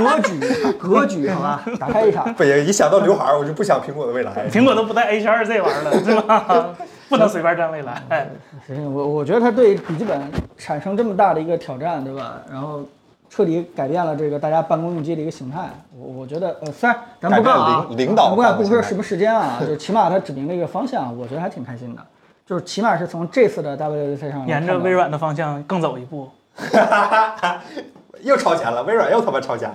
Speaker 1: 格局，格局，好吧，打开一下。
Speaker 2: 不行，一想到刘海儿，我就不想苹果的未来。
Speaker 3: 苹果都不带 H 2 Z 玩了，对
Speaker 2: <laughs>
Speaker 3: 吧？不能随便站未来。
Speaker 2: 嗯
Speaker 3: 哎
Speaker 1: 是我我觉得他对笔记本产生这么大的一个挑战，对吧？然后彻底改变了这个大家办公用机的一个形态。我我觉得，呃，虽然咱不
Speaker 2: 改变
Speaker 1: 干
Speaker 2: 了
Speaker 1: 啊，
Speaker 2: 领领导
Speaker 1: 咱不干
Speaker 2: 办
Speaker 1: 不
Speaker 2: 公
Speaker 1: 说
Speaker 2: 形态
Speaker 1: 什么时间啊，就起码他指明了一个方向，我觉得还挺开心的。就是起码是从这次的 WWDC 上，
Speaker 3: 沿着微，软的方向更走一步。
Speaker 2: 又超前了，微软又他妈超前了。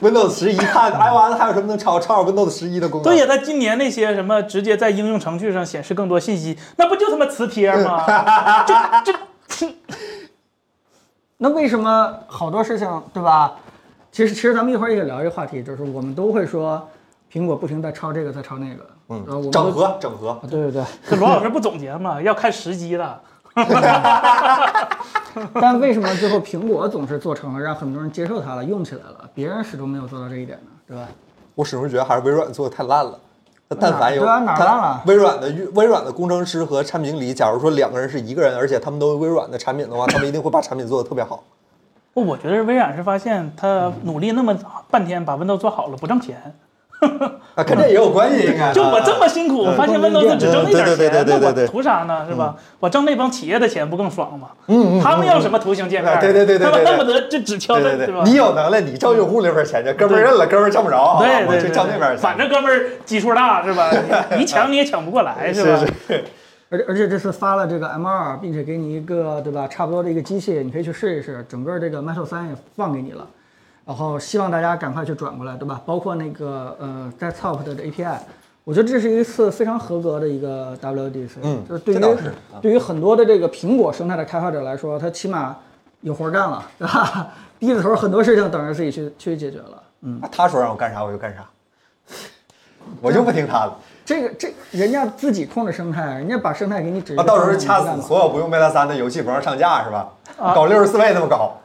Speaker 2: Windows 十一看 iOS 还有什么能超超 Windows 十一的功能？
Speaker 3: 对呀，它今年那些什么直接在应用程序上显示更多信息，那不就他妈磁贴
Speaker 2: 嗯
Speaker 3: 吗？这这。
Speaker 1: 那为什么好多事情，对吧？其实其实咱们一会儿也聊一个话题，就是我们都会说苹果不停地在抄这个，在抄那个，嗯然后我
Speaker 2: 嗯，
Speaker 1: 们
Speaker 2: 整
Speaker 1: 都哦
Speaker 2: 合整合，
Speaker 1: 对对对。
Speaker 3: <laughs> 这罗老师不总结吗？要看时机了。
Speaker 1: 但为什么最后苹果总是做成了，让很多人接受它了，用起来了，别人始终没有做到这一点呢？对吧？
Speaker 2: 我始终觉得还是微软做的太烂了。那但凡有
Speaker 1: 对啊哪儿
Speaker 2: 它
Speaker 1: 烂了
Speaker 2: 微软的微软的工程师和产品经理，假如说两个人是一个人，而且他们都是微软的产品的话，他们一定会把产品做的特别好。
Speaker 3: 不我觉得微软是发现他努力那么半天把 Windows 做好了不挣钱，
Speaker 2: 啊，跟这也有关系，应该
Speaker 3: <laughs> 就我这
Speaker 2: 啊
Speaker 3: 么辛苦，
Speaker 2: 呃
Speaker 3: 我发现 Windows 只挣那点
Speaker 2: 对对对对
Speaker 3: 钱，
Speaker 2: 对对
Speaker 3: 那
Speaker 2: 对嗯
Speaker 3: 我图啥呢？是吧？我挣那帮企业的钱不更爽吗？
Speaker 2: 嗯嗯嗯
Speaker 3: 他们要什么图形界面
Speaker 2: 啊
Speaker 3: 儿？
Speaker 2: 对对对对
Speaker 3: 他们
Speaker 2: 对
Speaker 3: 恨不得就只敲
Speaker 2: 对
Speaker 3: 的，
Speaker 2: 对
Speaker 3: 吧
Speaker 2: 对，？你有能耐，你挣用户那份钱去，哥们儿认了，哥们儿挣不着，好吧
Speaker 3: 对
Speaker 2: 我
Speaker 3: 对
Speaker 2: 就
Speaker 3: 对，
Speaker 2: 挣那边去。
Speaker 3: 反正哥们儿基数大
Speaker 2: <laughs>
Speaker 3: 是吧？你你抢你也抢不过来
Speaker 2: 是
Speaker 3: 吧？
Speaker 1: 而且而且这次发了这个 M2，并且给你一个对吧，差不多的一个机器，你可以去试一试。整个这个 Metal 3也放给你了，然后希望大家赶快去转过来，对吧？包括那个呃 Desktop 的 API，我觉得这是一次非常合格的一个 WDC。
Speaker 2: 嗯
Speaker 1: 就是对于
Speaker 2: 这倒是
Speaker 1: 对于很多的这个苹果生态的开发者来说，它起码有活儿干了，对吧？ <laughs> 低着头很多事情等着自己去去解决了。嗯。
Speaker 2: 那他说让我干啥我就干啥，我就不听他的。
Speaker 1: 这个这人家自己控制生态，人家把生态给你指一
Speaker 2: 啊，
Speaker 1: 个
Speaker 2: 到时候
Speaker 1: 方向
Speaker 2: 掐
Speaker 1: 你干
Speaker 2: 死
Speaker 1: 嘛
Speaker 2: 所有不用 Meta 三的游戏不让上架是吧？
Speaker 3: 啊
Speaker 2: 搞六十四位那么搞，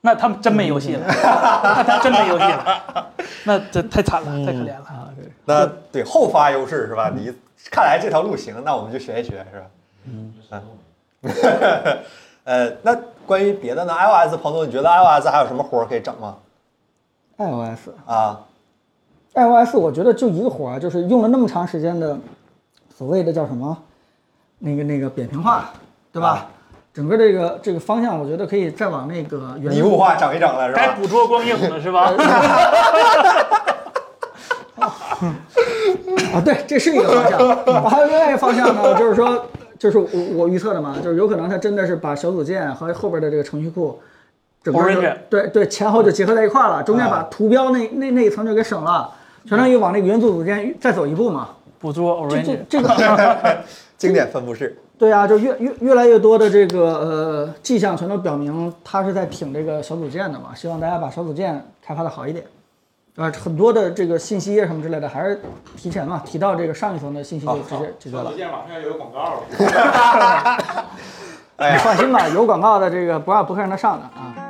Speaker 3: 那他们真没游戏
Speaker 2: <laughs>
Speaker 3: 了，那他真没游戏了，那这太惨了，太可怜
Speaker 2: 嗯
Speaker 3: 了。
Speaker 1: 啊！对，
Speaker 2: 那对后发优势是吧？你看来这条路行，那我们就学一学是吧？嗯， <laughs> 呃，那关于别的呢？iOS 彭总，你觉得 iOS 还有什么活儿可以整吗？
Speaker 1: iOS
Speaker 2: 啊，
Speaker 1: <laughs> iOS 我觉得就一个活儿，就是用了那么长时间的所谓的叫什么那个那个扁平化，对吧？
Speaker 2: 啊
Speaker 1: 整个这个这个方向，我觉得可以再往那个原
Speaker 2: 拟物化整一整了是
Speaker 3: 该
Speaker 2: 吧？
Speaker 3: 捕捉光影了
Speaker 2: <laughs>
Speaker 3: 是吧？
Speaker 1: 啊，对，这是一个方向。然后还有另外一个方向呢，就是说，就是我我预测的嘛，就是有可能它真的是把小组件和后边的这个程序库，整个就
Speaker 3: Orange
Speaker 1: 对对前后就结合在一块儿了，中间把图标那那那一层就给省了，相当于往那个元素组件再走一步嘛。
Speaker 3: 捕捉
Speaker 1: 这
Speaker 3: Orange
Speaker 1: 这。这个，
Speaker 2: 经典分布式，
Speaker 1: 对啊，就越越越来越多的这个呃迹象全都表明它是在挺这个小组件的嘛，希望大家把小组件开发的好一点。呃，很多的这个信息页什么之类的，还是提前嘛，提到这个上一层的信息就直接解决
Speaker 5: 小
Speaker 1: 了
Speaker 5: 组。件马上要有广告了。
Speaker 2: 哎呀哎
Speaker 1: 你放心吧，有广告的这个不让不会让他上的啊。